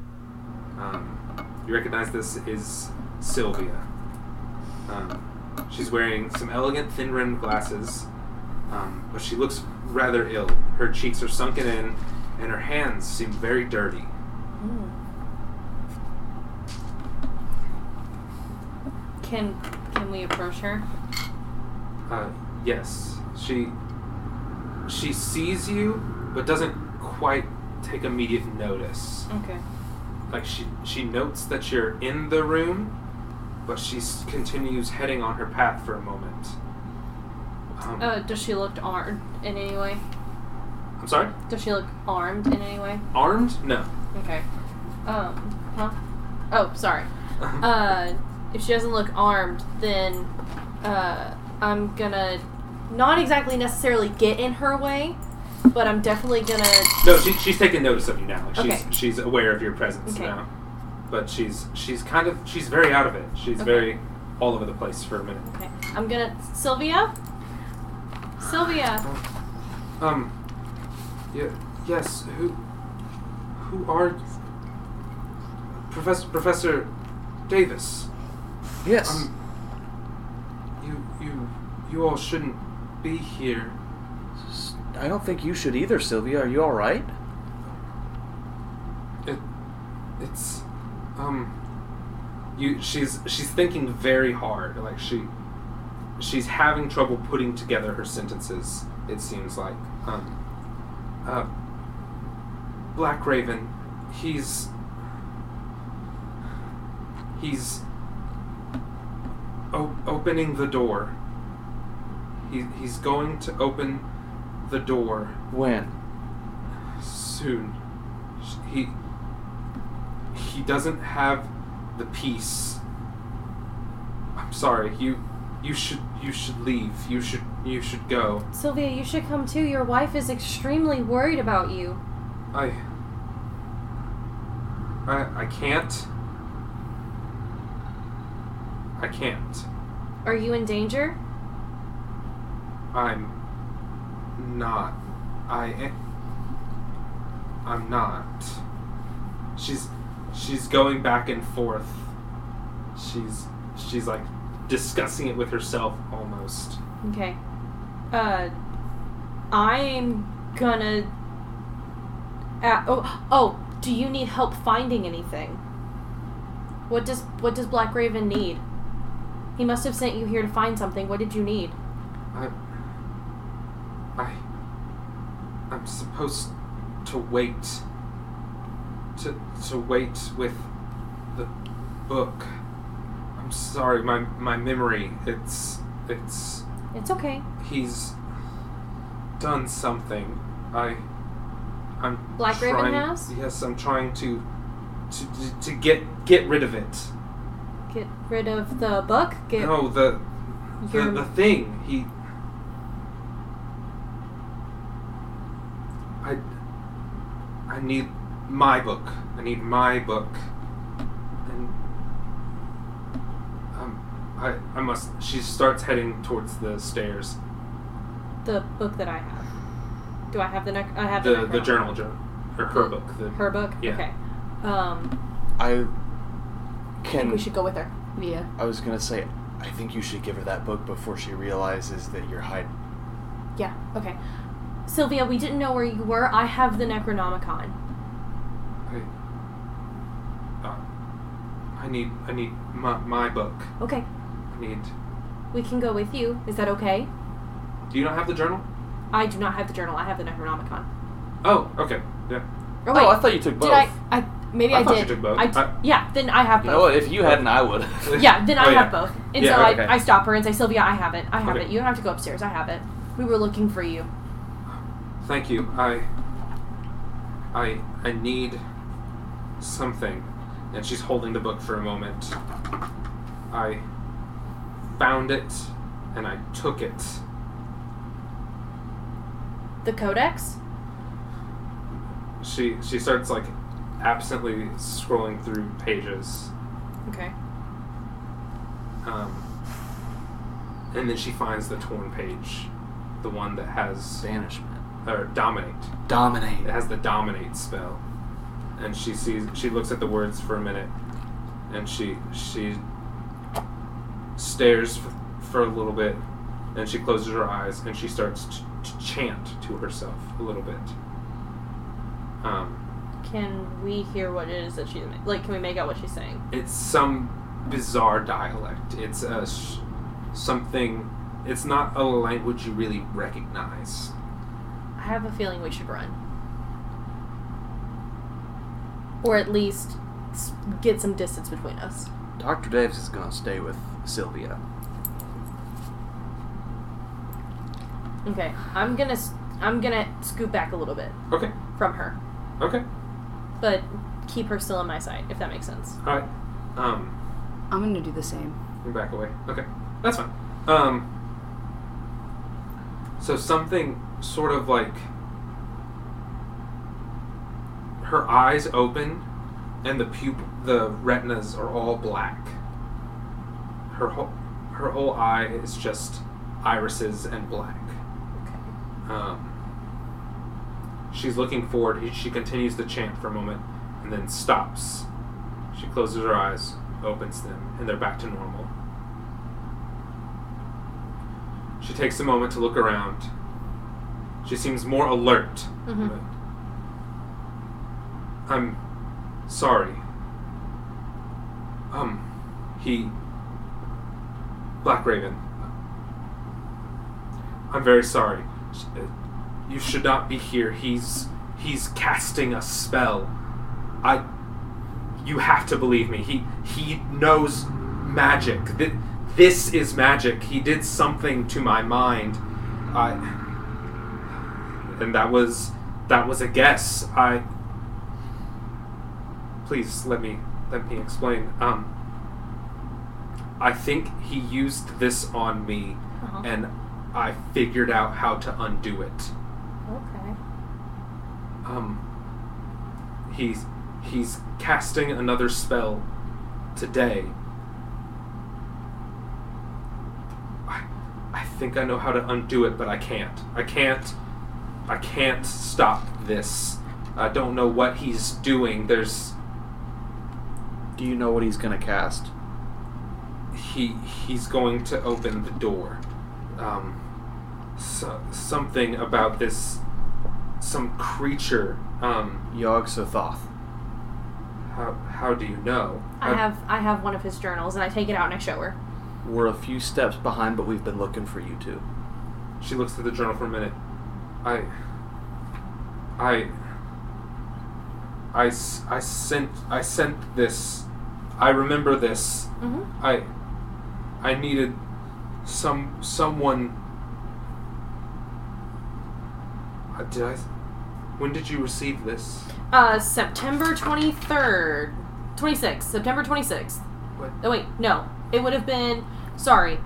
Um, you recognize this is Sylvia. Um, she's wearing some elegant thin rimmed glasses, um, but she looks rather ill. Her cheeks are sunken in, and her hands Mm. seem very dirty. Can can we approach her? Uh, yes, she she sees you, but doesn't quite take immediate notice. Okay. Like she she notes that you're in the room, but she s- continues heading on her path for a moment. Um, Uh, does she look armed in any way? I'm sorry, Does she look armed in any way? armed? No. Okay. Um. Huh. Oh, sorry. Uh, if she doesn't look armed, then uh, I'm gonna not exactly necessarily get in her way, but I'm definitely gonna No, she, she's taking notice of you now. Like she's Okay. she's aware of your presence Okay. now, but she's she's kind of she's very out of it. She's Okay. very all over the place for a minute. Okay, I'm gonna Sylvia. Sylvia, Um. Yeah. Yes. Who? Who are? Professor Professor Davis. Yes. Um, you you you all shouldn't be here. S- Um, I don't think you should either, Sylvia. Are you all right? It, it's, um, you. She's she's thinking very hard. Like she, she's having trouble putting together her sentences. It seems like, um, uh, Black Raven, he's, he's o- opening the door. He, he's going to open the door When? soon. He he doesn't have the peace. I'm sorry. You you should you should leave. You should you should go. Sylvia, you should come too. Your wife is extremely worried about you. I I I can't. I can't. Are you in danger? I'm not. I am. I'm not. She's she's going back and forth. She's she's like discussing it with herself almost. Okay. Uh, I'm gonna. Uh, oh, oh. Do you need help finding anything? What does What does Black Raven need? He must have sent you here to find something. What did you need? I I I'm supposed to wait to to wait with the book. I'm sorry, my my memory. It's it's It's okay. he's done something. I, I'm Black trying, Raven has? Yes, I'm trying to, to, to get get rid of it. Get rid of the book. Get No, the, the your the thing he. I, I need my book. I need my book. And um, I I must. She starts heading towards the stairs. the book that I have. Do I have the nec- I have The the necromancer. journal journal, or her book. The, Her book. Yeah. Okay. Um, I I think can. we should go with her. Yeah. I was gonna say. I think you should give her that book before she realizes that you're hiding. yeah. Okay. Sylvia, we didn't know where you were. I have the Necronomicon. I, uh, I need I need my, my book. Okay. I need. We can go with you. Is that okay? Do you not have the journal? I do not have the journal. I have the Necronomicon. Oh, okay. Yeah. Or wait, oh, I thought you took did both. I? I maybe I I, thought did. you took both. I d- I- yeah. Then I have You know what? both. If you hadn't, I would. <laughs> <laughs> yeah. Then I Oh, have yeah. both. And Yeah, so okay. I, I stop her and say, Sylvia, I have it. I have Okay. it. You don't have to go upstairs. I have it. We were looking for you. Thank you. I. I I need something, and she's holding the book for a moment. I found it, and I took it. The Codex. She she starts like absently scrolling through pages. Okay. Um, and then she finds the torn page, the one that has Banishment. or dominate. Dominate. It has the dominate spell, and she sees. She looks at the words for a minute, and she she stares for, for a little bit, and she closes her eyes and she starts to, to chant to herself a little bit. Um, Can we hear what it is that she's like? Can we make out what she's saying? it's some bizarre dialect. It's a s- something. It's not a language you really recognize. I have a feeling we should run. Or at least s- get some distance between us. Dr. Davis is going to stay with Sylvia. Okay, I'm gonna s- I'm gonna scoot back a little bit Okay. from her, Okay. but keep her still in my sight if that makes sense. All right. Um, I'm gonna do the same. you back away. Okay, that's fine. Um, so something sort of like her eyes open, and the pup- the retinas are all black. Her whole her whole eye is just irises and black. Um, she's looking forward. She continues to chant for a moment, and then stops. She closes her eyes, opens them, and they're back to normal. She takes a moment to look around. She seems more alert. Mhm. but- I'm sorry. Um, he. Black Raven. I'm very sorry. S- uh, You should not be here. He's. He's casting a spell. I you have to believe me. He he knows magic. Th- This is magic. He did something to my mind. I and that was that was a guess. I please let me let me explain. Um, I think he used this on me, Uh-huh. and I figured out how to undo it. Uh-huh. Okay. Um, he's he's casting another spell today. I, I think I know how to undo it, but I can't. I can't. I can't stop this. I don't know what he's doing. There's Do you know what he's going to cast? he he's going to open the door. Um, so, something about this some creature. Um, Yog Sothoth. how how do you know? Uh, I have I have one of his journals and I take it out and I show her. We're a few steps behind, but we've been looking for you two. She looks at the journal for a minute. I. I. I, s- I sent I sent this. I remember this. Mm-hmm. I I needed some someone. Uh, Did I? When did you receive this? Uh, September twenty third, twenty sixth, September twenty sixth. What? Oh wait, no, it would have been. Sorry,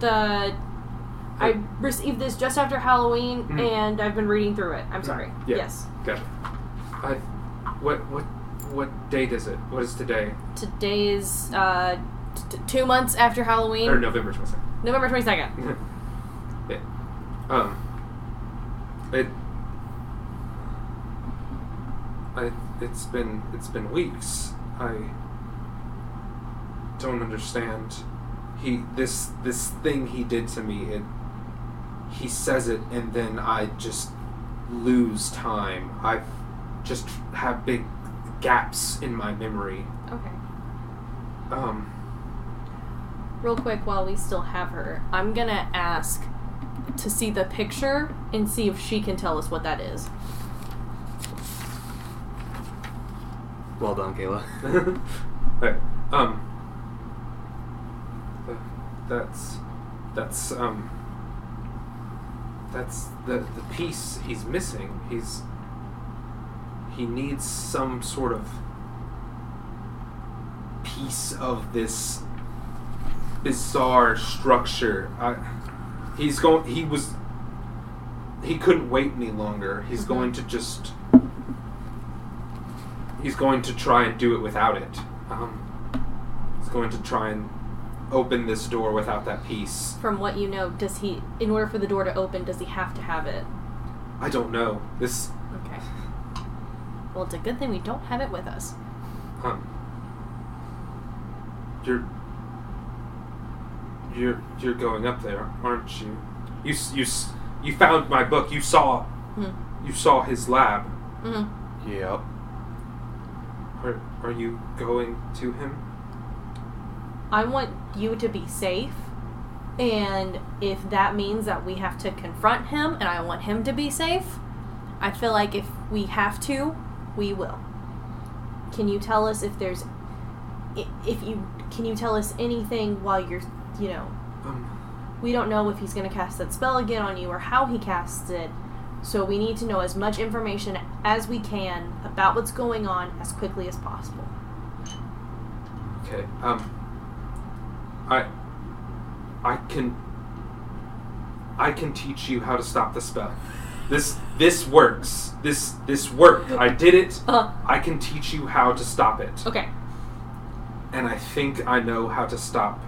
the. I received this just after Halloween, Mhm. and I've been reading through it. I'm sorry. Mm-hmm. Yeah. Yes. Gotcha. I. What what what date is it? What is today? Today's uh, t- t- two months after Halloween, Or November twenty second. November twenty second. Yeah. Um. It. I. It's been. It's been weeks. I. Don't understand. He. This. This thing he did to me. It. He says it, and then I just lose time. I just have big gaps in my memory. Okay. Um. Real quick, while we still have her, I'm gonna ask to see the picture and see if she can tell us what that is. Well done, Kayla. <laughs> <laughs> Alright, Um. th- That's that's um. That's the the piece he's missing. He's he needs some sort of piece of this bizarre structure. I, he's going. He was. He couldn't wait any longer. He's Mhm. going to just he's going to try and do it without it. Um, he's going to try and open this door without that piece. From what you know, does he, in order for the door to open, does he have to have it? I don't know. This. Okay. Well, it's a good thing we don't have it with us. Um, you're. You're you're going up there, aren't you? You s- you s- you found my book. You saw Hmm. you saw his lab. Mm-hmm. yep. Are are you going to him? I want you to be safe. And if that means that we have to confront him and I want him to be safe, I feel like if we have to, we will. Can you tell us if there's i- if you can you tell us anything while you're, you know, Um, we don't know if he's going to cast that spell again on you or how he casts it. So we need to know as much information as we can about what's going on as quickly as possible. okay. Um, I, I can, I can teach you how to stop the spell. This this works. This this worked. I did it. Uh, I can teach you how to stop it. okay. and I think I know how to stop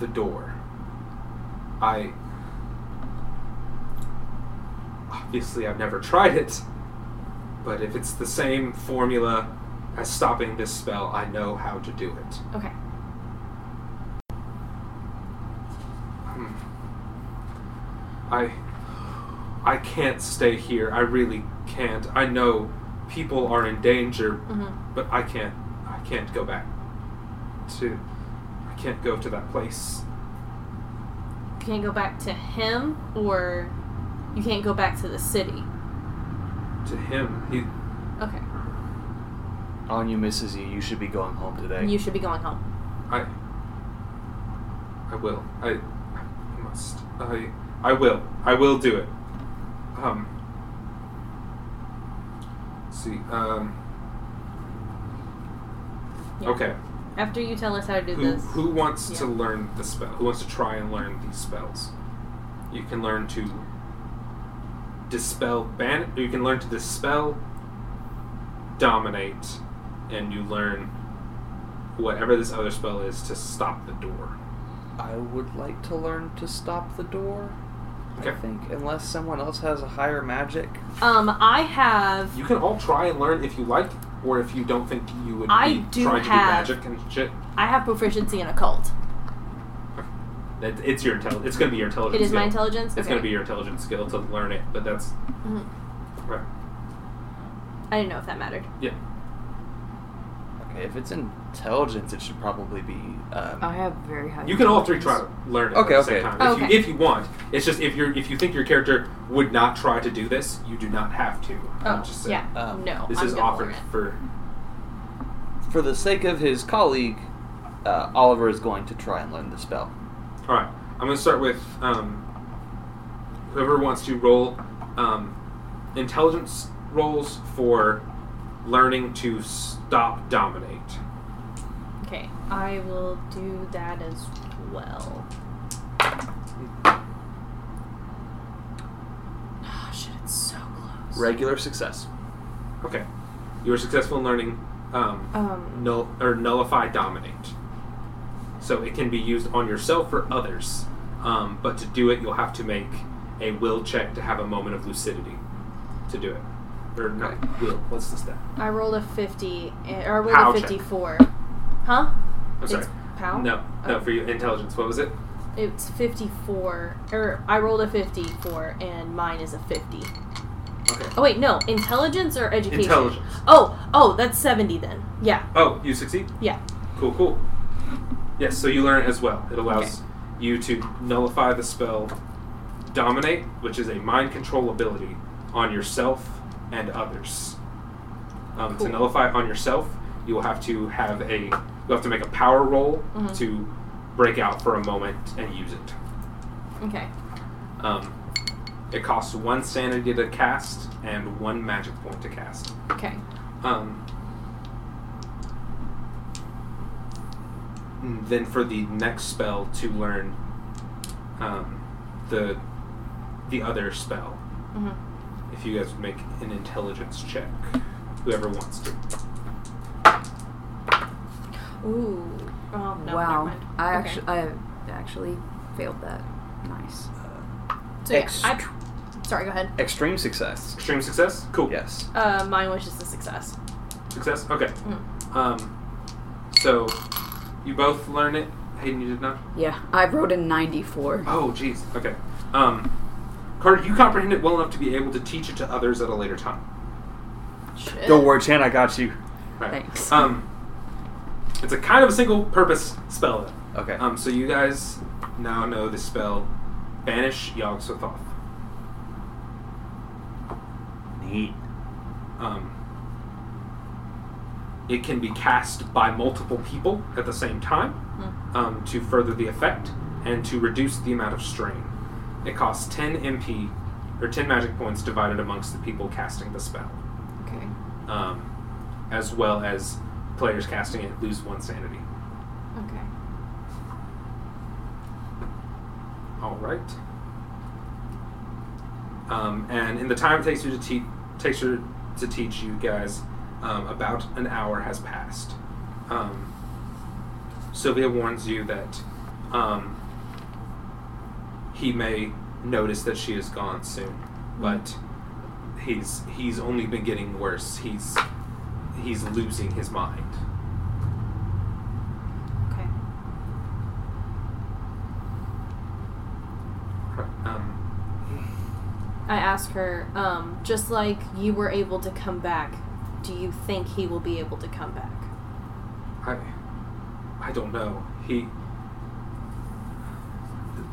the door. I. Obviously, I've never tried it, but if it's the same formula as stopping this spell, I know how to do it. Okay. Hmm. I. I can't stay here. I really can't. I know people are in danger, Mm-hmm. but I can't. I can't go back to. I can't go to that place. You can't go back to him, or you can't go back to the city. to him. He, Okay. On you, Mrs. E. You should be going home today. You should be going home. I, I will. I, I must. I, I will. I will do it. Um. See. Um. Yeah. Okay. After you tell us how to do Who this. who wants to yeah. learn the spell? Who wants to try and learn these spells? You can learn to dispel ban. You can learn to dispel, dominate, and you learn whatever this other spell is to stop the door. I would like to learn to stop the door. Okay. I think unless someone else has a higher magic. Um, I have. You can all try and learn if you like, or if you don't think you would I be do trying have- to do magic and shit. I have proficiency in occult. That, it's your intel. It's gonna be your intelligence. It is skill. my intelligence. It's okay. gonna be your intelligence skill to learn it, but that's Mhm. right. I didn't know if that mattered. Yeah. Okay, if it's intelligence, it should probably be. I Um, have very high. You can all three try intelligence. to learn it Okay, at the okay. same time. Oh, if, okay. you, if you want. It's just if you're if you think your character would not try to do this, you do not have to. I'm just saying. Oh, yeah. um, no. This I'm is gonna offered learn it. for For the sake of his colleague, uh, Oliver is going to try and learn the spell. Alright. I'm gonna start with um, whoever wants to roll um, intelligence rolls for learning to stop dominate. Okay, I will do that as well. Ah, shit, it's so close. Regular success. Okay. You were successful in learning um, Um, null or nullify dominate. So it can be used on yourself or others, um, but to do it, you'll have to make a will check to have a moment of lucidity to do it. Or not will. What's the step? I rolled a 50, eh, or I rolled Pow a check. 54. Huh? I'm sorry. It's pow? No, no. Oh. For your intelligence, what was it? It's 54, or I rolled a 54, and mine is a 50. Okay. Oh, wait, no, intelligence or education? Intelligence. Oh, oh, that's 70 then. Yeah, Oh, you succeed. yeah. Cool, cool. Yes, so you learn it as well. It allows you to nullify the spell Dominate, which is a mind control ability on yourself and others. Um, Cool. To nullify it on yourself, you will have to have a you have to make a power roll Mhm. to break out for a moment and use it. Okay. Um, it costs one sanity to cast and one magic point to cast. Okay. Um, and then for the next spell to learn um, the the other spell, Mm-hmm. if you guys would make an intelligence check, whoever wants to. Ooh. Um, no, Never wow, mind. I Okay. actually, I actually failed that. Nice. So yeah, Ext- I, sorry, go ahead. Extreme success. Extreme success. Cool. Yes. Uh, mine was just a success. Success. Okay. Mm. Um, so you both learn it. Hayden, you did not. Yeah, I wrote a 94. Oh, jeez. Okay. Um, Carter, you comprehend it well enough to be able to teach it to others at a later time. Shit. Don't worry, Chan. I got you. Right. Thanks. Um, It's a kind of a single purpose spell. Okay. Um, so you guys now know the spell Banish Yog Sothoth. Neat. Um, it can be cast by multiple people at the same time Mm. um, to further the effect and to reduce the amount of strain. It costs 10 MP or 10 magic points divided amongst the people casting the spell, Okay. um, as well as players casting it lose one sanity. Okay. All right. Um, and in the time it takes you to teach, takes you to teach you guys, um, about an hour has passed. Um, Sylvia warns you that um, he may notice that she is gone soon, but he's he's only been getting worse. He's he's losing his mind. Okay. Um, I ask her, um, just like you were able to come back, do you think he will be able to come back? I, I don't know. He,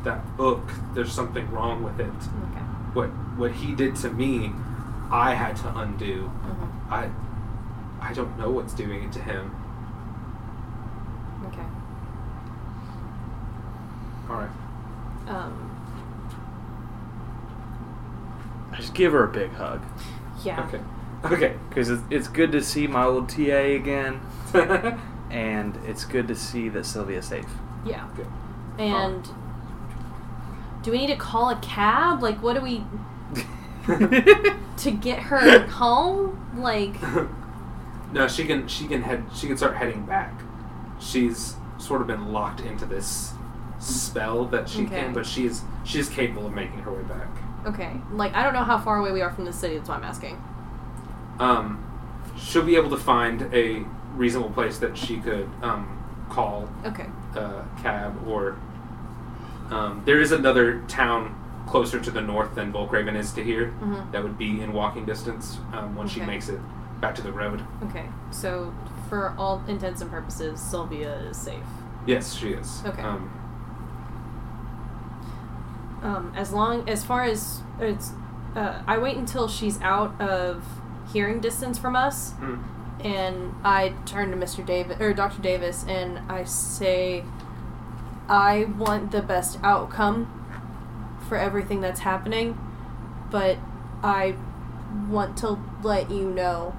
that book. There's something wrong with it. Okay. What what he did to me, I had to undo. Mhm. I, I don't know what's doing it to him. Okay. All right. Um, Just give her a big hug yeah. Okay. Okay. because it's, it's good to see my old TA again, okay. <laughs> and it's good to see that Sylvia's <laughs> safe. Yeah. And do we need to call a cab? Like, what do we to get her home? Like, <laughs> no, she can she can head she can start heading back. She's sort of been locked into this spell that she Okay. can, but she is she is capable of making her way back. okay. Like, I don't know how far away we are from the city. That's why I'm asking. um, she'll be able to find a reasonable place that she could um, call Okay. a cab or um, there is another town closer to the north than Volkraven is to here Mhm. that would be in walking distance um, once she Okay. makes it back to the road. Okay. So, for all intents and purposes, Sylvia is safe. Yes, she is. Okay. Um, Um, as long as far as it's, uh, I wait until she's out of hearing distance from us, mm, and I turn to Mr. Davis or Dr. Davis, and I say, I want the best outcome for everything that's happening, but I want to let you know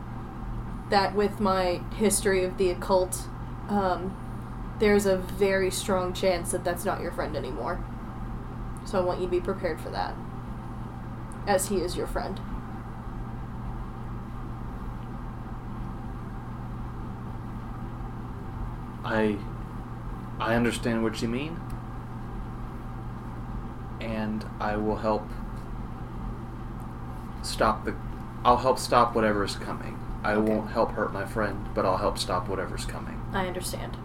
that with my history of the occult, um, there's a very strong chance that that's not your friend anymore. So I want you to be prepared for that, as he is your friend. I I understand what you mean. And I will help stop the I'll help stop whatever is coming. I Okay. won't help hurt my friend, but I'll help stop whatever's coming. I understand.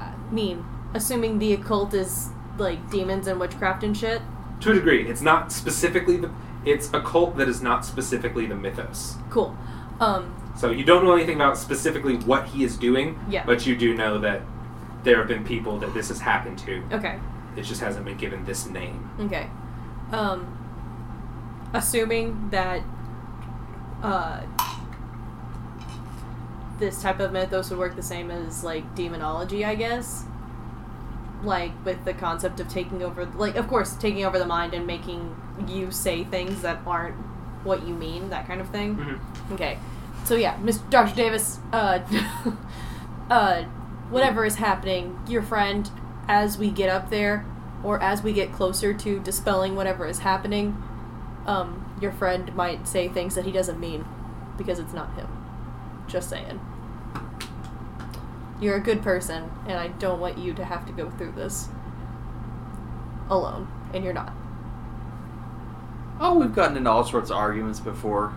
I mean, assuming the occult is like demons and witchcraft and shit. to a degree, it's not specifically the it's a cult that is not specifically the mythos. Cool. Um, So you don't know anything about specifically what he is doing, Yeah. but you do know that there have been people that this has happened to. okay. It just hasn't been given this name. Okay. Um, assuming that uh, this type of mythos would work the same as like demonology, I guess. Like with the concept of taking over, like of course taking over the mind and making you say things that aren't what you mean, that kind of Mm-hmm. thing. Okay. So yeah, Mr. Dr. Davis, uh, <laughs> uh, whatever is happening, your friend, as we get up there, or as we get closer to dispelling whatever is happening, um, your friend might say things that he doesn't mean, because it's not him. Just saying. You're a good person, and I don't want you to have to go through this alone, and you're not. Oh, we've gotten into all sorts of arguments before.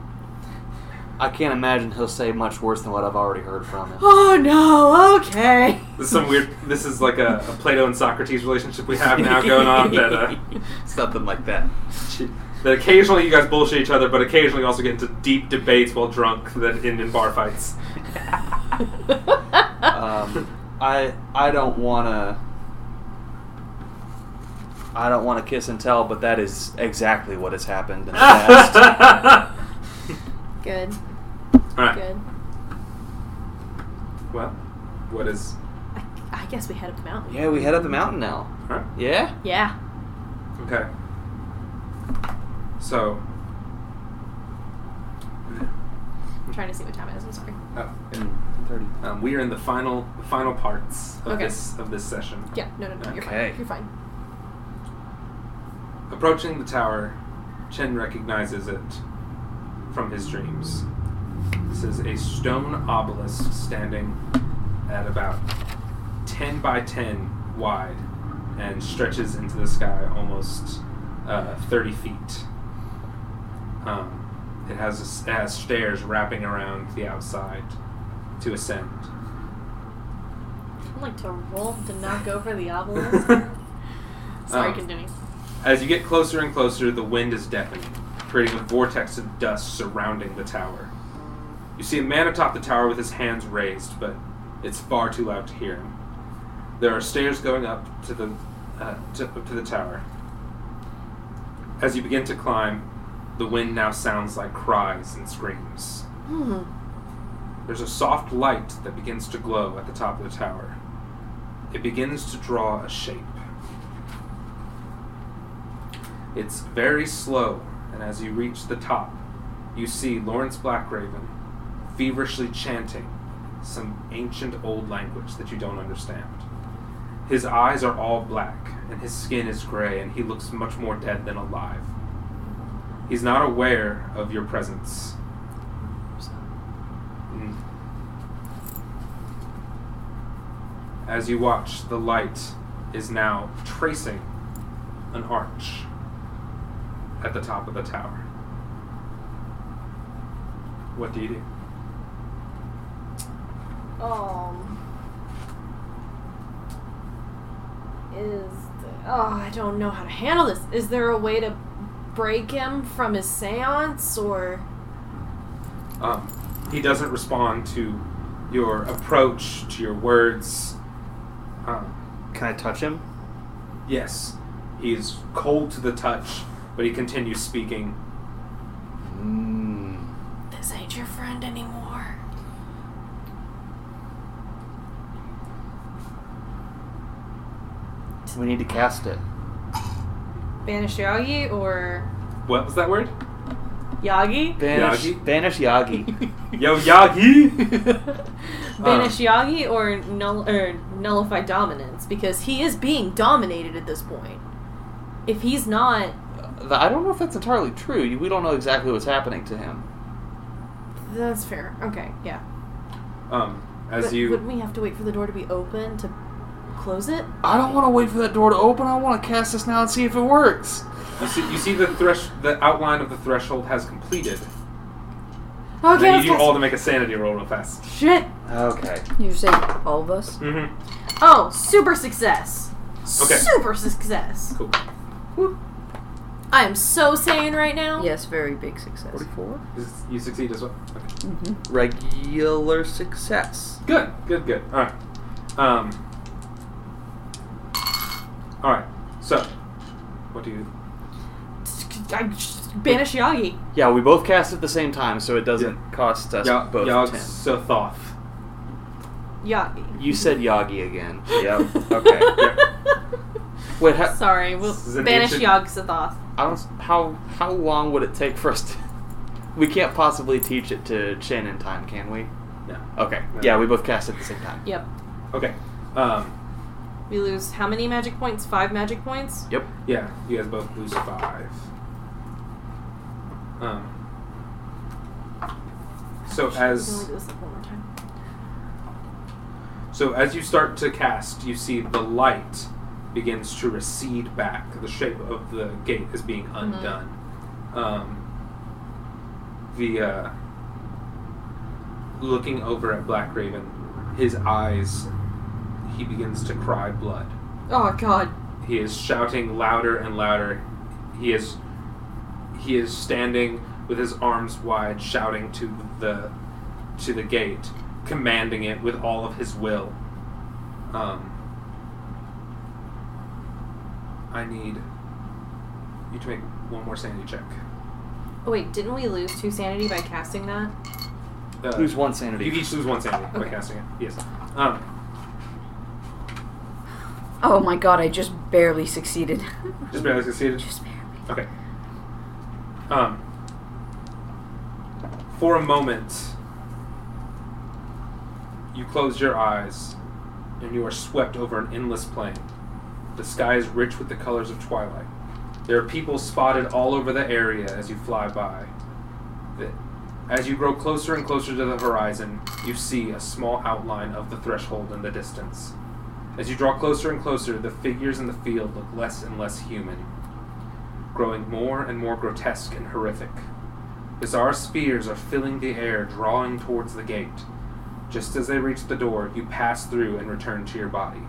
I can't imagine he'll say much worse than what I've already heard from him. Oh no! <laughs> Okay. This is some weird. This is like a, a Plato and Socrates relationship <laughs> we have now going on that uh, <laughs> Something like that. <laughs> that occasionally you guys bullshit each other, but occasionally you also get into deep debates while drunk that end in bar fights. Um, I I don't wanna. I don't want to kiss and tell, but that is exactly what has happened in the past. <laughs> Good. <laughs> Alright. Good. Well, what is. I, I guess we head up the mountain. yeah, we head up the mountain now. Alright. Yeah. Yeah. Okay. So. I'm trying to see what time it is. I'm sorry. Oh, yeah. Thirty. Um, we are in the final the final parts of Okay. this of this session. Yeah. No, no, no. You're Okay. fine. You're fine. Approaching the tower, Chen recognizes it from his dreams. This is a stone obelisk standing at about 10 by 10 wide and stretches into the sky almost uh, 30 feet. Um, it, has a s it has stairs wrapping around the outside to ascend. I'd like to roll to knock over <laughs> the obelisk. Sorry, <laughs> sorry, continue. As you get closer and closer, the wind is deafening, creating a vortex of dust surrounding the tower. You see a man atop the tower with his hands raised, but it's far too loud to hear him. There are stairs going up to the uh, to, up to the tower. As you begin to climb, the wind now sounds like cries and screams. Hmm. There's a soft light that begins to glow at the top of the tower. It begins to draw a shape. It's very slow, and as you reach the top, you see Lawrence Blackraven feverishly chanting some ancient old language that you don't understand. His eyes are all black, and his skin is gray, and he looks much more dead than alive. He's not aware of your presence. Mm. As you watch, the light is now tracing an arch at the top of the tower. What do you do? Um. Is oh, I don't know how to handle this. Is there a way to break him from his séance or? Um, he doesn't respond to your approach, to your words. Um, Can I touch him? yes, he is cold to the touch, but he continues speaking. Mm. This ain't your friend anymore. We need to cast it. Banish Yagi or What was that <laughs> word? <laughs> Yagi? Banish Yagi? Banish <laughs> Yagi. Yo, Yagi! <laughs> Banish Yagi or, null- or nullify dominance because he is being dominated at this point. If he's not, Uh, I don't know if that's entirely true. You- We don't know exactly what's happening to him. that's fair. Okay, yeah. Um, as but you. wouldn't we have to wait for the door to be open to close it? I don't want to wait for that door to open. I want to cast this now and see if it works. You see, you see the thresh, the outline of the threshold has completed. And Okay, I let's need you cast- all to make a sanity roll real fast. shit. Okay. You're saying all of us? Mm-hmm. Oh, super success. Okay. Super success. Cool. I am so saying right now. Yes, very big success. Forty-four. You succeed as well. Okay. Mm-hmm. Regular success. Good, good, good. All right. Um, all right. So, what do you? I banish Yagi. Yeah, we both cast at the same time, so it doesn't cost us Ya- both Yog ten. Sothoth. Yagi. You said Yagi again. <laughs> yep. <laughs> Okay. Wait, how, Sorry, we'll This is an banish ancient- Yog Sothoth. I don't, s- how how long would it take for us to? We can't possibly teach it to Chin in time, can we? No. Okay. No. Yeah, we both cast at the same time. Yep. Okay. Um, We lose how many magic points? Five magic points? Yep. yeah, you guys both lose five. Um, so Can we as do this like one more time? so as you start to cast, you see the light begins to recede back. The shape of the gate is being undone. Um, the uh, looking over at Black Raven, his eyes, he begins to cry blood. Oh god. He is shouting louder and louder. He is he is standing with his arms wide, shouting to the to the gate, commanding it with all of his will. Um, I need you to make one more sanity check. Oh, wait, didn't we lose two sanity by casting that? Uh, Lose one sanity. You each lose one sanity by Okay. casting it. Yes. Um, Oh my god, I just barely succeeded. Just barely succeeded. <laughs> Just barely. Okay. Um, for a moment, you close your eyes and you are swept over an endless plain. The sky is rich with the colors of twilight. There are people spotted all over the area as you fly by. The- As you grow closer and closer to the horizon, you see a small outline of the threshold in the distance. As you draw closer and closer, the figures in the field look less and less human, growing more and more grotesque and horrific. Bizarre spheres are filling the air, drawing towards the gate. Just as they reach the door, you pass through and return to your body.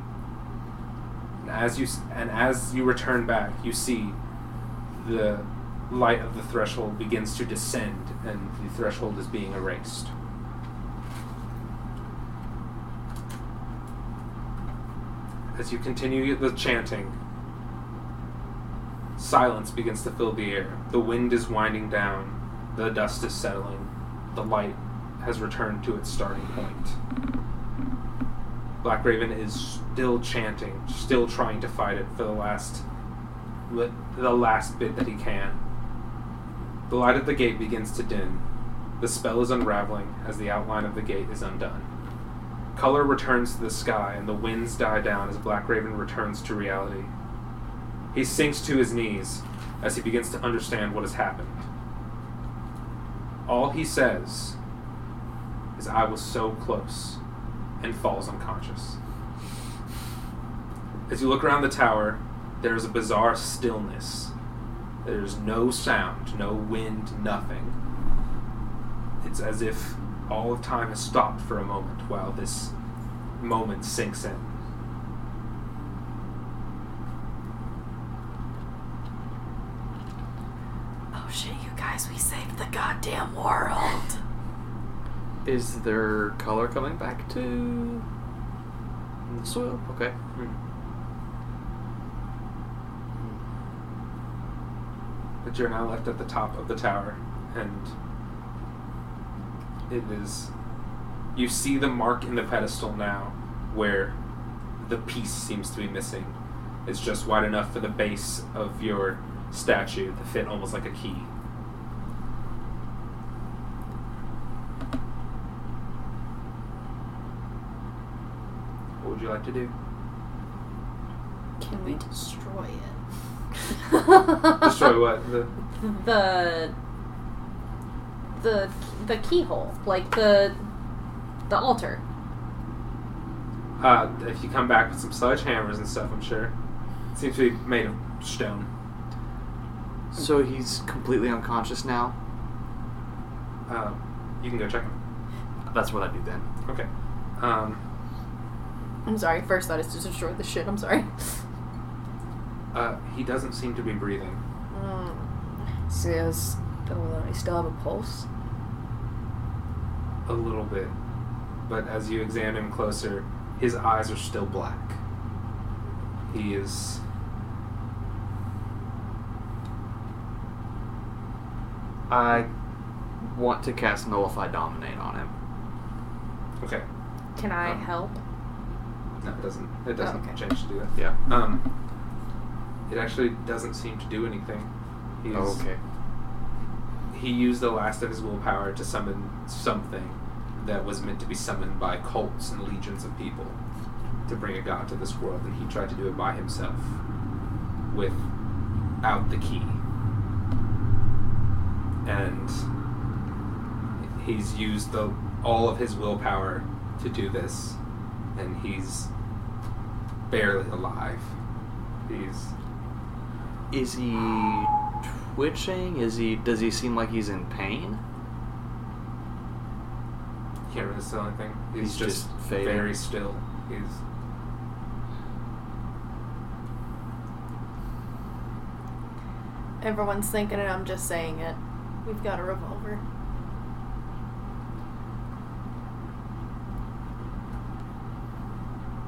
And as you s- and as you return back, you see the light of the threshold begins to descend, and the threshold is being erased. As you continue the chanting, silence begins to fill the air. The wind is winding down, the dust is settling, the light has returned to its starting point. Black Raven is still chanting, still trying to fight it for the last li- the last bit that he can. The light at the gate begins to dim. The spell is unraveling as the outline of the gate is undone. Color returns to the sky and the winds die down as Black Raven returns to reality. He sinks to his knees as he begins to understand what has happened. All he says is, I was so close, and falls unconscious. As you look around the tower, there is a bizarre stillness. There's no sound, no wind, nothing. It's as if all of time has stopped for a moment while this moment sinks in. Oh shit, you guys, we saved the goddamn world. Is there color coming back to the soil? Okay. Hmm. But you're now left at the top of the tower, and it is. You see the mark in the pedestal now where the piece seems to be missing. It's just wide enough for the base of your statue to fit almost like a key. What would you like to do? Can we Destroy it. <laughs> Destroy what? The, <laughs> the the the keyhole, like the the altar. Uh, if you come back with some sledgehammers and stuff, I'm sure. Seems to be made of stone. So he's completely unconscious now. Uh, you can go check them. That's what I do then. Okay. Um, I'm sorry. First thought is to destroy the shit. I'm <laughs> sorry. uh, he doesn't seem to be breathing. Um, So I was- oh, I still have a pulse. A little bit. But as you examine him closer, his eyes are still black. He is. I want to cast Nullify Dominate on him. Okay. Can I Um, help? No, it doesn't. It doesn't okay. change to do that. Yeah. Um, it actually doesn't seem to do anything. He's, Oh, okay. he used the last of his willpower to summon something that was meant to be summoned by cults and legions of people to bring a god to this world, and he tried to do it by himself without the key. And he's used the all of his willpower to do this, and he's barely alive. He's Is he twitching? Is he? Does he seem like he's in pain? can't really still anything. He's, He's just, just fading. very still. He's Everyone's thinking it. I'm just saying it. We've got a revolver.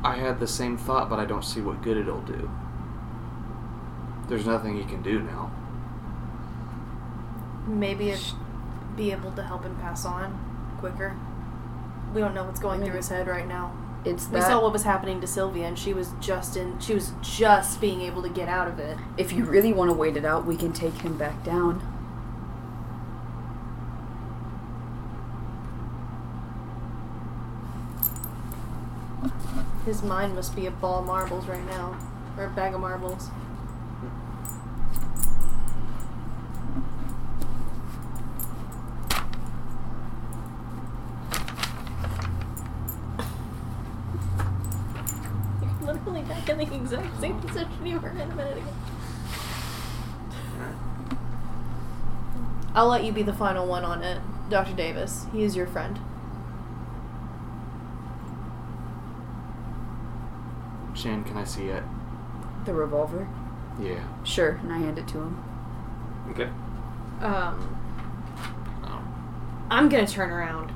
I had the same thought, but I don't see what good it'll do. There's nothing you can do now. Maybe it be able to help him pass on quicker. We don't know what's going through his head right now. It's We that saw what was happening to Sylvia, and she was just in. She was just being able to get out of it. if you really want to wait it out, we can take him back down. His mind must be a ball of marbles right now, or a bag of marbles. You're <laughs> literally back in the exact same Oh. position you were in a minute ago. I'll let you be the final one on it, Dr. Davis. He is your friend. Shan, can I see it? The revolver. Yeah. Sure, and I hand it to him. Okay. Um, Oh. I'm gonna turn around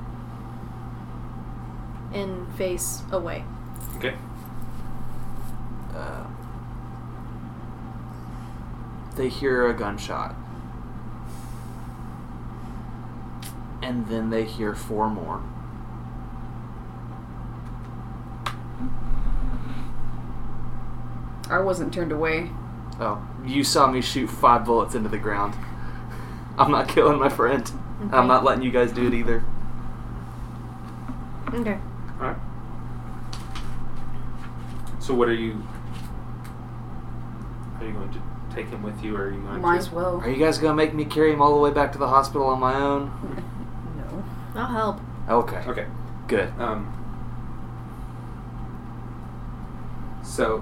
and face away. Okay. Uh, they hear a gunshot. And then they hear four more. I wasn't turned away. Oh, you saw me shoot five bullets into the ground. I'm not <laughs> killing my friend. I'm not letting you guys do it either. Okay. All right. So what are you? Are you going to take him with you, or are you going Might to? as well. Are you guys gonna make me carry him all the way back to the hospital on my own? <laughs> No. I'll help. Okay. Okay. Good. Um. So,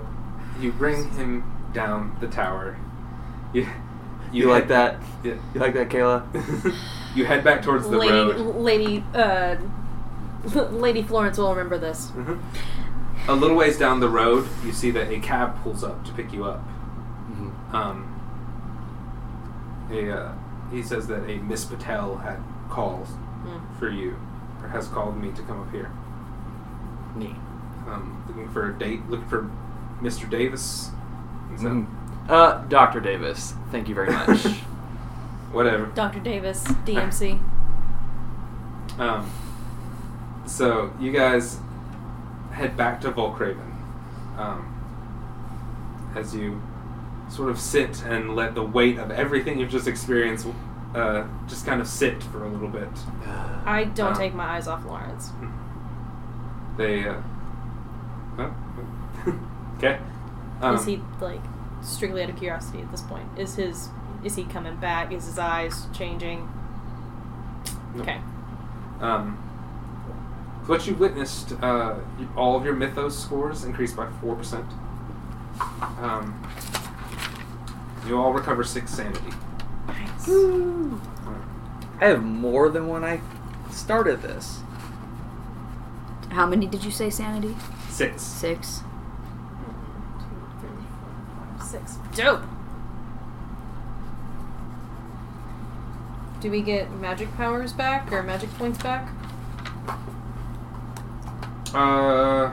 you bring him down the tower. You. You, like head- that? You like that, <laughs> Kayla? Yeah. <laughs> you head back towards the lady, road. lady, uh, <laughs> Lady Florence will remember this. Mhm. A little ways down the road, you see that a cab pulls up to pick you up. Mhm. Um, a, uh, he says that a Miss Patel had called Hmm. for you, or has called me to come up here. Neat. Um, looking for a date, looking for Mr. Davis. Is that- Mhm. Uh, Doctor Davis, thank you <laughs> very <laughs> much. Whatever. Dr. Davis, DMC. Um, so, you guys head back to Volkraven. Um, as you sort of sit and let the weight of everything you've just experienced uh, just kind of sit for a little bit. I don't Um, take my eyes off Lawrence. They. Uh, huh? <laughs> okay. Um, is he like strictly out of curiosity at this point? Is his is he coming back? Is his eyes changing? no. Okay. Um, what you witnessed, uh, y- all of your mythos scores increased by 4%. Um, you all recover 6 sanity. Nice. I have more than when I started this. How many did you say sanity? 6. Six. Six. Dope. Do we get magic powers back or magic points back? Uh,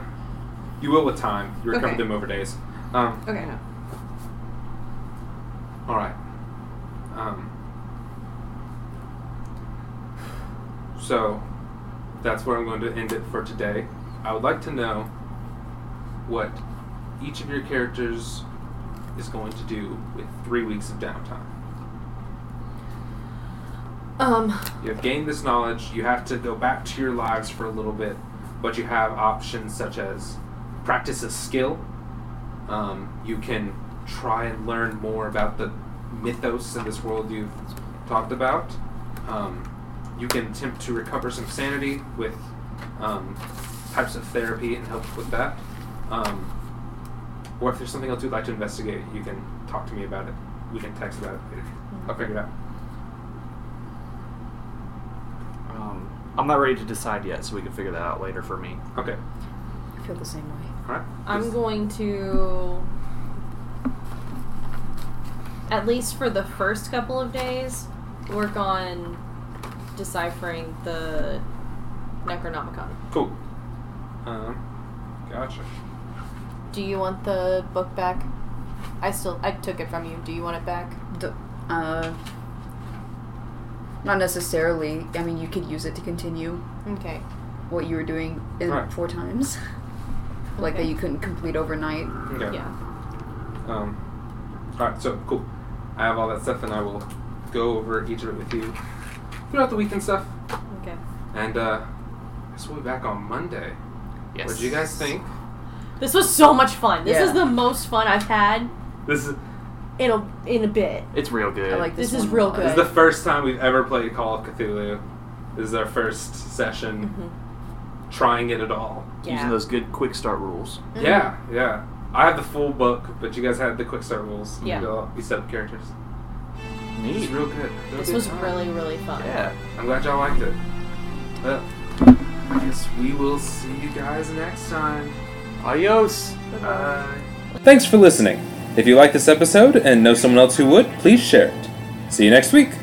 you will with time. You recover Okay. them over days. Um, Okay. All right. Um, so that's where I'm going to end it for today. I would like to know what each of your characters is going to do with three weeks of downtime. Um, You have gained this knowledge. You have to go back to your lives for a little bit, but you have options such as practice a skill. Um, you can try and learn more about the mythos in this world you've talked about. Um, you can attempt to recover some sanity with um, types of therapy and help with that. Um, or if there's something else you'd like to investigate, you can talk to me about it. We can text about it later. I'll figure it out. Um, I'm not ready to decide yet, so we can figure that out later for me. Okay. I feel the same way. All right. I'm going to. At least for the first couple of days, work on deciphering the Necronomicon. Cool. Um, gotcha. Do you want the book back? I still I took it from you. Do you want it back? D- uh, not necessarily. I mean, you could use it to continue Okay. what you were doing in Right. four times. like that Okay. you couldn't complete overnight. Okay. Yeah. Um, all right, so cool. I have all that stuff, and I will go over each of it with you throughout the week and stuff. Okay. And uh, I guess we'll be back on Monday. What do you guys think? This was so much fun. This Yeah. is the most fun I've had This is, in a in a bit. It's real good. I like this. This is one a real lot. this is good. the first time we've ever played Call of Cthulhu. This is our first session Mm-hmm. Mm-hmm. trying it at all. using those good quick start rules. Mhm. Yeah, yeah. I have the full book, but you guys had the quick start rules. Yeah. We, all- we set up characters. This is Neat. real good. Real This good was time. really really fun. Yeah. I'm glad y'all liked it. Well, I guess we will see you guys next time. Adios. Bye. Thanks for listening. If you like this episode and know someone else who would, please share it. See you next week.